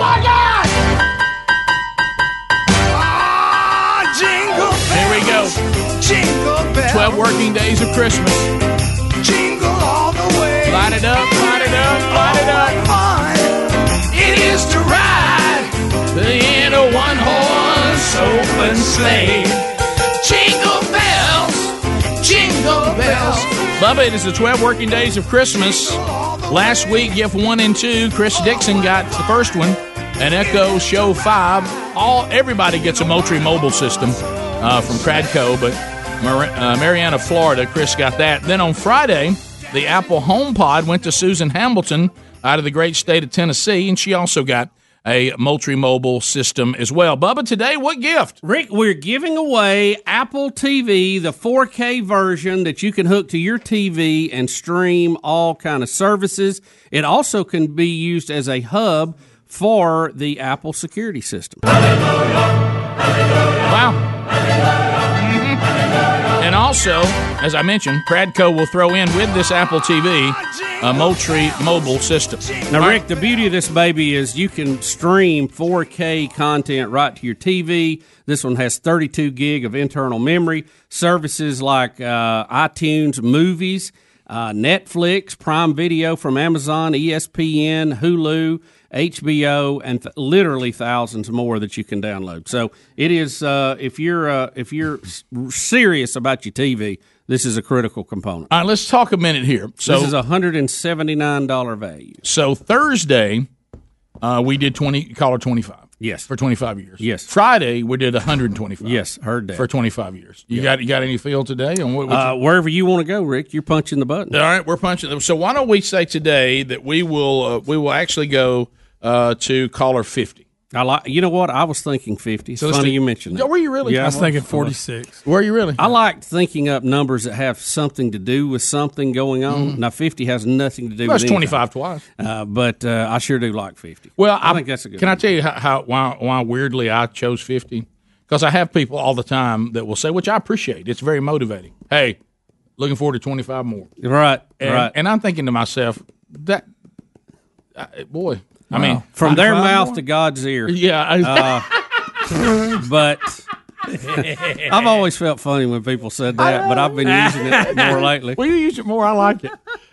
my God! Ah,
jingle There we go.
Jingle bells.
12 working days of Christmas.
Jingle all the way.
Light it up, light it up, light it up.
fun it is to ride in a one horse open sleigh. Jingle bells, jingle bells.
Bubba, it is the 12 working days of Christmas. Last week, gift one and two, Chris Dixon got the first one, and Echo Show five. All everybody gets a Moultrie mobile system uh, from Cradco, but Mar- uh, Mariana, Florida, Chris got that. Then on Friday, the Apple HomePod went to Susan Hamilton out of the great state of Tennessee, and she also got a Moultrie mobile system as well. Bubba, today what gift?
Rick, we're giving away Apple TV, the 4K version that you can hook to your TV and stream all kind of services. It also can be used as a hub for the Apple security system.
Wow. And also, as I mentioned, Pradco will throw in with this Apple TV a Moultrie mobile system.
Now, Rick, the beauty of this baby is you can stream 4K content right to your TV. This one has 32 gig of internal memory. Services like uh, iTunes Movies, uh, Netflix, Prime Video from Amazon, E ESPN, Hulu, HBO, and th- literally thousands more that you can download. So it is uh, if you're uh, if you're s- serious about your TV, this is a critical component.
All right, let's talk a minute here. So,
this is a hundred and seventy nine dollar value.
so Thursday, uh, we did twenty caller twenty five.
Yes,
for twenty five years.
Yes.
Friday we did one hundred and twenty five. Yes,
heard that
for twenty five years. You got you got any feel today on what? what you-
Uh, wherever you want to go, Rick, you're punching the button.
All right, we're punching them. So why don't we say today that we will uh, we will actually go uh, to caller fifty.
I like. You know what? I was thinking fifty. It's
So let's
funny
do-
you mentioned
Yeah,
that.
were you really?
Yeah,
I was thinking
46.
Were you really?
I like thinking up numbers that have something to do with something going on.
Mm-hmm.
Now, fifty has nothing to do.
That's
with anything.
25 twice.
Uh, but uh, I sure do like fifty.
Well,
I, think that's a good.
Can I
number.
tell you how, how why, why weirdly I chose fifty? Because I have people all the time that will say, which I appreciate. It's very motivating. Hey, looking forward to twenty five more.
right,
And,
right.
and I'm thinking to myself that I, boy. I mean,
from their
25
mouth
more?
to God's ear.
Yeah, [LAUGHS]
Uh, but I've always felt funny when people said that, but I've been using
[LAUGHS]
it more lately.
Will you use it more? I like it.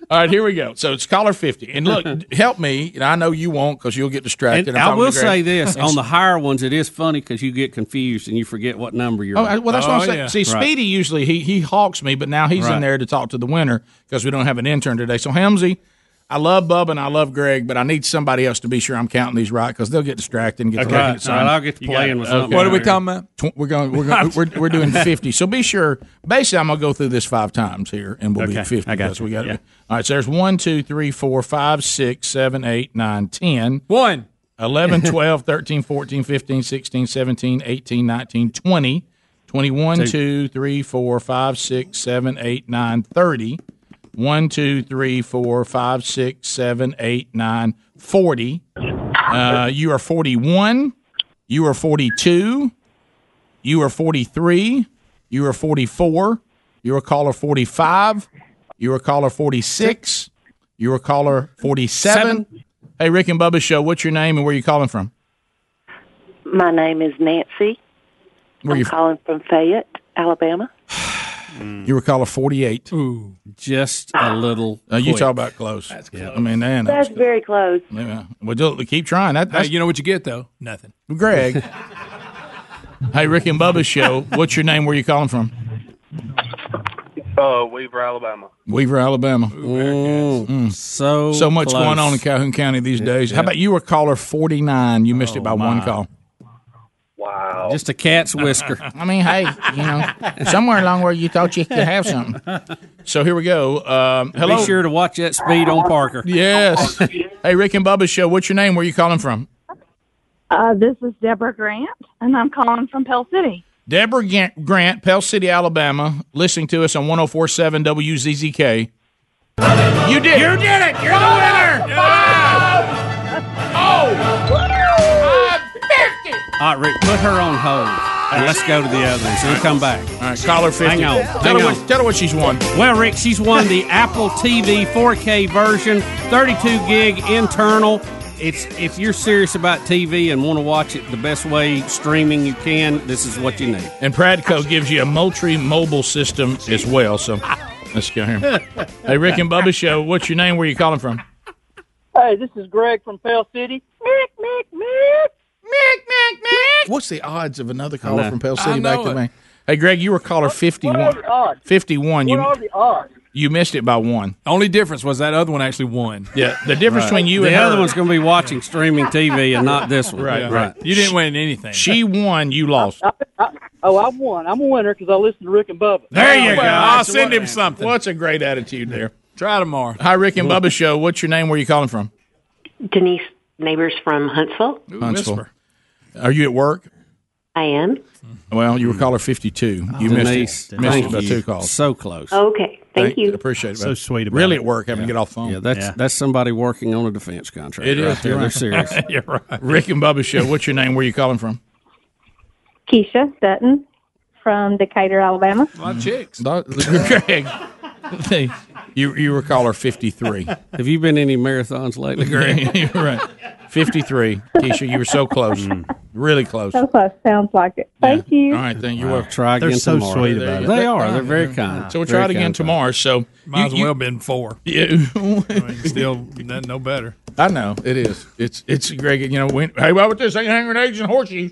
All right, here we go. So it's caller fifty, and look, [LAUGHS] help me. And I know you won't because you'll get distracted.
And
I'm
I
talking to
will
Greg.
say
[LAUGHS]
this on the higher ones, it is funny because you get confused and you forget what number you're.
Oh,
on.
well, that's what I'm saying. See,
Right.
Speedy usually he he hawks me, but now he's
Right.
in there to talk to the winner because we don't have an intern today. So Helmsy, I love Bub and I love Greg, but I need somebody else to be sure I'm counting these right because they'll get distracted and get
Okay.
to looking
Right.
at something.
All right, I'll get to
You got
playing
it.
with something
Okay.
What are we down
talking
Tw- We're going. We're going. We're,
[LAUGHS]
we're [LAUGHS] doing fifty. So be sure. Basically, I'm gonna go through this five times here, and we'll be
Okay.
at fifty.
I got
because
you.
We got
Yeah.
All right. So there's one, two, three, four, five, six, seven, eight, nine, ten.
One.
[LAUGHS]
11, 12, 13, 14, 15, 16, 17, 18, 19, 20, 21,
Two.
2, 3, 4, 5, 6, 7, 8, 9, 30, 1, 2, 3, 4, 5, 6, 7, 8, 9, 40. Uh, you are 41. You are 42. You are 43. You are 44. You are caller 45. You are caller 46. You are caller 47. Hey, Rick and Bubba Show, what's your name and where you calling from?
My name is Nancy.
Where
I'm
you
calling from Fayette, Alabama.
You were caller 48.
Ooh, just a little.
Uh, you
quick.
talk about close. That's close. I mean, man.
That's very close.
Yeah. Well, do- keep trying. That, that's,
you know what you get though? Nothing.
Greg.
[LAUGHS]
hey, Rick and Bubba Show, what's your name? Where you calling from?
Uh, Weaver, Alabama.
Weaver, Alabama. Mm.
So
so much
close.
going on in Calhoun County these days.
yeah.
How about you were caller 49? You missed it by one
my.
call.
Wow.
Just a cat's whisker.
I mean, hey,
[LAUGHS]
you know, somewhere along where you thought you could have something. [LAUGHS] So here we go. Um, hello.
Be sure to watch that speed on Parker.
Yes. hey, Rick and Bubba show. What's your name? Where you calling from?
Uh, this is Deborah Grant, and I'm calling from Pell City.
Deborah Gan- Grant, Pell City, Alabama, listening to us on 1047 WZZK. You did. You did it. You're the winner. Oh.
All right, Rick, put her on hold. And let's go to the other one. So we'll come back. All
right, caller 50.
Hang on.
Tell
Hang
her
on.
what- tell her what she's won.
Well, Rick, she's won
[LAUGHS]
the Apple TV 4K version, 32 gig internal. It's if you're serious about TV and want to watch it the best way streaming you can, this is what you need.
And Pradco gives you a Moultrie mobile system as well. So let's go here. Hey, Rick and Bubba show. What's your name? Where you calling from?
Hey, this is Greg from Pell City. Mick, Mick, Mick. Mick, Mick, Mick.
What's the odds of another
know.
caller from Pell
I
City
know
back to
it.
me? Hey, Greg, you were caller 51.
What are the odds?
51.
What
You,
are the odds?
you missed it by one.
Only difference was that other one actually won.
Yeah, the difference between you
the
and
other
her-
one's going to be watching streaming TV and not this one.
Right,
Yeah.
right.
You didn't win anything.
She won, you lost.
Oh, I won. I'm a winner because I listen to Rick and Bubba.
There you go.
I'll send him something.
What's a great attitude there?
Try tomorrow.
Hi, Rick and Bubba show. What's your name? Where you calling from?
Denise Neighbors from Huntsville.
Huntsville. Are you at work?
I am.
Well, you were caller 52. you missed
Hmm. Oh, Denise,
it. Missed
thank
it by
you.
two calls.
So close.
Okay. Thank you.
Appreciate it.
So
brother.
sweet about
really
it.
at work, having to get off the phone.
Yeah, that's that's somebody working on a defense contract.
It is.
right there.
[LAUGHS] You're
They're
right.
serious.
You're right.
Rick and Bubba show. What's your name? Where you calling from?
Keisha Sutton from Decatur, Alabama.
A lot of chicks.
[LAUGHS] Greg, you you were caller fifty three.
Have you been any marathons lately, Greg?
[LAUGHS] You're right. Fifty three. Keisha, you were so close.
Mm.
Really close.
So close. Sounds like it. Thank you.
All right, thank you.
Wow.
Well,
Try again They're so tomorrow. sweet about it. They are. They're very kind.
So we'll
Very
try it again
kind.
tomorrow. So
Might as
you- you-
well been four.
Yeah. [LAUGHS]
[LAUGHS] I mean, still nothing no better.
I know it is. It's it's Greg. You know, when, hey, what about this? Ain't hand grenades and horseshoes.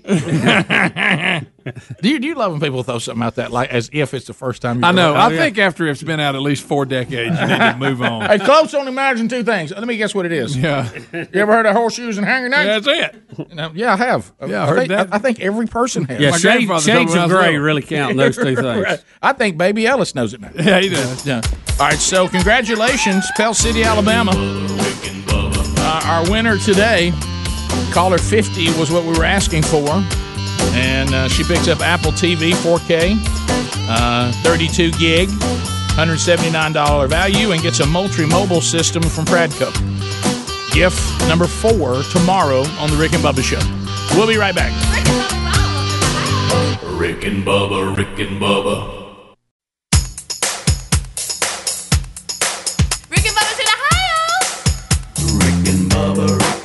[LAUGHS]
do you do you love when people throw something out that like as if it's the first time?
[LAUGHS]
you
I know.
heard it? Oh,
I think after it's been out at least four decades, you need to move on.
[LAUGHS] Hey, Close only imagine two things. Let me guess what it is.
Yeah.
You ever heard of horseshoes and hand grenades?
That's
it. yeah, I have.
Yeah, I
I,
heard
think,
that.
I, I think every person has.
Yeah, My shade- grandfather told shades me when of I was grey little. really count those
[LAUGHS]
two things.
Right. I think Baby Ellis knows it now.
Yeah, he does.
Yeah. All right, so congratulations, Pell City, Alabama. Uh, our winner today, caller 50, was what we were asking for. And uh, she picks up Apple TV 4K, uh, 32 gig, $179 value, and gets a Moultrie mobile system from Pradco. Gift number four tomorrow on The Rick and Bubba Show. We'll be right back.
Rick and Bubba, Rick and Bubba,
Rick and Bubba's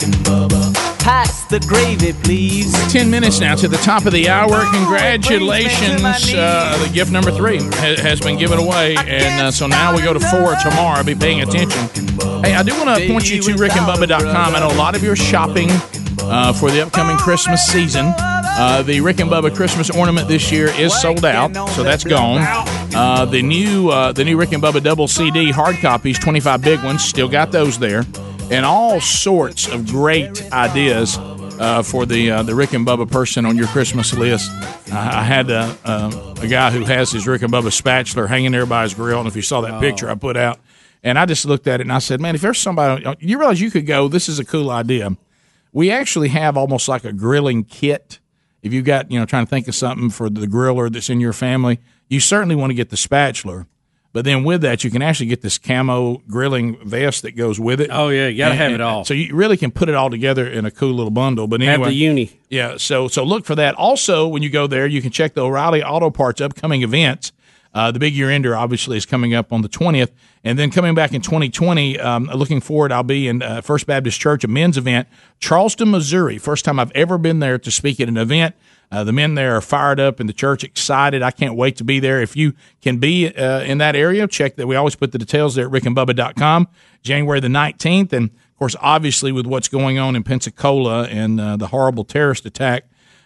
in Ohio.
Pass the gravy, please.
10 minutes now to the top of the hour. Congratulations. Uh, the gift number three ha- has been given away. And uh, so now we go to four tomorrow. Be paying attention. Hey, I do want to point you to rickandbubba.com. I know a lot of you are shopping uh, for the upcoming Christmas season. Uh, the Rick and Bubba Christmas ornament this year is sold out, so that's gone. Uh, the new uh, the new Rick and Bubba double CD hard copies, 25 big ones, still got those there. And all sorts of great ideas uh, for the uh, the Rick and Bubba person on your Christmas list. I I had uh, um, a guy who has his Rick and Bubba spatula hanging there by his grill, and if you saw that
Oh.
picture I put out, and I just looked at it and I said, "Man, if there's somebody, you realize you could go. This is a cool idea. We actually have almost like a grilling kit. If you got you know trying to think of something for the griller that's in your family, you certainly want to get the spatula." But then with that, you can actually get this camo grilling vest that goes with it.
Oh, yeah, you gotta
And-
have it
and-
all.
So you really can put it all together in a cool little bundle. But anyway,
Have the uni.
yeah, so so look for that. Also, when you go there, you can check the O'Reilly Auto Parts upcoming events. Uh, the big year ender obviously is coming up on the twentieth, and then coming back in twenty twenty. Um, looking forward, I'll be in uh, First Baptist Church, a men's event, Charleston, Missouri. First time I've ever been there to speak at an event. Uh, the men there are fired up and the church excited. I can't wait to be there. If you can be uh, in that area, check that. We always put the details there at rickandbubba.com, January the 19th. And of course, obviously, with what's going on in Pensacola and uh, the horrible terrorist attack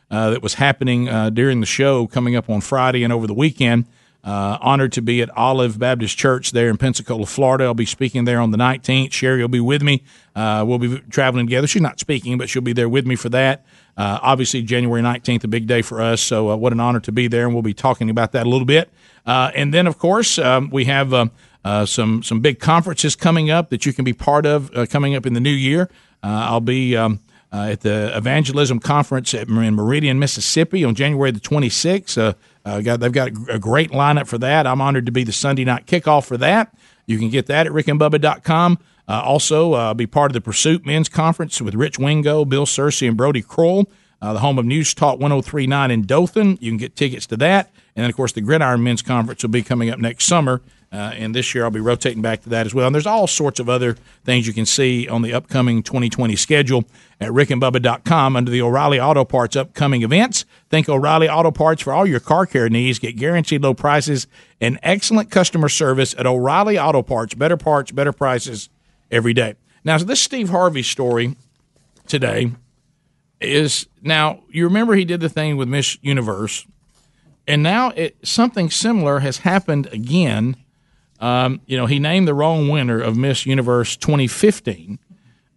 uh, that was happening uh, during the show coming up on Friday and over the weekend. Uh, honored to be at Olive Baptist Church there in Pensacola, Florida. I'll be speaking there on the 19th. Sherry will be with me. Uh, we'll be traveling together. She's not speaking, but she'll be there with me for that. Uh, obviously, January 19th, a big day for us. So, uh, what an honor to be there. And we'll be talking about that a little bit. Uh, and then, of course, um, we have um, uh, some, some big conferences coming up that you can be part of uh, coming up in the new year. Uh, I'll be. Um, uh, at the evangelism conference at, in Meridian, Mississippi, on January the 26th. Uh, uh, got, they've got a great lineup for that. I'm honored to be the Sunday night kickoff for that. You can get that at rickandbubba.com. Uh, also, uh, be part of the Pursuit Men's Conference with Rich Wingo, Bill Searcy, and Brody Kroll, uh, the home of News Talk 1039 in Dothan. You can get tickets to that. And then, of course, the Gridiron Men's Conference will be coming up next summer. Uh, and this year I'll be rotating back to that as well. And there's all sorts of other things you can see on the upcoming 2020 schedule at rickandbubba.com under the O'Reilly Auto Parts upcoming events. Thank O'Reilly Auto Parts for all your car care needs. Get guaranteed low prices and excellent customer service at O'Reilly Auto Parts. Better parts, better prices every day. Now, so this Steve Harvey story today is now you remember he did the thing with Miss Universe, and now it, something similar has happened again. Um, you know, he named the wrong winner of Miss Universe 2015.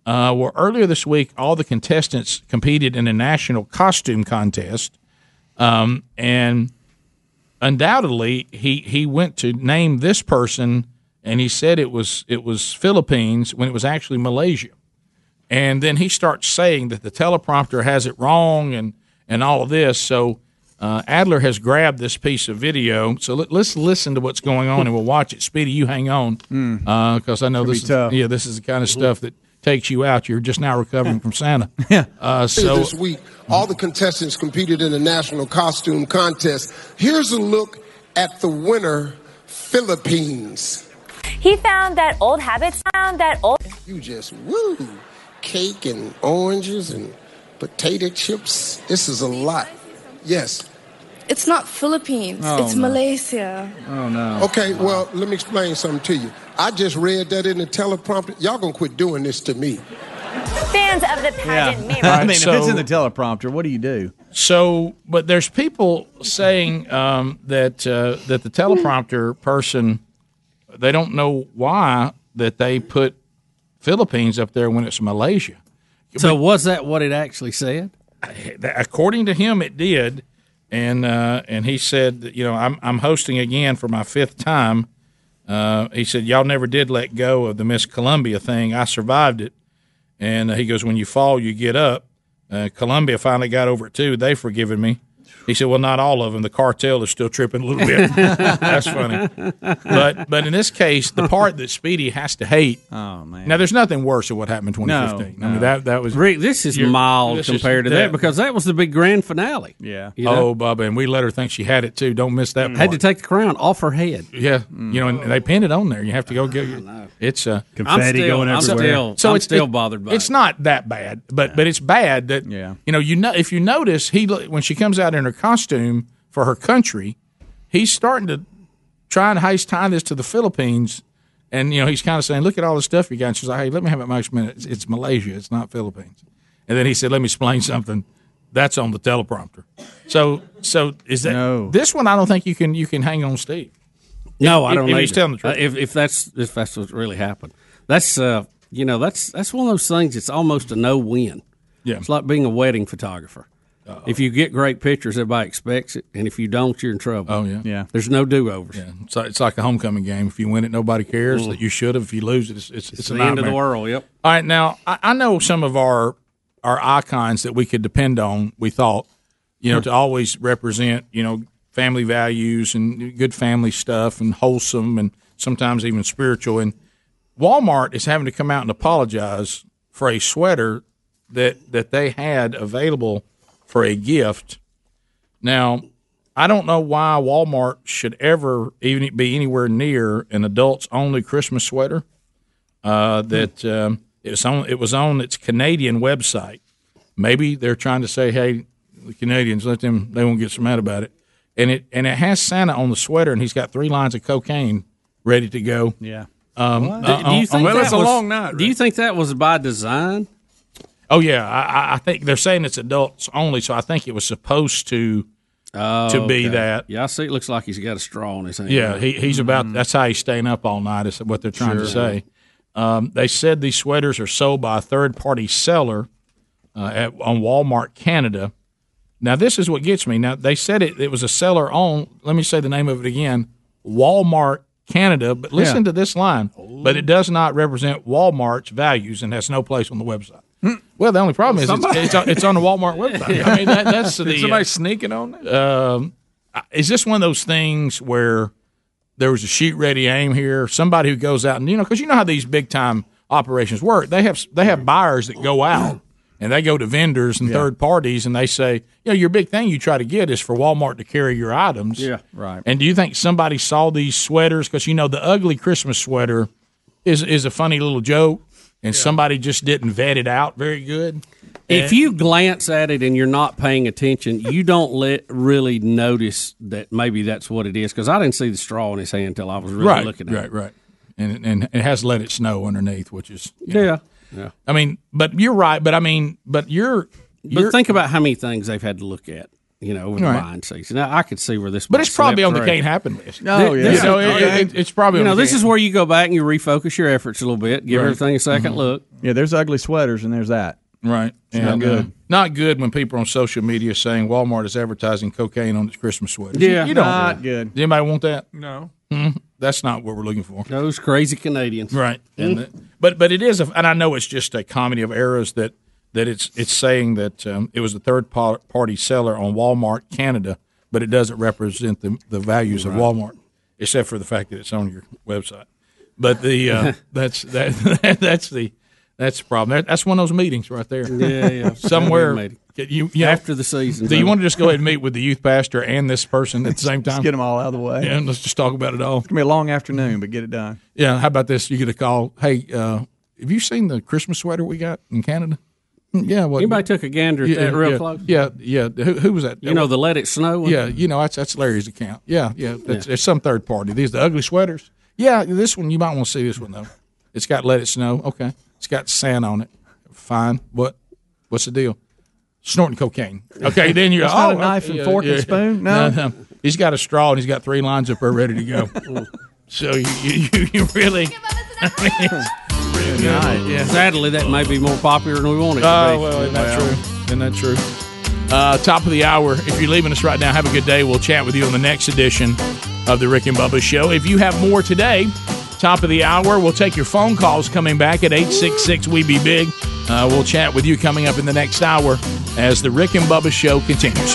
Uh, well, earlier this week, all the contestants competed in a national costume contest, um, and undoubtedly, he he went to name this person, and he said it was it was Philippines when it was actually Malaysia, and then he starts saying that the teleprompter has it wrong and and all of this. So uh, Adler has grabbed this piece of video, so let, let's listen to what's going on and we'll watch it. Speedy, you hang on because I know
Hmm. Could be
this is,
tough.
yeah this is the kind of stuff that takes you out. You're just now recovering
[LAUGHS]
from Santa. Uh, so
this week, all the contestants competed in the national costume contest. Here's a look at the winner, Philippines.
He found that old habits found that old.
You just woo, cake and oranges and potato chips. This is a lot. Yes.
It's not Philippines.
Oh,
it's
no.
Malaysia.
Oh no. Okay, well, let me explain something to you. I just read that in the teleprompter. Y'all gonna quit doing this to me.
Fans of the pageant may
[LAUGHS] I mean, if it's
so-
in the teleprompter, what do you do?
So, but there's people saying um, that uh, that the teleprompter person, they don't know why that they put Philippines up there when it's Malaysia.
So was that what it actually said?
According to him, it did, and uh, and he said, that, you know, I'm I'm hosting again for my fifth time. Uh, he said, y'all never did let go of the Miss Columbia thing. I survived it, and uh, he goes, when you fall, you get up. Uh, Columbia finally got over it too. They've forgiven me. He said, well, not all of them. The cartel is still tripping a [LAUGHS] little bit. That's funny. But but in this case, the part that Speedy has to hate. Oh man! Now there's nothing worse than what happened in 2015. I mean that that was
Rick. This is
you're-
mild
this is-
compared to that because that was the big grand finale.
yeah.
You know?
Oh, Bubba, and we let her think she had it too. Don't miss that.
Had to
part.
take the crown off her head.
Yeah,
Mm.
you know, and they pinned it on there. You have to go get it. It's uh,
Confetti still- going I'm everywhere. still- I'm
it's-
still
it-
bothered by
It's not that bad, but but it's bad that yeah. You know, you know, if you notice, he lo- when she comes out in her costume for her country, he's starting to try and heist tie this to the Philippines, and you know, he's kind of saying, "Look at all the stuff you got." And she's like, "Hey, let me have it, Max. Minute, it's, it's Malaysia. It's not Philippines." And then he said, "Let me explain something." That's on the teleprompter. So so is that this one? I don't think you can you can hang on, Steve.
No,
If-
I don't.
if
either.
he's telling the truth.
Uh, if, if that's if that's what really happened, that's uh, you know that's that's one of those things. It's almost a no win.
Yeah,
it's like being a wedding photographer. If you get great pictures, everybody expects it, and if you don't, you're in trouble.
Oh yeah, yeah.
There's no do overs.
Yeah. It's like, it's like a homecoming game. If you win it, nobody cares
Mm.
that you should have. If you lose it, it's it's, it's, a
the end of the
nightmare.
world. Yep.
All right, now I, I know some of our our icons that we could depend on. We thought, you know,
Hmm.
to always represent, you know, family values and good family stuff and wholesome and sometimes even spiritual. And Walmart is having to come out and apologize for a sweater that that they had available for a gift. Now, I don't know why Walmart should ever even be anywhere near an adults only Christmas sweater uh,
Hmm.
that um, it was on it was on its Canadian website. Maybe they're trying to say, "Hey, the Canadians, let them they won't get so mad about it." And it and it has Santa on the sweater, and he's got three lines of cocaine ready to go.
Yeah.
Um,
Do, do you think that was, Do you think that was by design?
Oh yeah, I, I- I think they're saying it's adults only, so I think it was supposed to to be
okay.
that.
Yeah, I see. It looks like he's got a straw in his hand. Mm-hmm.
Yeah, he, he's about.
Mm-hmm.
That's how he's staying up all night. Is what they're trying
Sure.
to say. Um, they said these sweaters are sold by a third party seller, uh, at, on Walmart Canada. Now, this is what gets me. Now, they said it, it was a seller on, let me say the name of it again, Walmart Canada. But listen
Yeah.
to this line, but it does not represent Walmart's values and has no place on the website. Well, the only problem is
Hmm. Somebody-
it's, it's, it's on the Walmart [LAUGHS]
[LAUGHS]
website. I mean, that, that's the.
uh,
Did somebody
sneaking on Um, I- is this one of those things where there was a shoot ready aim here? Somebody who goes out and, you know, because you know how these big time operations work. They have, they have buyers that go out and they go to vendors and third parties and they say, you know, your big thing you try to get is for Walmart to carry your items. Yeah,
right.
And do you think somebody saw these sweaters? Because you know the ugly Christmas sweater is is a funny little joke, and somebody just didn't vet it out very good.
If
And-
you glance at it and you're not paying attention, you don't let really notice that maybe that's what it is. Because I didn't see the straw in his hand until I was really
right,
looking at
right,
it.
right, and and it has let it snow underneath, which is you
Yeah.
know. I mean, but you're right. But I mean, but you're. you're
But think about how many things they've had to look at, you know, over the
Right.
buying season. Now, I could see where this,
But
might
it's probably
slip
on the
through.
can't happen list.
Thi-
No, yeah.
this-
You know, it- it- it's probably
You
on
know,
the
this
can't.
is where you go back and you refocus your efforts a little bit, give
Right.
everything a 2nd
Mhm.
look.
Yeah, there's ugly sweaters and there's that.
Right.
It's not good.
uh, not good when people are on social media saying Walmart is advertising cocaine on its Christmas sweaters.
Yeah.
you, don't.
Not
good.
Does anybody want that?
No.
Mhm. That's not what we're looking for.
Those crazy Canadians. [LAUGHS]
Right.
Mm.
And the- but but it is, a, and I know it's just a comedy of errors that that it's it's saying that um, it was a third par- party seller on Walmart Canada, but it doesn't represent the the values of
Right.
Walmart, except for the fact that it's on your website. But the
[LAUGHS]
uh, that's that [LAUGHS] that's the that's the problem. That- That's one of those meetings right there.
Yeah,
[LAUGHS]
yeah.
Somewhere
Meeting.
you, you know,
After the season.
Do you want to just go ahead and meet with the youth pastor and this person at the same time?
Just get them all out of the way.
Yeah, and let's just talk about it all. It's
gonna be a long afternoon, but get it done.
Yeah. How about this? You get a call. Hey, uh, have you seen the Christmas sweater we got in Canada? Mm, Yeah. Well,
Anybody took a gander at
yeah,
that real
yeah,
close?
Yeah. Yeah. Who, who was that?
You know, the Let It Snow one?
Yeah. You know, that's that's Larry's account. Yeah. Yeah. That's, It's some third party. These the ugly sweaters. Yeah. This one you might want to see this one though. It's got Let It Snow. Okay. It's got sand on it. Fine. What? What's the deal? Snorting cocaine. Okay,
[LAUGHS]
then you're
That's
oh,
not a knife and
yeah,
fork and
yeah.
spoon? No?
he's got a straw and he's got three lines up there ready to go. [LAUGHS] so you you, you, you really. Yeah.
Sadly, that may be more popular than we want it to
Oh,
be.
well, isn't that true? Isn't that true? Uh, top of the hour. If you're leaving us right now, have a good day. We'll chat with you on the next edition of the Rick and Bubba Show. If you have more today, top of the hour, we'll take your phone calls coming back at 866 We Be Big. Uh, we'll chat with you coming up in the next hour as the Rick and Bubba Show continues.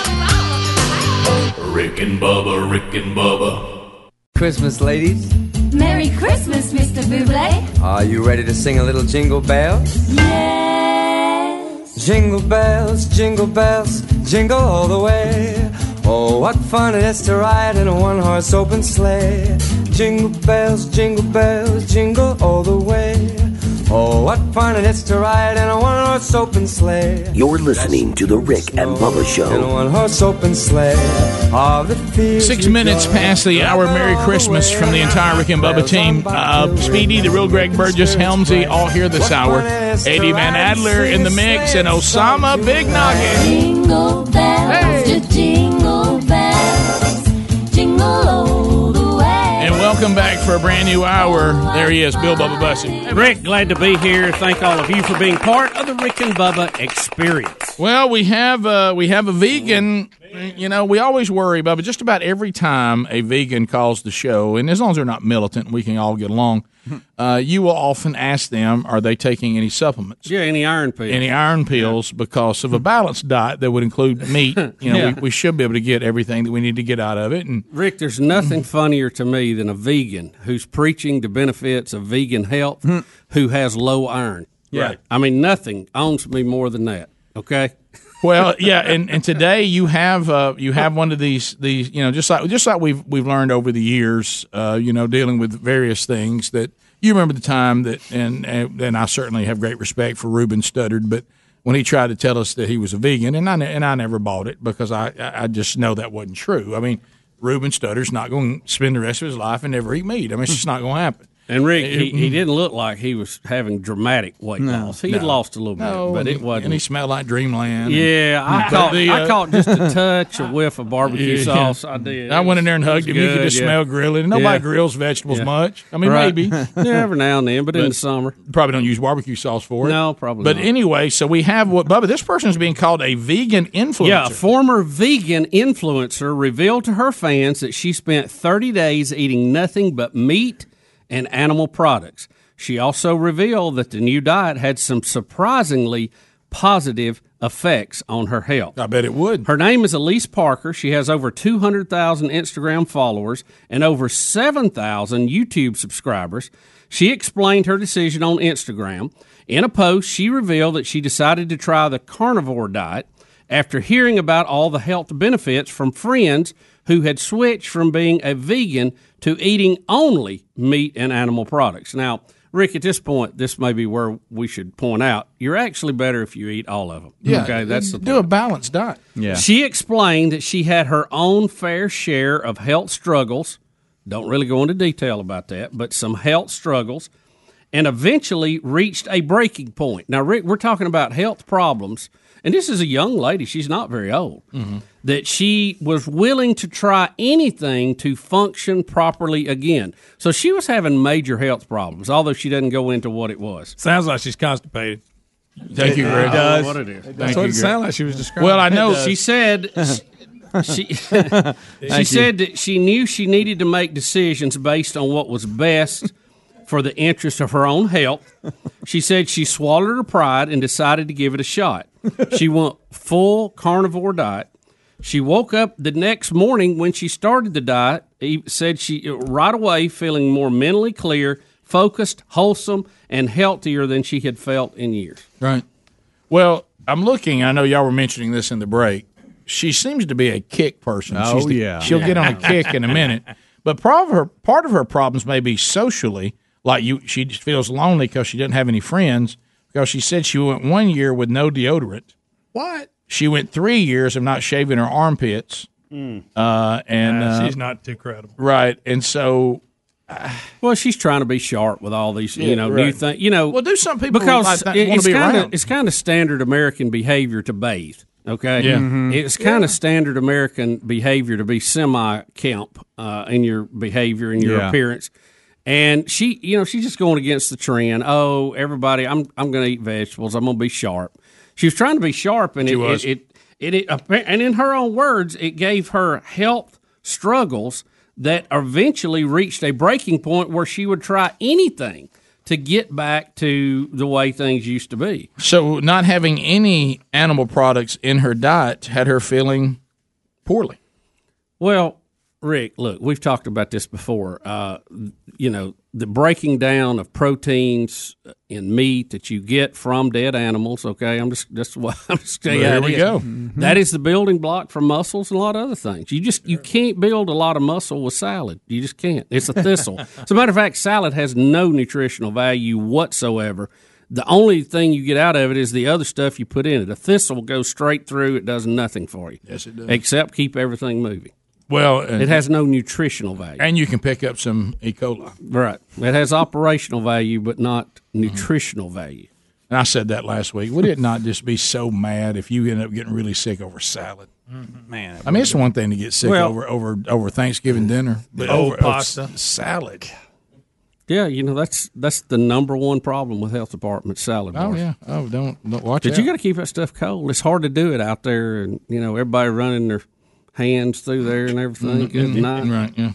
Rick and Bubba, Rick and Bubba.
Christmas, ladies.
[LAUGHS] Merry Christmas, Mr. Buble.
Are you ready to sing a little jingle bells? Jingle bells, jingle bells, jingle all the way. Oh, what fun it is to ride in a one horse open sleigh. Jingle bells, jingle bells, jingle all the way. Oh, what fun it is to ride in a one horse open sleigh.
You're listening to The Rick and Bubba Show.
One horse open sleigh. All the fields
Six
we
minutes past the hour. Merry Christmas from the entire Rick and Bubba team. Uh, Speedy, the real Greg Burgess, Helmsy, all here this hour. Eddie Van Adler in the mix, and Osama Big Noggin.
Jingle bells, just jingle bells, jingle all the way.
And welcome back for a brand new hour. There he is, Bill Bubba Bussy.
Rick, glad to be here. Thank all of you for being part of the Rick and Bubba experience.
Well, we have uh, we have a vegan. You know, we always worry, Bubba. Just about every time a vegan calls the show, and as long as they're not militant, we can all get along.
Hmm.
Uh, you will often ask them, "Are they taking any supplements?"
Yeah, any iron pills?
any iron pills because of a balanced diet that would include meat. You know,
[LAUGHS] Yeah.
we, we should be able to get everything that we need to get out of it. And
Rick, there's nothing funnier to me than a vegan who's preaching the benefits of vegan health who has low iron.
Hmm. Yeah. Right.
I mean, nothing owns me more than that. Okay.
well, yeah,
[LAUGHS]
and, and today you have uh, you have one of these these you know just like just like we've we've learned over the years, uh, you know, dealing with various things that you remember the time that and and and I certainly have great respect for Ruben Studdard, but when he tried to tell us that he was a vegan, and I ne- and I never bought it because I I I just know that wasn't true. I mean, Ruben Studdard's not going to spend the rest of his life and never eat meat. I mean, it's just not going to happen.
And Rick, he, he didn't look like he was having dramatic weight
No,
loss. He
no.
had lost a little bit,
No,
but
and
it
he-
wasn't.
and he smelled like Dreamland.
Yeah, I
But
caught,
the,
I
uh,
caught just
[LAUGHS]
a touch, a whiff of barbecue
Yeah. [LAUGHS]
sauce. I did.
I went in there and
It was
hugged him. You could
good,
just
yeah.
smell grilling. Nobody
Yeah.
grills vegetables
Yeah.
much. I mean,
Right.
maybe
[LAUGHS] yeah, every now and then, but, in the summer,
probably don't use barbecue sauce for it.
No, probably
But
not.
anyway, so we have what Bubba. This person is being called a vegan influencer.
Yeah, a former vegan influencer revealed to her fans that she spent 30 days eating nothing but meat and animal products. She also revealed that the new diet had some surprisingly positive effects on her health. I
bet it would.
Her name is Elise Parker. She has over 200,000 Instagram followers and over 7,000 YouTube subscribers. She explained her decision on Instagram. In a post, she revealed that she decided to try the carnivore diet after hearing about all the health benefits from friends who had switched from being a vegan to eating only meat and animal products. Now, Rick, at this point, this may be where we should point out you're actually better if you eat all of them.
Yeah,
Okay, that's the
do a balanced diet. Yeah.
she explained that she had her own fair share of health struggles. Don't really go into detail about that, but some health struggles, and eventually reached a breaking point. Now, Rick, we're talking about health problems, and this is a young lady. She's not very old. That she was willing to try anything to function properly again. So she was having major health problems, although she doesn't go into what it was.
Sounds like she's constipated.
Thank you, Greg.
I don't know
Does.
What it is.
It
That's
does.
what it sounded like she was describing.
Well, I know
It does.
she
[LAUGHS]
said she [LAUGHS] she
you.
said that she knew she needed to make decisions based on what was best [LAUGHS] for the interest of her own health. She said she swallowed her pride and decided to give it a shot. She went full carnivore diet. She woke up the next morning when she started the diet. He said she uh, right away feeling more mentally clear, focused, wholesome, and healthier than she had felt in years.
Right. Well, I'm looking. I know y'all were mentioning this in the break. She seems to be a kick person.
Oh,
She's the-
yeah.
She'll get on
[LAUGHS]
a kick in a minute. But part of her part of her problems may be socially. Like you, she just feels lonely because she doesn't have any friends. Because she said she went one year with no deodorant.
What?
She went three years of not shaving her armpits.
Mm.
Uh, and
Nah,
uh,
she's not too credible.
right. And so
[SIGHS] Well, she's trying to be sharp with all these, you
Yeah,
know, new
right.
things. You know,
Well, do some people like
because
that
it-
wanna
it's
be
kind of
around?
it's kind of standard American behavior to bathe. Okay,
Yeah. Mhm.
it's kind of standard American behavior to be semi camp uh, in your behavior and your
Yeah.
appearance. And she, you know, she's just going against the trend. Oh, everybody, I'm I'm going to eat vegetables. I'm going to be sharp. She was trying to be sharp, and
She
it,
was.
it it, it, it and in her own words, it gave her health struggles that eventually reached a breaking point where she would try anything to get back to the way things used to be.
so not having any animal products in her diet had her feeling poorly.
Well, Rick, look, we've talked about this before. Uh, you know, the breaking down of proteins uh, in meat that you get from dead animals. Okay, I'm just [LAUGHS] that's what I'm just saying.
There
how it
we
is. Mm-hmm.
go.
That is the building block for muscles and a lot of other things. You just you can't build a lot of muscle with salad. You just can't. It's a
[LAUGHS]
thistle. As a matter of fact, salad has no nutritional value whatsoever. The only thing you get out of it is the other stuff you put in it. A thistle goes straight through. It does nothing for you.
Yes, it does.
Except keep everything moving.
Well,
it has no nutritional value.
and you can pick up some E. coli.
Right. It has operational value, but not nutritional value.
And I said that last week. Would it not just be so mad if you end up getting really sick over salad?
Mm-hmm.
Man,
I mean, it's one thing to get sick
Well-
over over over Thanksgiving dinner, but
Old
over, oh,
pasta.
over s- salad.
Yeah, you know that's that's the number one problem with health department salad.
Oh
bars.
yeah. Oh, don't, don't watch
But you
out.
got to keep that stuff cold. It's hard to do it out there, and you know everybody running their hands through there and everything.
Mm,
Good
mm,
night.
Right. Yeah.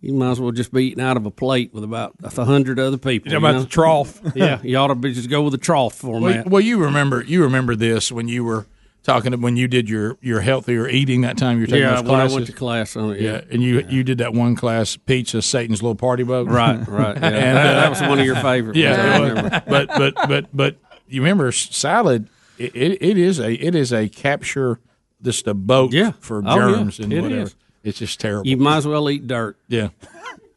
You might as well just be eating out of a plate with about a hundred other people.
You're talking about
know?
the trough.
[LAUGHS] yeah, you ought to be, just go with the trough
Well,
format.
well, you remember you remember this when you were talking to, when you did your your healthier eating that time you were taking
yeah,
those
when I
classes.
went to class on it.
yeah. and you you did that one class, pizza, Satan's little party boat.
Right, right,
[LAUGHS]
yeah. That- that was one of your favorite ones, I
Yeah, it was.
remember.
but but but but you remember s- salad? It, it, it is a it is a capture just a boat for
Oh, yeah.
germs and
It
whatever.
is.
[LAUGHS] It's just terrible.
You might as well eat dirt.
Yeah,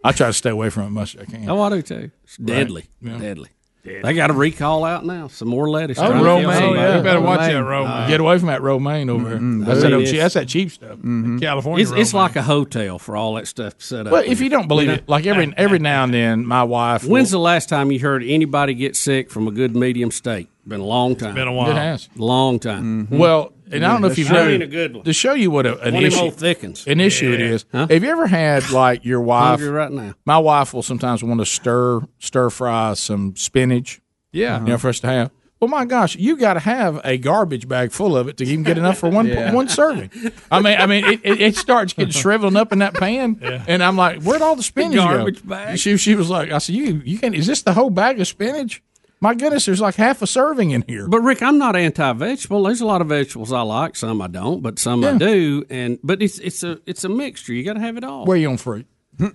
I try to stay away from it much as I can.
Oh, I do too. It's
Right.
deadly.
Yeah.
Deadly. They got a recall out now. Some more lettuce.
Oh,
trying to kill
romaine.
somebody.
You better watch that romaine. Get away from that romaine
Mhm.
over there. That's,
There
that
it
old
is. Mm-hmm.
che- that's that cheap stuff. California
It's, it's like a hotel for all that stuff to set up.
Well, if you don't believe it, like every every now and then, my wife.
When's the last time you heard anybody get sick from a good medium steak? Been a long time.
been a while. It has.
Long time. Mm-hmm.
Well, and I don't know if you've
I
noticed-
mean a good one.
to show you what a, an
One of them
issue
old thickens.
An issue it
Yeah.
is. Have you
[SIGHS]
ever had like your wife?
Hungry right now.
My wife will sometimes want to stir stir fry some spinach.
Yeah. Uh-huh.
you know, for us to have. Well, my gosh, you got to have a garbage bag full of it to even get enough
[LAUGHS]
for one
Yeah.
one serving. I mean, I mean, it, it, it starts getting shriveling up in that pan, and I'm like, "Where'd all the spinach
Garbage
go?" She she was like, "I said, you you can't. Is this the whole bag of spinach? My goodness, there's like half a serving in here."
But Rick, I'm not anti-vegetable. There's a lot of vegetables I like. Some I don't, but some I do. And but it's it's a it's a mixture. You got to have it all.
Where you on fruit?
Oh,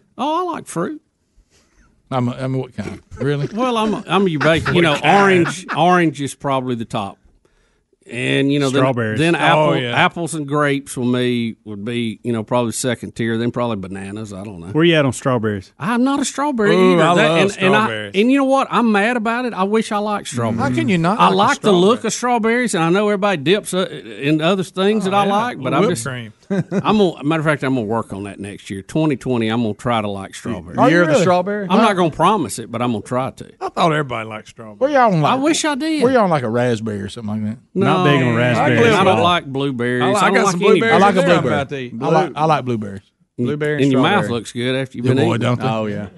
I like fruit.
I'm, a, I'm a, what kind? Really?
well, I'm I'm your bacon. You know,
What kind?
orange orange is probably the top, and you know then-
Strawberries.
Then,
Oh,
apple,
yeah.
apples and grapes for me would be you know probably second tier. Then probably bananas. I don't know.
Where you at on strawberries?
I'm not a strawberry
Ooh,
eater.
I love
and, and I-
strawberries.
And, you know what? I'm mad about it. I wish I liked strawberries.
Mm-hmm. How can you not
I
like a
like the look of strawberries, and I know everybody dips uh, in other things that I
Oh, yeah.
like. But I'm
Whipped
just
cream.
[LAUGHS] I'm gonna, matter of fact, I'm gonna work on that next year, 2020. I'm gonna try to like strawberries.
Are you Year of the really? strawberry?
I'm not gonna promise it, but I'm gonna try to.
I thought everybody liked strawberry.
Where y'all on? Like,
I wish I did.
Where y'all on like a raspberry or something like that?
Not No. big on raspberries I at don't all. like blueberries. I like- I I don't got like some any- blueberries
I like a
in there I'm
blueberry.
about to eat.
I like I like blueberries.
Blueberry and And your mouth strawberry. looks good after you've been
Yeah, boy,
eating
don't they?
it. Oh, yeah.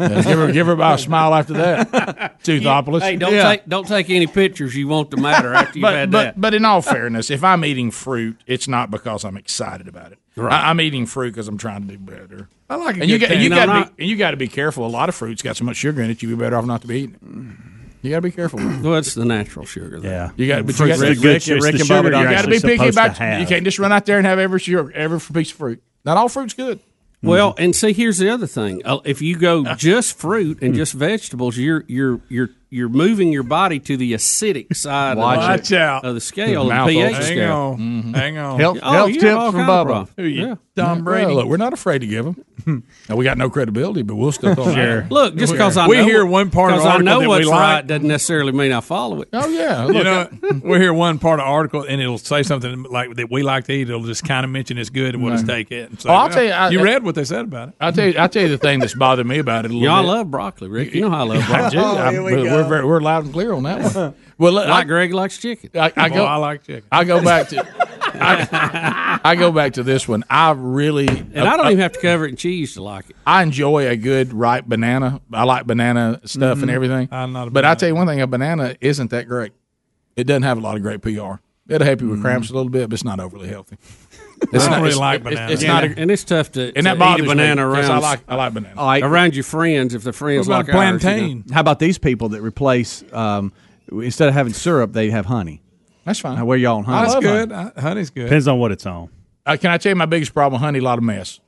Yeah, give her give her about a smile after that.
[LAUGHS]
Toothopolis.
Hey, don't
Yeah.
take don't take any pictures you want to
[LAUGHS]
matter after you've
but,
had
but,
that.
But in all fairness, if I'm eating fruit, it's not because I'm excited about it.
Right.
I, am eating fruit because I'm trying to do better.
I like a
and you
good
got, and you
taste.
got
No,
to
not-
be, and you got to be careful. A lot of fruits got so much sugar in it, you'd be better off not to be eating it. You got to be careful. with it.
Well, it's the natural sugar. There. Yeah,
You got, but you got to You got to be picky about. You can't just run out there and have every sugar, every piece of fruit. Not all fruit's good.
Well, and see, here's the other thing: Uh, if you
[LAUGHS]
go just fruit and just vegetables, you're you're you're you're moving your body to the acidic side
Watch
of,
it.
the, of the scale, the
Mouth
pH
open. Hang
scale.
Oh.
on. Hang on.
Health- Oh, health you have tips all from kind of Bubba. problems.
Who you,
Yeah.
Tom
Yeah.
Brady.
Well,
look, we're not afraid to give them. [LAUGHS] now, we got no credibility, but
[LAUGHS]
we'll still throw 'em out there.
Look, just because I
we
know,
hear one part of
'cause
the
I
article
know
that
what's
we like.
right doesn't necessarily mean I follow it.
Oh yeah,
you know, we hear one part of article and it'll say something like that we like to eat. It'll just kind of mention it's good and we'll just
Right.
take it. And say,
Oh, I'll
well,
tell you, I-
you read what they said about it.
I'll tell you. I'll tell you the thing that's bothered me about it. A little
Y'all
bit.
love broccoli, Rick. You know how I love
[LAUGHS] I do.
broccoli.
I'm- but we're very, we're loud and clear on that one. Well, look,
like
I-
Greg likes chicken.
I, I go.
Boy, I like chicken.
I go back to. I, I go back to this one. I really
and I don't even have to cover it in cheese to like it.
I enjoy a good ripe banana. I like banana stuff and
Mhm.
everything.
I'm not a
but I
banana.
tell you one thing: a banana isn't that great. It doesn't have a lot of great PR. It'll help you with
Mhm.
cramps a little bit, but it's not overly healthy.
I don't really like
it's- it's- It's,
bananas.
not,
And- and it's tough to-
And
to
that
eat a
bothers me,
banana
'cause I
around-
like I like banana.
around your friends if the friends like ours, you know.
How about these people that replace um, instead of having syrup, they have honey.
That's fine.
Now, where y'all on honey?
That's good. Uh, honey's good. Depends
on what it's on.
Uh, can I tell you my biggest problem? Honey, a lot of mess.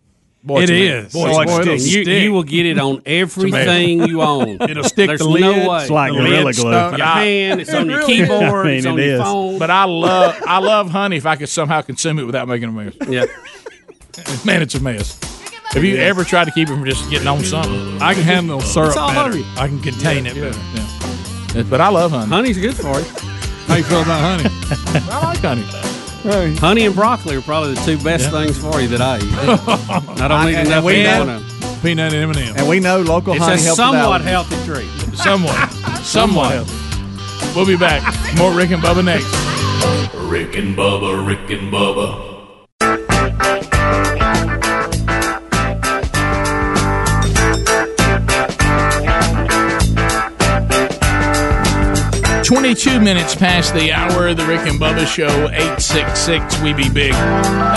It
it's a mess.
is. So
Boy,
it
it's- boy, it'll
sticks.
stick.
You, you will get it
[LAUGHS]
on everything you own.
It'll stick
There's
the lid.
no way.
It's like
The
Gorilla
lid's
Glue.
stuck in Your
Yeah.
hand. It's on your
[LAUGHS] Really?
keyboard. it's on your phone.
But I love I love honey if I could somehow consume it without making a mess.
Yeah.
[LAUGHS] Man, it's a mess. Have you ever tried to keep it from just getting on something?
I can handle syrup
It's all
better.
over you.
I can contain
Yeah,
it
yeah,
better.
Yeah. But I love honey.
Honey's good for you.
How you feel
[LAUGHS]
about honey? I like honey.
Honey and broccoli are probably the two best things for you that
[LAUGHS]
I eat. I don't need
And
enough
we
to
know-
know them.
Peanut and M&M.
And we know local
It's
honey
a
helps with
somewhat
allergies.
healthy treat.
Somewhat. Somewhat. We'll be back. More Rick and Bubba next.
Rick and Bubba, Rick and Bubba,
Twenty-two minutes past the hour of the Rick and Bubba Show. Eight six six. We be big.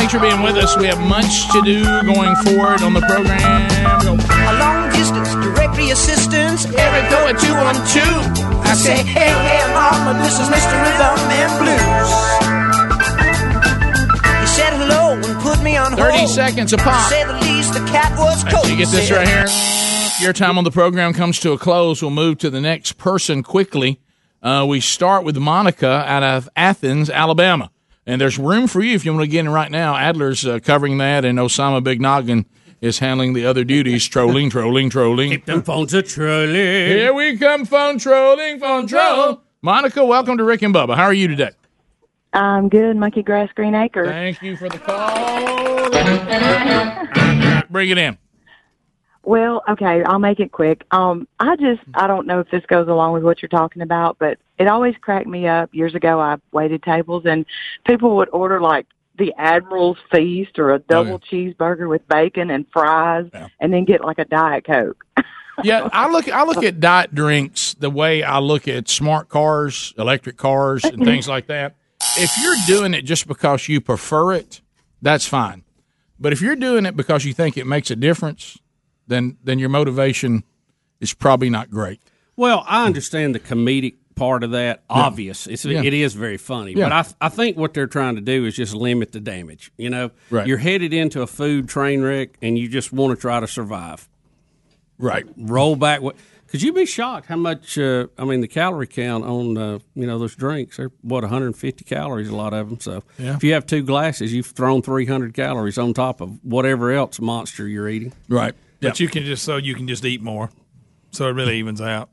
Thanks for being with us. We have much to do going forward on the program.
A long distance directory assistance, area code 212. I say, hey, hey, mama, this is Mr. Rhythm and Blues. He said hello and put me on
30
hold.
seconds a pop.
Said at least the cat was
All right,
cold.
so you get this
Said,
right here. Your time on the program comes to a close. We'll move to the next person quickly. Uh, we start with Monica out of Athens, Alabama. And there's room for you if you want to get in right now. Adler's uh, covering that, and Osama Big Noggin is handling the other duties, trolling, trolling, trolling. Keep
them phones a trolling.
Here we come, phone trolling, phone troll. Monica, welcome to Rick and Bubba. How are you today?
I'm good, Monkey Grass Green Acres.
Thank you for the call. Bring it in.
Well, okay, I'll make it quick. Um, I just I don't know if this goes along with what you're talking about, but it always cracked me up. Years ago, I waited tables and people would order like the Admiral's Feast or a double cheeseburger with bacon and fries, and then get like a Diet Coke.
Yeah, I look I look at diet drinks the way I look at smart cars, electric cars, and things like that. If you're doing it just because you prefer it, that's fine. But if you're doing it because you think it makes a difference, then then your motivation is probably not great.
Well, I understand the comedic part of that. Obvious, it's
Yeah.
it is very funny.
Yeah.
But I f- I think what they're trying to do is just limit the damage. You know,
Right.
you're headed into a food train wreck, and you just want to try to survive.
Right.
Roll back. What? Because you'd be shocked how much. Uh, I mean, the calorie count on uh, you know those drinks are what 150 calories. A lot of them. So
Yeah.
if you have two glasses, you've thrown 300 calories on top of whatever else monster you're eating.
Right.
But you can just so you can just eat more, so it really evens out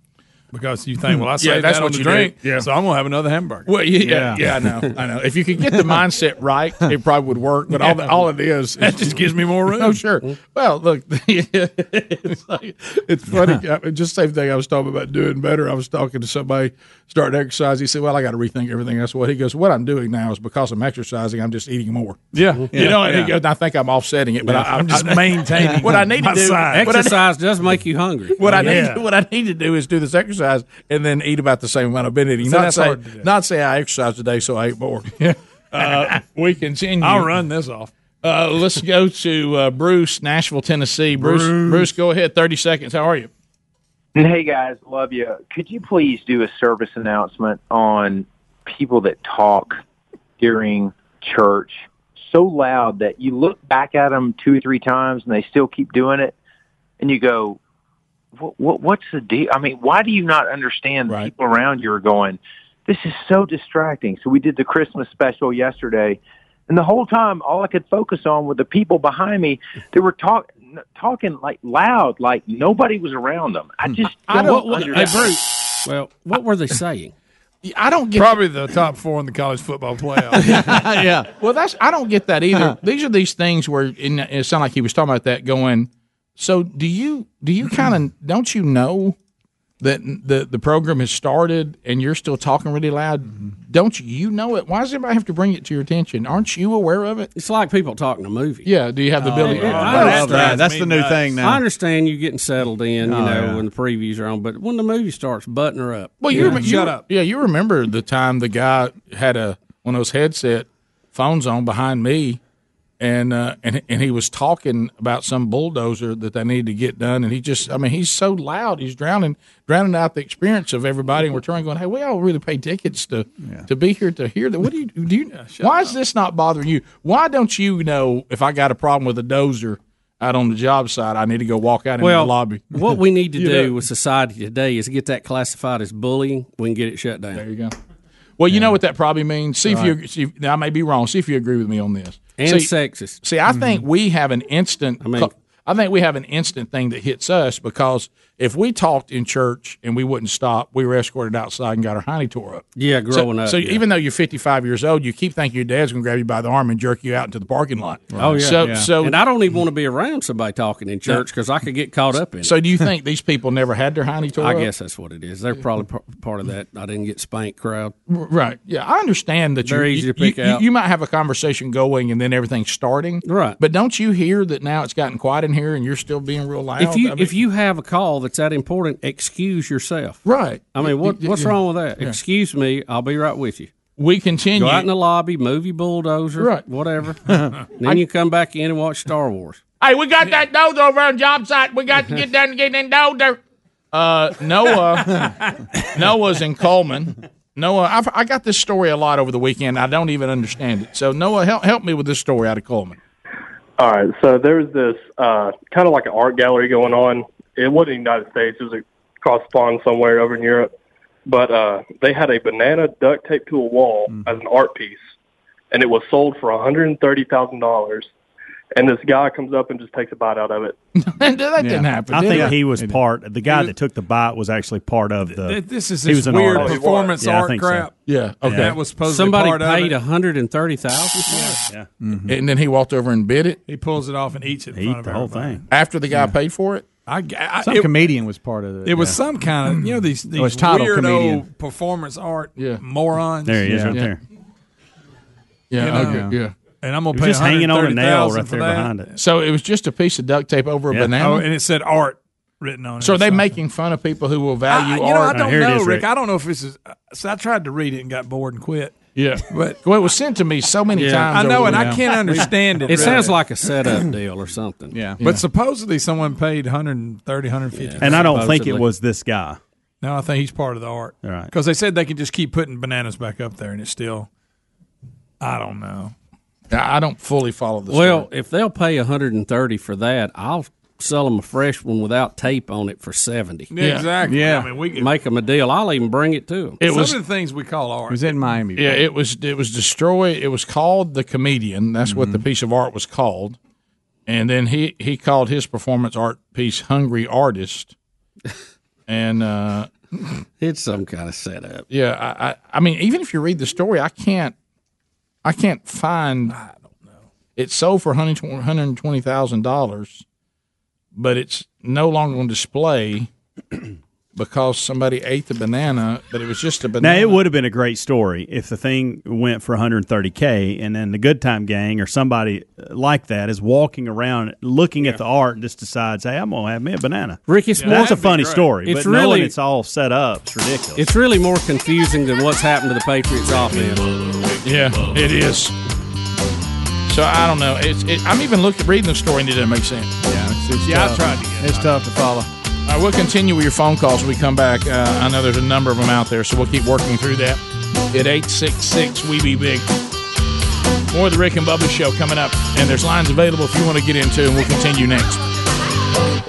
because you think, well, I
Yeah,
saved
that's
that
what
on
you
the drink,
drink. Yeah.
so I'm gonna have another hamburger.
Well, yeah, yeah, I know, I know. If you could get [LAUGHS]
[LAUGHS]
the mindset right, it probably would work. But all, the, all it is,
That just gives me more room.
Oh, sure. Well, look, [LAUGHS] it's, like, it's funny. [LAUGHS] I mean, just same thing I was talking about doing better. I was talking to somebody starting exercise. He said, "Well, I got to rethink everything." That's what he goes. What I'm doing now is because I'm exercising, I'm just eating more.
Yeah.
you know. And
Yeah.
he goes, I think I'm offsetting it, but
Yeah.
I,
I'm just
[LAUGHS] I-
maintaining
what I need
my
to do.
size.
what I-
Exercise does make you hungry.
what I need,
Yeah.
what I need to do is do this exercise and then eat about the same amount I've been eating.
So
not
that's
say,
hard to do.
not say I exercised today, so I ate more. uh, we continue.
I'll run this off.
Uh, let's go to uh, Bruce, Nashville, Tennessee. Bruce, Bruce,
Bruce.
go ahead. Thirty seconds. How are you?
Hey guys, love you. Could you please do a service announcement on people that talk during church so loud that you look back at them two or three times and they still keep doing it, and you go, "What? what what's the deal? I mean, why do you not understand the people around you are going? This is so distracting." So we did the Christmas special yesterday, and the whole time, all I could focus on were the people behind me that were talk, talking like loud, like nobody was around them. I just
I
don't,
don't. What,
understand.
hey, Bruce. Well, what were they saying?
I don't get
probably the top four in the college football
[LAUGHS]
playoff.
yeah. Uh-huh. Well, that's I don't get that either. these are these things where in, it sounded like he was talking about that. Going, so do you? Do you kind of don't you know that the the program has started and you're still talking really loud? Don't you, you know it? Why does everybody have to bring it to your attention? Aren't you aware of it?
It's like people talking a movie.
Oh, Yeah. Do you have the ability?
I understand.
Nuts.
I understand you getting settled in, you
Oh,
know,
yeah.
when the previews are on, but when the movie starts, button her up.
Well, you,
Yeah.
remember, you- Yeah, you remember the time the guy had a one of those headset phones on behind me, and uh, and and he was talking about some bulldozer that they needed to get done, and he just, I mean, he's so loud, he's drowning drowning out the experience of everybody, and we're trying going, hey, we all really pay tickets to to be here to hear that. What do you do? You, why is this not bothering you? Why don't you know if I got a problem with a dozer? Out on the job site, I need to go walk out in
Well,
the lobby. [LAUGHS]
what we need to
You
do
know?
with society today is get that classified as bullying. We can get it shut down. There
you go. Well, you know what that probably means. See if you
Right.
see, now I may be wrong. See if you agree with me on this.
And
see,
sexist. Mm-hmm.
See, I think we have an instant. I
mean-
I think we have an instant thing that hits us because if we talked in church and we wouldn't stop, we were escorted outside and got our hiney tore up.
Yeah,
So-
growing
so,
up. yeah.
even though you're 55 years old, you keep thinking your dad's going to grab you by the arm and jerk you out into the parking lot.
oh yeah.
So
yeah.
so
and I don't even want to be around somebody talking in church because I could get caught up in it.
so
[LAUGHS]
do you think these people never had their hiney tore
I
up?
guess that's what it is. They're probably par- part of that. I didn't get spanked crowd.
R- Right. Yeah, I understand that
Very
you,
easy
you,
to pick
you,
out.
you might have a conversation going and then everything's starting. Right. But don't you hear that now it's gotten quiet in here and you're still being real loud?
If you
I mean-
if you have a call that's that important, excuse yourself.
Right.
I mean, what
Yeah,
what's
yeah.
wrong with that?
Yeah.
Excuse me. I'll be right with you.
We continue.
Go out in the lobby, move your bulldozer,
Right. [LAUGHS]
whatever. then
I-
you come back in and watch Star Wars.
Hey, we got that dozer over on job site. We got to get down and get in
[LAUGHS]
dozer. Uh, Noah, Noah's in Coleman. Noah, I've, I got this story a lot over the weekend. I don't even understand it. So Noah, help help me with this story out of Coleman.
All right, so there was this uh, kind of like an art gallery going on. It wasn't in the United States; it was across the pond somewhere over in Europe. But uh, they had a banana duct taped to a wall as an art piece, and it was sold for one hundred and thirty thousand dollars. and this guy comes up and just takes a bite out of it.
that didn't happen.
I
did
think
it?
he was part. The guy that took the bite was actually part of the.
Th- this is
he was
this
an
weird
artist.
performance
Yeah, I
art
think so.
crap.
Yeah, okay.
That was supposed
Somebody
to be part of
paid
it.
one hundred and thirty thousand.
Yeah. Mm-hmm.
Mm-hmm. And then he walked over and bit it
He pulls it off and eats it. In front of the whole thing.
after the guy paid for it.
I, g- I-
Some
it,
comedian was part of
it was some kind of you know these
Oh, it's
these
titled
weirdo
comedian.
performance art
Yeah.
morons.
There he is,
Yeah.
right
Yeah.
there.
Yeah,
You know?
okay, yeah.
And I'm gonna
He
pay
was just hanging on a nail
$130,000
right
for
there
that.
behind it.
So it was just a piece of duct tape over
Yeah.
a banana.
Oh, and it said art written on it.
so are
or
they
something.
making fun of people who will
I,
value
you know, I
art?
don't know, Rick. I don't know if this is. uh, So I tried to read it and got bored and quit.
Yeah,
but
well, it was sent to me so many
Yeah.
times.
I know,
over
and
the-
I can't understand it.
It sounds
really.
like
[CLEARS THROAT]
a setup deal or something.
Yeah.
But supposedly someone paid 130, 150.
And I don't think it was this guy.
No, I think he's part of the art.
All right.
Because they said they can just keep putting bananas back up there, and it's still. I don't know.
I I don't fully follow the
Well, if they'll pay one hundred and thirty for that, I'll sell them a fresh one without tape on it for seventy.
Yeah. Exactly.
Yeah,
I mean, we could-
make them a deal. I'll even bring it to them.
It
Some
was-
of the things we call art.
in Miami.
Yeah, it was it was destroy. It was called the comedian. That's what the piece of art was called. And then he he called his performance art piece "Hungry Artist." And uh,
it's some kind of setup.
Yeah, I, I I mean, even if you read the story, I can't I can't find. I don't know. It sold for one hundred twenty thousand dollars, but it's no longer on display. Because somebody ate the banana, but it was just a banana.
Now it would have been a great story if the thing went for 130k, and then the Good Time Gang or somebody uh, like that is walking around looking at the art and just decides, "Hey, I'm gonna have me a banana."
Ricky, it's
that's a
more-
funny
That'd be
story.
great.
It's
It's
but really knowing
really-
it's all set up. It's ridiculous.
It's really more confusing than what's happened to the Patriots offense.
Yeah, it is. So I don't know. It's, it, I'm even looking reading the story and it doesn't make sense.
Yeah, it's, it's
Yeah, I
tough.
tried to
It's tough to follow.
All right, we'll continue with your phone calls when we come back. Uh, I know there's a number of them out there, so we'll keep working through that. At 866 We Be Big. More of the Rick and Bubba show coming up, and there's lines available if you want to get into, and we'll continue next.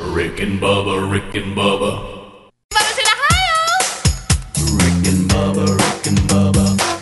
Rick and Bubba, Rick and Bubba,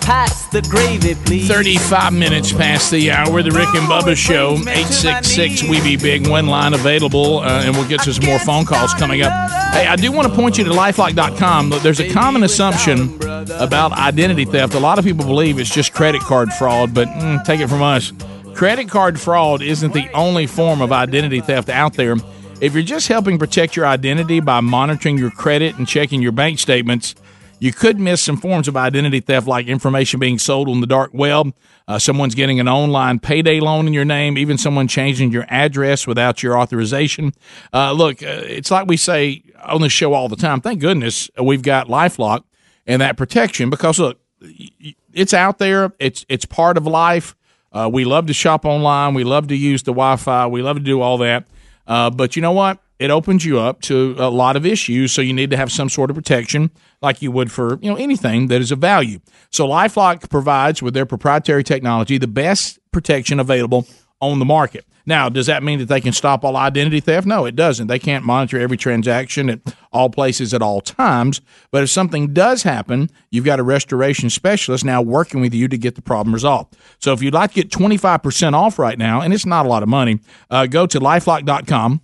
Pass the gravy, please.
35 minutes past the hour. The Rick and Bubba Show, 866 We Be Big. One line available, uh, and we'll get to some more phone calls coming up. Hey, I do want to point you to lifelock.com. Look, There's a common assumption about identity theft. A lot of people believe it's just credit card fraud, but mm, take it from us. Credit card fraud isn't the only form of identity theft out there. If you're just helping protect your identity by monitoring your credit and checking your bank statements, you could miss some forms of identity theft, like information being sold on the dark web, uh, someone's getting an online payday loan in your name, even someone changing your address without your authorization. Uh, look, uh, it's like we say on the show all the time. Thank goodness we've got LifeLock and that protection because look, y- y- it's out there. It's it's part of life. Uh, we love to shop online. We love to use the Wi-Fi. We love to do all that. Uh, but you know what? It opens you up to a lot of issues, so you need to have some sort of protection, like you would for you know anything that is of value. So LifeLock provides with their proprietary technology the best protection available on the market. Now, does that mean that they can stop all identity theft? No, it doesn't. They can't monitor every transaction at all places at all times. But if something does happen, you've got a restoration specialist now working with you to get the problem resolved. So if you'd like to get 25% off right now, and it's not a lot of money, uh, go to lifelock.com.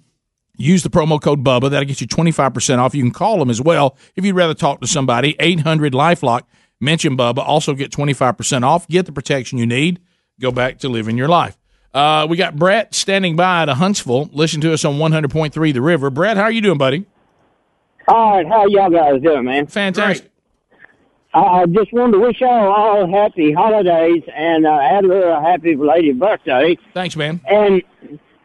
Use the promo code Bubba. That'll get you 25% off. You can call them as well if you'd rather talk to somebody. 800 Lifelock. Mention Bubba. Also get 25% off. Get the protection you need. Go back to living your life. Uh, we got Brett standing by at a Huntsville. Listen to us on 100.3 The River. Brett, how are you doing, buddy?
All right, how y'all guys doing, man?
Fantastic.
I I just wanted to wish y'all all happy holidays and uh, Adler a happy belated birthday.
Thanks, man.
And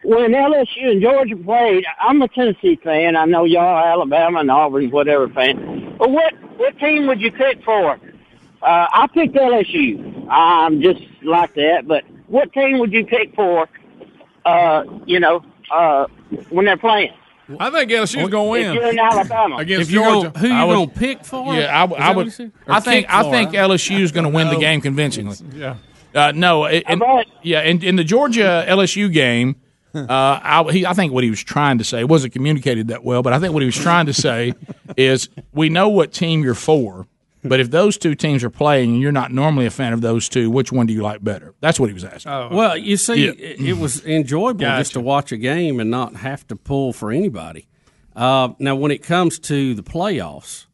when LSU and Georgia played, I'm a Tennessee fan. I know y'all are Alabama and Auburn, whatever fan. But what what team would you pick for? Uh, I picked LSU. I'm just like that. But what team would you pick for? Uh, you know, uh, when they're playing.
I think LSU's going to
If
win.
you're in Alabama.
Against
If you're
Georgia.
gonna- who you
I would-
gonna
pick for?
Yeah, I,
Is
w- I
that what
would.
you said?
I
Or
think
kick
I
for,
think
huh?
LSU is going to win the game convincingly.
Yeah.
Uh, no, it- and, yeah, in, in the Georgia LSU game, uh, I, he, I think what he was trying to say it wasn't communicated that well, but I think what he was trying to say is we know what team you're for, but if those two teams are playing and you're not normally a fan of those two, which one do you like better? That's what he was asking.
Well, you see,
Yeah.
it, it was enjoyable just to watch a game and not have to pull for anybody. Uh, now, when it comes to the playoffs,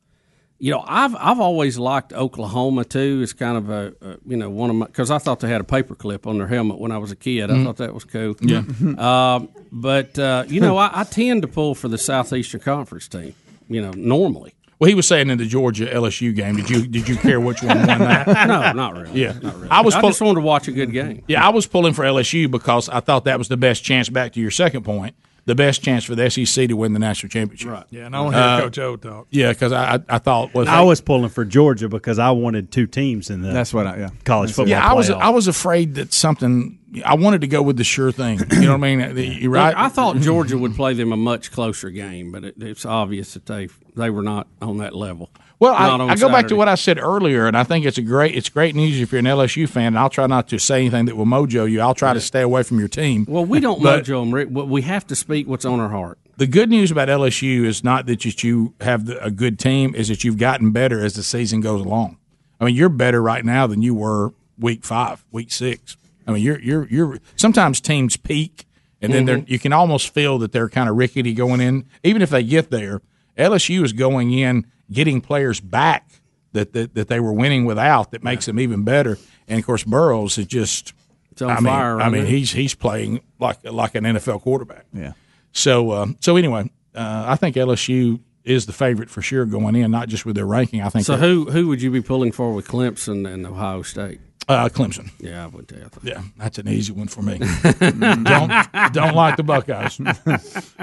you know, I've I've always liked Oklahoma too. It's kind of a, a you know one of my because I thought they had a paperclip on their helmet when I was a kid. I
Mhm.
thought that was cool.
Yeah.
Um, but uh, you know, I, I tend to pull for the Southeastern Conference team. You know, normally.
Well, he was saying in the Georgia LSU game, did you did you care which one
[LAUGHS]
won that?
[LAUGHS] no, not really.
Yeah,
not really.
I was
I
pull-
just wanted to watch a good game.
Yeah, I was pulling for LSU because I thought that was the best chance. Back to your second point, the best chance for the SEC to win the national championship. Right.
Yeah, and I want to hear Coach O talk.
Yeah, because I I- I thought well, if
I was pulling for Georgia because I wanted two teams in the.
That's
what I yeah
college football.
Yeah, I was
playoff.
I was afraid that something. I wanted to go with the sure thing. You know what I mean? You're right.
Look, I thought Georgia would play them a much closer game, but it, it's obvious that they they were not on that level.
Well,
Not on
I, I go back to
Saturday.
what I said earlier, and I think it's a great it's great news if you're an LSU fan. And I'll try not to say anything that will mojo you. I'll try to stay away from your team.
Well, we don't
But-
mojo them, Rick. We have to speak what's on our heart.
The good news about LSU is not that you- you have the- a good team, is that you've gotten better as the season goes along. I mean, you're better right now than you were week five, week six. I mean, you're you're you're. Sometimes teams peak, and then they're
Mhm.
you can almost feel that they're kind of rickety going in. Even if they get there, LSU is going in getting players back that that, that they were winning without. That makes them even better. And of course, Burrows is just.
on
I mean,
fire,
I mean,
isn't it?
he's he's playing like like an NFL quarterback.
Yeah.
So uh, so anyway, uh, I think LSU is the favorite for sure going in, not just with their ranking. I think
So
they're-
who who would you be pulling for with Clemson and Ohio State?
Uh, Clemson.
Yeah, I would tell.
Yeah, that's an easy one for me. [LAUGHS] don't don't like the Buckeyes.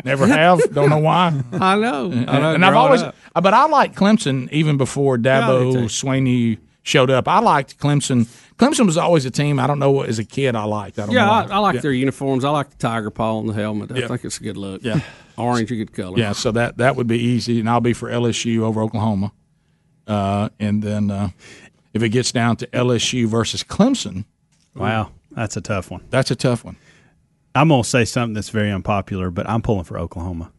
Never have. Don't know why.
Oh, I know.
And,
I know,
and I've
growing
always, uh,
up.
but I liked Clemson even before Dabo Swaney showed up. I liked Clemson. Clemson was always a team. I don't know what as a kid I liked. I
[LAUGHS]
don't
Yeah,
know.
I, I like
Yeah.
their uniforms. I like the tiger paw on the helmet. I
Yeah.
think it's a good look.
Yeah.
orange, a good color.
Yeah, so that that would be easy, and I'll be for LSU over Oklahoma, uh, and then uh, if it gets down to LSU versus Clemson,
Wow, that's a tough one.
Mm. That's a tough one.
I'm gonna say something that's very unpopular, but I'm pulling for Oklahoma.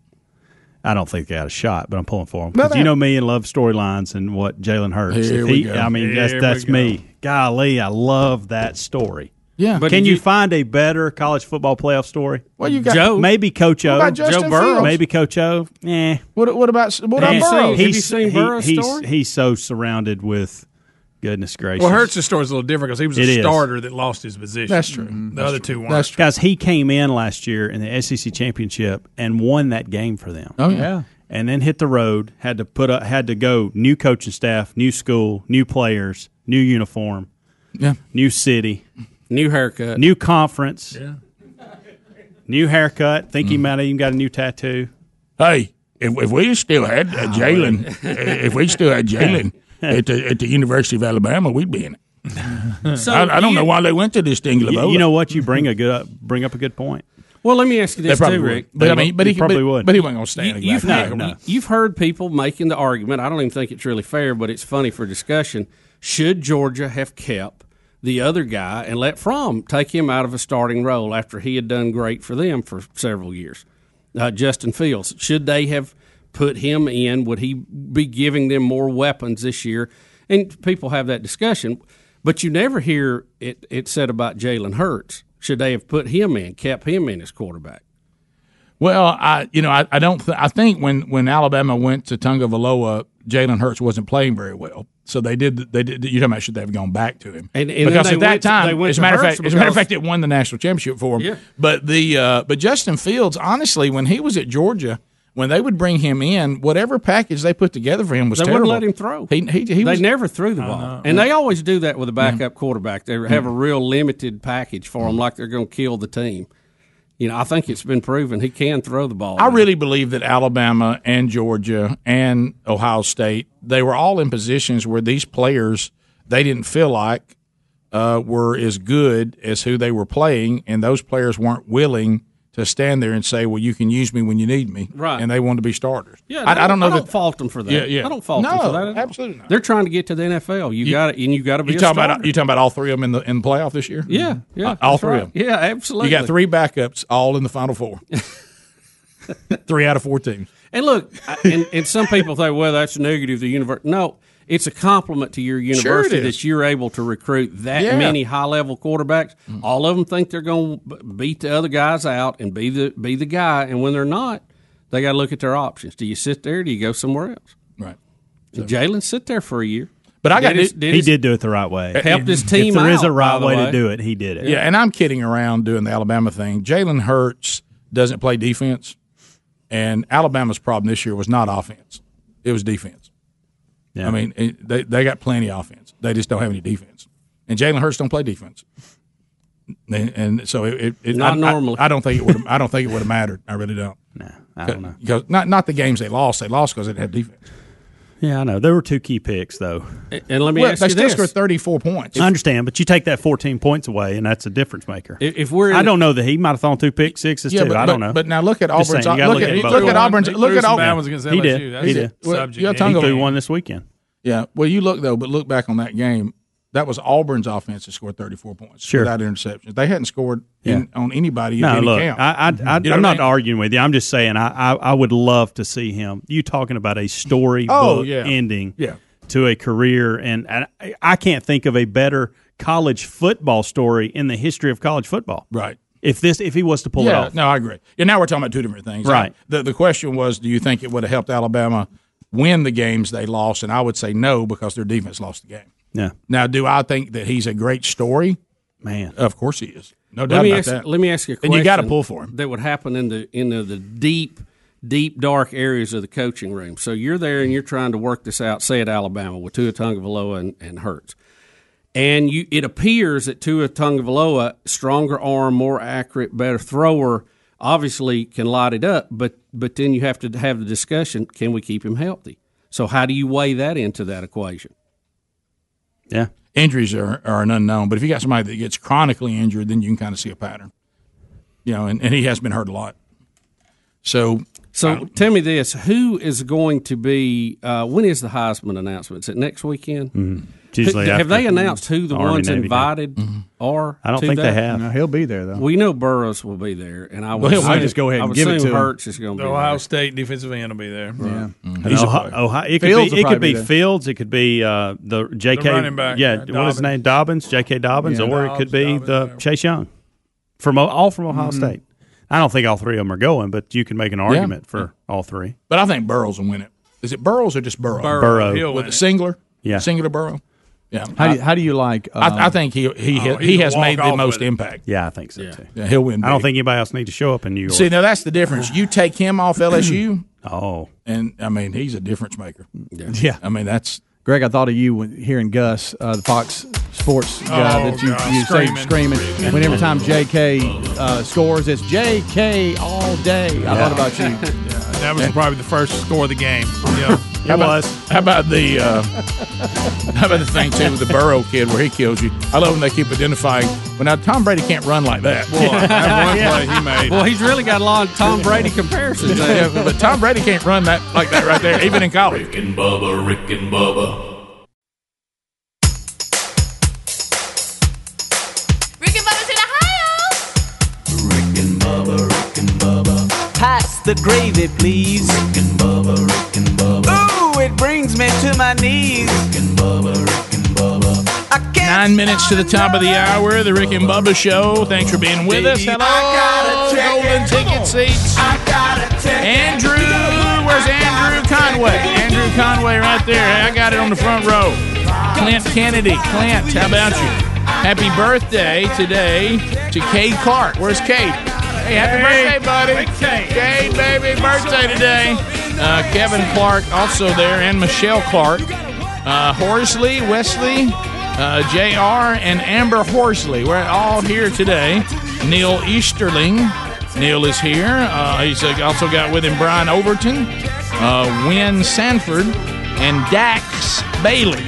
I don't think they got a shot, but I'm pulling for them.
No, they-
you know me and love storylines and what Jalen Hurts.
Here
If
we
he-
go.
I mean, that's
Here we
that's
go.
me. Golly, I love that story.
Yeah. But
can
did
you,
you-
find a better college football playoff story?
Well, you got- Joe.
maybe Coach O,
What about Justin Joe Burrow? Fields?
maybe Coach O. Eh.
What what about what about
He's-
Burrow?
he's- he- he's, He's so surrounded with goodness gracious.
Well, Hurts' story is a little different because he was a
It is.
starter that lost his position. Mm-hmm.
That's true.
The other two weren't.
Guys, he came in last year in the SEC championship and won that game for them.
Oh, yeah. Yeah.
And then hit the road, had to put up, had to go new coaching staff, new school, new players, new uniform,
Yeah.
new city,
new haircut,
new conference,
Yeah.
new haircut. Think he might have even got a new tattoo.
Hey, if, if we still had uh, Jalen, [LAUGHS] if we still
[LAUGHS]
had Jalen at the, at the University of Alabama, we'd be in it.
[LAUGHS] So
I, I don't
you-
know why they went to this thing.
You, you know what? You bring a good up, bring up a good point.
Well, let me ask you
They
this
probably
too,
would.
Rick.
But I mean, but he- Probably but- would. but he wasn't gonna
stand
You,
it
have
back there.
had,
No.
you've heard people making the argument. I don't even think it's really fair, but it's funny for discussion. Should Georgia have kept the other guy and let Fromm take him out of a starting role after he had done great for them for several years? Uh, Justin Fields. Should they have put him in? Would he be giving them more weapons this year? And people have that discussion. But you never hear it, it said about Jalen Hurts. Should they have put him in, kept him in as quarterback?
Well, I you know I, I don't th- I think when when Alabama went to Tunga Valoa, Jalen Hurts wasn't playing very well, so they did they did. You're talking about should they have gone back to him?
And- and
because
then
at
they
that
went- they
time,
went
as a
to
matter of
Hurts
fact, as a matter of
because-
fact, it won the national championship for him.
Yeah.
But the uh, but Justin Fields, honestly, when he was at Georgia. When they would bring him in, whatever package they put together for him was
they
terrible.
wouldn't let him throw.
He, he,
they
he was,
never threw the
Uh-huh.
ball, and they always do that with a backup
Mm-hmm.
quarterback. They have a
Yeah.
real limited package for
Mm-hmm.
him, like they're going to kill the team. You know, I think it's been proven he can throw the ball.
I really believe that Alabama and Georgia and Ohio State they were all in positions where these players they didn't feel like uh, were as good as who they were playing, and those players weren't willing to stand there and say, "Well, you can use me when you need me,"
Right.
And they wanted to be starters.
Yeah,
I, I don't know
I don't
that.
fault them for that.
Yeah, yeah.
I don't fault them
No,
for that. at all.
absolutely not.
They're trying to get to the NFL. You, got it, and you got to be.
You
a
talking about
starter.
you talking about all three of them in the in the playoff this year?
Yeah, yeah,
Uh, all
that's
three
right.
of them.
Yeah, absolutely.
You got three backups, all in the
[LAUGHS]
final four. three out of four teams.
And look, I- and, and some people think, well, that's negative. The universe. No, it's a compliment to your
it
university
is.
that you're able to recruit that
Yeah. Mm.
many high level quarterbacks. All of them think they're going to beat the other guys out and be the be the guy, and when they're not, they got to look at their options. Do you sit there? Do you go somewhere else?
Right.
And Jalen sit there for a year.
But I got
Did his-
it-
he
his-
did do it the right way.
Helped his
If
team.
there is
out,
a right
by the
way to
way.
do it, he did it.
Yeah, and I'm kidding around doing the Alabama thing. Jalen Hurts doesn't play defense, and Alabama's problem this year was not offense; it was defense. I mean, it, they they got plenty of offense. They just don't have any defense, and Jalen Hurts don't play defense. And, and so it, it, it
Not
I,
normally.
I, I don't think it would. I don't think it would have mattered. I really don't. No,
I don't know.
Because not not the games they lost. They lost because they didn't have defense.
Yeah, I know. There were two key picks, though.
And let me
Well,
ask
they
you
still
this:
scored thirty four points.
I understand, but you take that 14 points away, and that's a difference maker.
If, if we're, in
I
the-
don't know that he might have thrown two pick sixes
Yeah,
too.
but-
I don't
but-
know.
but now look at
Just
Auburn's-
saying, you gotta
look at-
both.
look at Auburn's-
They
look
threw
at
some
Auburn's-
bad ones against
He
LSU.
did.
That's
He
the
did.
Well,
subject.
you're
Yeah,
talking
he
about-
threw
one this weekend.
Yeah. Well, you look though, but look back on that game. That was Auburn's offense that scored 34 points
Sure.
without interceptions. They hadn't scored in, on anybody
No,
of any
look,
count.
I, I, I,
You know
I'm
what I
not arguing with you. I'm just saying I, I, I would love to see him. You talking about a storybook
Oh, yeah.
ending
Yeah.
to a career, and, and I, I can't think of a better college football story in the history of college football.
Right.
If this, if he was to pull
yeah,
it off,
no, I agree. And now we're talking about two different things.
Right.
The the question was, do you think it would have helped Alabama win the games they lost? And I would say no because their defense lost the game.
yeah,
Now, do I think that he's a great story?
Man,
of course he is. No
let
doubt
me
about
ask,
that.
Let me ask you a question.
And you got to pull for him.
That would happen in the in the, the deep, deep dark areas of the coaching room. So you're there and you're trying to work this out. Say at Alabama with Tua Tagovailoa and, and Hurts, and you it appears that Tua Tagovailoa, stronger arm, more accurate, better thrower, obviously can light it up. But but then you have to have the discussion: Can we keep him healthy? So how do you weigh that into that equation?
Yeah.
Injuries are, are an unknown, but if you got somebody that gets chronically injured, then you can kind of see a pattern. You know, and, and he has been hurt a lot. So,
so tell me this: Who is going to be? Uh, when is the Heisman announcement? Is it next weekend?
Mm-hmm. It's usually
Who- have
after
they announced who the
Army,
ones
Navy game.
invited are?
I don't
to
think they
that?
have.
No, he'll be there though.
We know Burroughs will be there, and I
Well,
would
he'll-
assume-
I just go ahead
I
and
would
give it
assume
to him.
Hurts
[LAUGHS]
is going to
The
be
Ohio
there.
State defensive end will be there. Yeah.
Mm-hmm.
Mm-hmm. And Ohio, Ohio- it could
Fields
be,
will
it could
probably
be
be there.
Fields. It could be uh, the J.K.
The running back,
yeah,
uh,
what is his
Dobbins.
name? Dobbins, J.K. Dobbins,
Yeah.
or it could be the Chase Young from O- all from Ohio
Mhm.
State. I don't think all three of them are going, but you can make an argument
Yeah.
for all three.
but I think Burrows will win it. Is it Burrows or just Burrow?
Burrow. Burrow. He'll win
with a
it.
singular.
Yeah.
singular Burrow. Yeah.
How do you, how do you like?
I, I think he he
Oh,
he
he's
has
a
made the
walk-off
most
with it.
impact.
Yeah, I think so too.
Yeah, he'll win
I don't
big.
think anybody else needs to show up in New York.
See, now that's the difference. You take him off LSU,
oh,
and I mean he's a difference maker. Yeah, I mean that's
Greg. I thought of you when hearing Gus, uh, the Fox Sports guy
Oh,
that you,
God,
you
screaming.
say screaming. When every time JK uh, scores, it's JK all day. I thought about
[LAUGHS]
you. [LAUGHS]
That was probably the first score of the game. Yeah.
How about- How about the uh, how about the thing too with the Burrow kid where he kills you? I love when they keep identifying. Well, now Tom Brady can't run like that.
Boy,
[LAUGHS]
that one play he
[LAUGHS]
made.
Well, he's really got a lot of Tom Brady comparisons. there.
Yeah, but Tom Brady can't run that like that right there, even in college.
Rick and Bubba, Rick and Bubba,
Rick and Bubba's in Ohio.
Pass the gravy, please. Rick and Bubba, Rick and Bubba. Ooh, it brings me to my knees.
Nine minutes to the top of the hour, the Rick and Bubba Show. Thanks for being with us. Hello, golden ticket seats. I got a ticket. Andrew, where's Andrew Conway? Andrew Conway right there. I got it on the front row. Clint Kennedy. Clint, how about you? Happy birthday today to Cade Clark. Where's Cade? Hey, happy birthday, buddy. Cade, baby, birthday today. Uh, Kevin Clark also there, and Michelle Clark uh, Horsley, Wesley, uh, JR, and Amber Horsley. We're all here today. Neil Easterling. Neil is here. Uh, he's uh, also got with him Brian Overton, uh, Wynn Sanford, and Dax Bailey.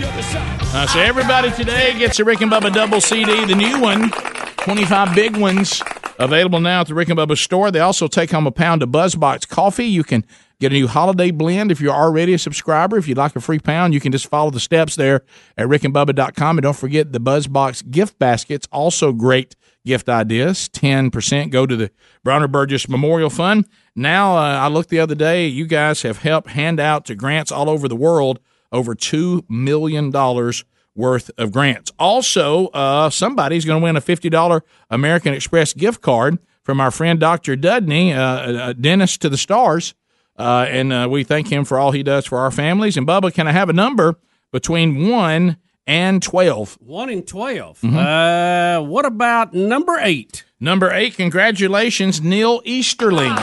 Uh, so everybody today gets a Rick and Bubba double CD, the new one, 25 big ones available now at the Rick and Bubba store. They also take home a pound of BuzzBox coffee. You can get a new holiday blend if you're already a subscriber. If you'd like a free pound, you can just follow the steps there at rickandbubba.com. And don't forget the BuzzBox gift baskets, also great gift ideas. 10% go to the Browner Burgess Memorial Fund. Now, uh, I looked the other day, you guys have helped hand out to grants all over the world over two million dollars worth of grants. Also, uh, somebody's going to win a fifty dollar American Express gift card from our friend Doctor Dudney, uh, uh, dentist to the stars, uh, and uh, we thank him for all he does for our families. And Bubba, can I have a number between one and twelve?
One in 12
Mhm.
Uh, what about number eight?
Number eight. Congratulations, Neil Easterling.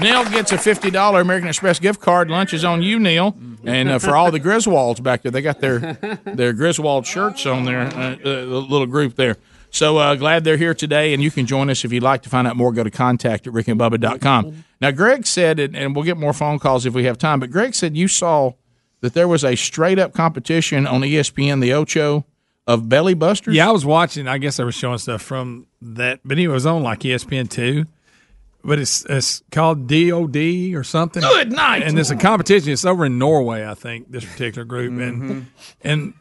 Neil gets a fifty dollar American Express gift card. Lunch is on you, Neil, and uh, for all the Griswolds back there, they got their their Griswold shirts on their uh, uh, little group there. So uh, glad they're here today, and you can join us if you'd like to find out more. Go to contact at rickandbubba.com. Now, Greg said, and, and we'll get more phone calls if we have time, but Greg said you saw that there was a straight up competition on E ESPN, the Ocho, of Belly Busters.
Yeah, I was watching. I guess they were showing stuff from that, but anyway, it was on like E ESPN two. But it's it's called DOD or something.
Good night.
And it's a competition. It's over in Norway, I think. This particular group and and.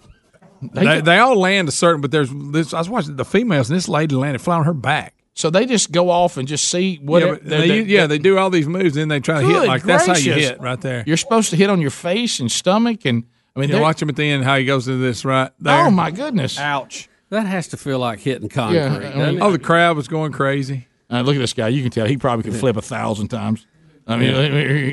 They
They,
get-
they all land a certain, but there's this. I was watching the females, and this lady landed flat on her back.
So they just go off and just see what.
Yeah, but they- yeah, they do all these moves, and then they try to hit like that's how you hit right there.
[LAUGHS] You're supposed to hit on your face and stomach, and I mean,
Yeah,
they're-
watch him at the end how he goes to this right there.
Oh, my goodness!
Ouch!
That has to feel like hitting concrete. doesn't it?
oh, the crowd was going crazy.
Uh, look at this guy. You can tell he probably could flip a thousand times. I mean,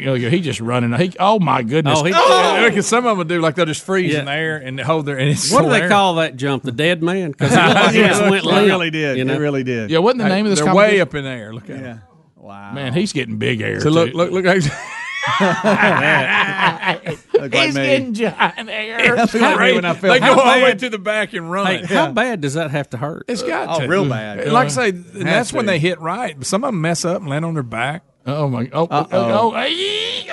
Yeah.
he, he just running. He, oh my goodness! [LAUGHS]
Oh, he- Yeah, because some of them do like they'll just freeze in the air and hold their. And it's
What do they
hilarious.
call that jump? The dead man? [LAUGHS]
[LAUGHS]
Because
Yeah,
went
it
limp,
really did.
You know?
It really did.
Yeah, wasn't the
Hey,
name of this?
they're
competition?
way up in the air. Look at yeah.
Wow, man, he's getting big air.
So look,
too.
look, look. He's
he's
[LAUGHS]
getting giant air.
That's what I mean when I felt- They go all the way to the back and run.
Hey,
Yeah.
How bad does that have to hurt?
It's got to
Yeah.
Like I say, and that's when
to.
they hit right. But Some of them mess up and land on their back.
Oh my! Oh,
oh,
oh,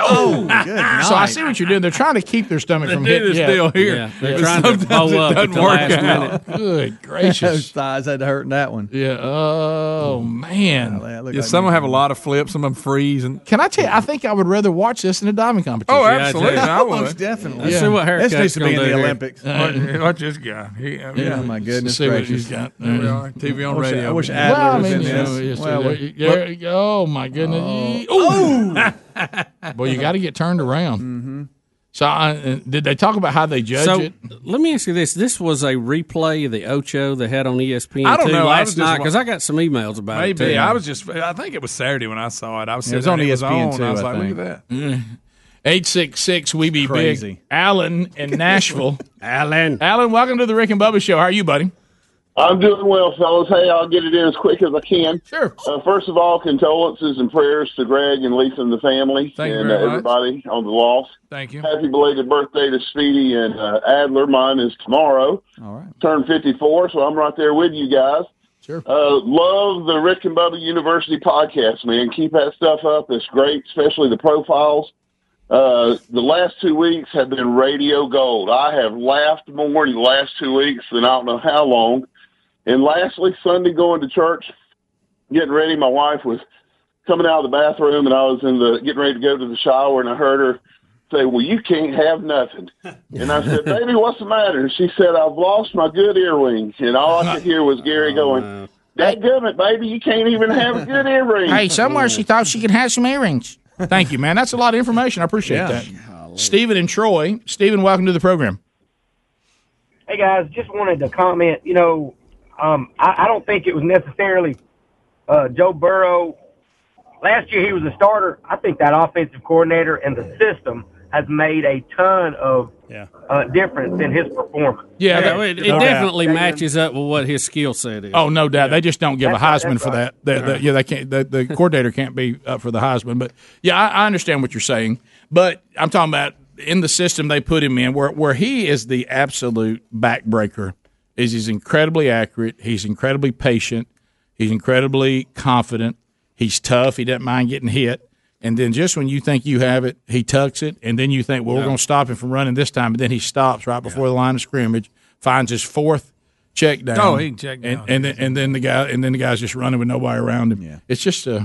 oh, [LAUGHS] so I see what you're doing. They're trying to keep their stomach
They
from
do
hitting.
this
yeah.
deal here. Yeah, they're But trying to sometimes bow it up at doesn't the work last out. [LAUGHS] minute.
[LAUGHS] Good
Those
[LAUGHS]
gracious!
thighs had to hurt in that one.
Yeah. Oh man.
Yeah, some of them have a lot of flips. Some of them freeze. And
Can I tell you? I think I would rather watch this than a diving competition.
Oh, absolutely. I would. Uh,
Yeah.
Watch, watch this guy. He, uh, I mean,
Yeah, Oh, my goodness
See what
gracious.
he's got. There we are. TV on
Wish-
radio.
I wish
Yeah.
Adler Well, I was mean, in you this. know, yes, Well, we- Oh. yeah. there you go. Oh, my goodness. Ooh. Boy, you got to get turned around. Mm-hmm. So, I, uh, did they talk about how they judge
so,
it?
Let me ask you this: This was a replay of the Ocho they had on E ESPN.
I don't
two
know. I
last
was just
night
wa-
because I got some emails about it.
Maybe
too.
I was just. I think it was Saturday when I saw it. I was
Yeah, it was
sitting
on
E
there,
ESPN
and it was on. I
too,
was
I
like,
think.
look at
that. Eight six six. We be big.
Crazy.
Alan in Nashville. Alan. Alan, welcome to the Rick and Bubba Show. How are you, buddy?
I'm doing well, fellas. Hey, I'll get it in as quick as I can.
Sure.
Uh, first of all, condolences and prayers to Greg and Lisa and the family
Thank you
and
very
uh,
much.
everybody on the loss.
Thank you.
Happy belated birthday to Speedy and uh, Adler. Mine is tomorrow.
All right.
Turn 54, so I'm right there with you guys. Sure. Uh, love the Rick and Bubba University podcast, man. Keep that stuff up. It's great, especially the profiles. Uh, the last two weeks have been radio gold. I have laughed more in the last two weeks than I don't know how long. And lastly, Sunday going to church, getting ready. My wife was coming out of the bathroom, and I was in the getting ready to go to the shower, and I heard her say, "Well, you can't have nothing." And I said, "Baby, what's the matter?" And she said, "I've lost my good earrings," and all I could hear was Gary going, "That gummit, baby, you can't even have a good earring."
Hey, somewhere she thought she could have some earrings. Thank you, man. That's a lot of information. I appreciate
Yeah.
that. Stephen and Troy. Stephen, welcome to the program.
Hey guys, just wanted to comment. You know, um, I, I don't think it was necessarily uh, Joe Burrow. Last year he was a starter. I think that offensive coordinator and the system has made a ton of uh, difference in his performance.
Yeah,
Yeah,
that-
[LAUGHS]
it, it
no doubt.
definitely matches up with what his skill set is.
Oh no doubt, they just don't give
That's
a
right,
Heisman
that's
for
right.
that. They- they-
Right.
yeah, they can't. The, the coordinator can't be up for the Heisman. But yeah, I, I understand what you're saying. But I'm talking about in the system they put him in, where where he is the absolute backbreaker. Is he's incredibly accurate. He's incredibly patient. He's incredibly confident. He's tough. He doesn't mind getting hit. And then just when you think you have it, he tucks it. And then you think, well, we're
Yeah.
going to stop him from running this time. But then he stops right before the line of scrimmage, finds his fourth check down.
Oh, he can check down.
And, and then and then the guy and then the guy's just running with nobody around him. It's just uh,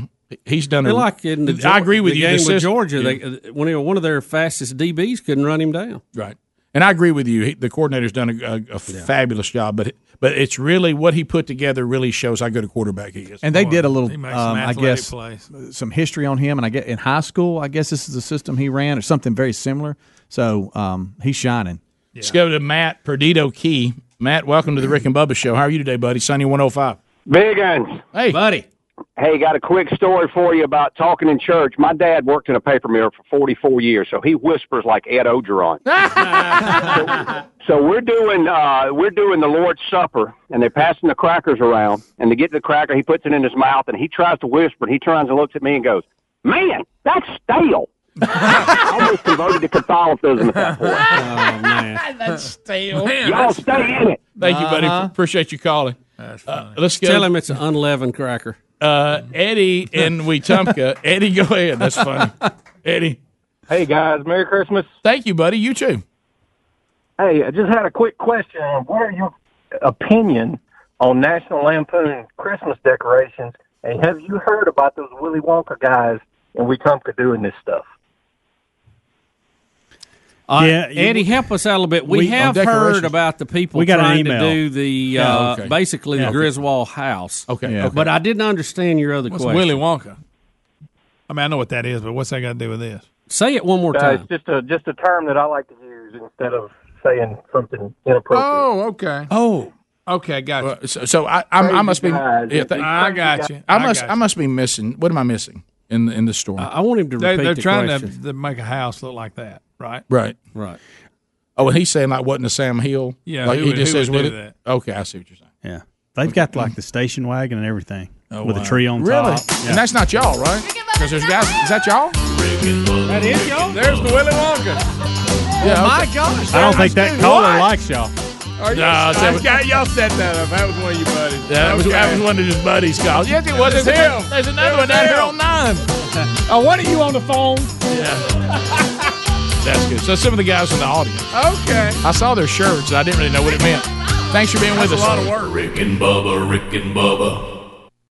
he's done.
They're
a,
like in the
I agree with
the
you.
Game
This
with
is-
Georgia,
Yeah.
they, uh, when they were one of their fastest DBs couldn't run him down.
Right. And I agree with you. He, the coordinator's done a, a, a fabulous job, but but it's really what he put together really shows how good a quarterback he is.
And they did a little,
He
um,
makes some
I
athletic
guess,
plays.
some history on him. And I get in high school, I guess this is the system he ran or something very similar. So um, he's shining.
Let's go to Matt Perdido Key. Matt, welcome to the Rick and Bubba Show. How are you today, buddy? Sunny 105.
Big guns.
Hey,
buddy. Hey, got a quick story for you about talking in church. My dad worked in a paper mill for 44 years, so he whispers like Ed Ogeron. so, so we're doing uh, we're doing the Lord's Supper, and they're passing the crackers around. And to get the cracker, he puts it in his mouth, and he tries to whisper. And he turns and looks at me and goes, "Man, that's [LAUGHS] stale." I almost converted to Catholicism at that point.
Oh, man.
[LAUGHS] That's stale.
Y'all stay in it.
Thank you, buddy.
Uh-huh.
Appreciate you calling. Uh, let's go.
Tell him it's an unleavened cracker.
Uh, Eddie
[LAUGHS]
in Wetumpka. Eddie, go ahead. That's funny.
Uh,
Eddie.
Hey, guys. Merry Christmas.
Thank you, buddy. You too.
Hey, I just had a quick question. What are your opinion on National Lampoon Christmas decorations? And have you heard about those Willy Wonka guys in Wetumpka doing this stuff?
Uh,
Yeah, you-
Eddie, help us out a little bit. We,
We- on
have
decorations.
heard about the people
We got an
trying to
email.
do the uh,
Yeah, okay.
basically
Yeah,
the
okay.
Griswold house.
Okay,
okay.
but I didn't understand your other
What's
question.
Willy Wonka? I mean, I know what that is, but what's that got to do with this?
Say it one more
Uh,
time.
it's just a just a term that I like to use instead of saying something inappropriate.
Oh, okay.
Oh,
okay, gotcha.
so, so I, I'm, I
Crazy
must be.
guys.
Yeah, thank-
I got you.
I
I
must.
got
I must be missing. What am I missing in the, in the story?
I want him to
They, they're trying to, to make a house look like that, right?
Right.
Right.
Oh, and he's saying like wasn't a Sam Hill?
Yeah,
Like
who would- who would
with
do
it. Okay, I see what you're saying.
Yeah. They've got like the station wagon and everything
Oh,
with
wow.
a tree on
really?
top. Yeah.
And that's not y'all, right? Because there's guys. Is that y'all?
That is y'all. Oh There's the Willy Wonka.
Yeah, okay.
I don't think that caller likes y'all.
Are you-
Nah, that was-
Okay, y'all set that up. That was one of you buddies.
That was, that was one of his buddies, Kyle. Yes, it was.
It was
There's
him.
another- There's another
It
one
was
down here
him.
on nine.
Oh, what are you on the phone?
Yeah. [LAUGHS] That's good. So some of the guys in the audience.
Okay.
I saw their shirts and I didn't really know what it meant. Thanks for being with us.
Rick and Bubba, Rick and Bubba.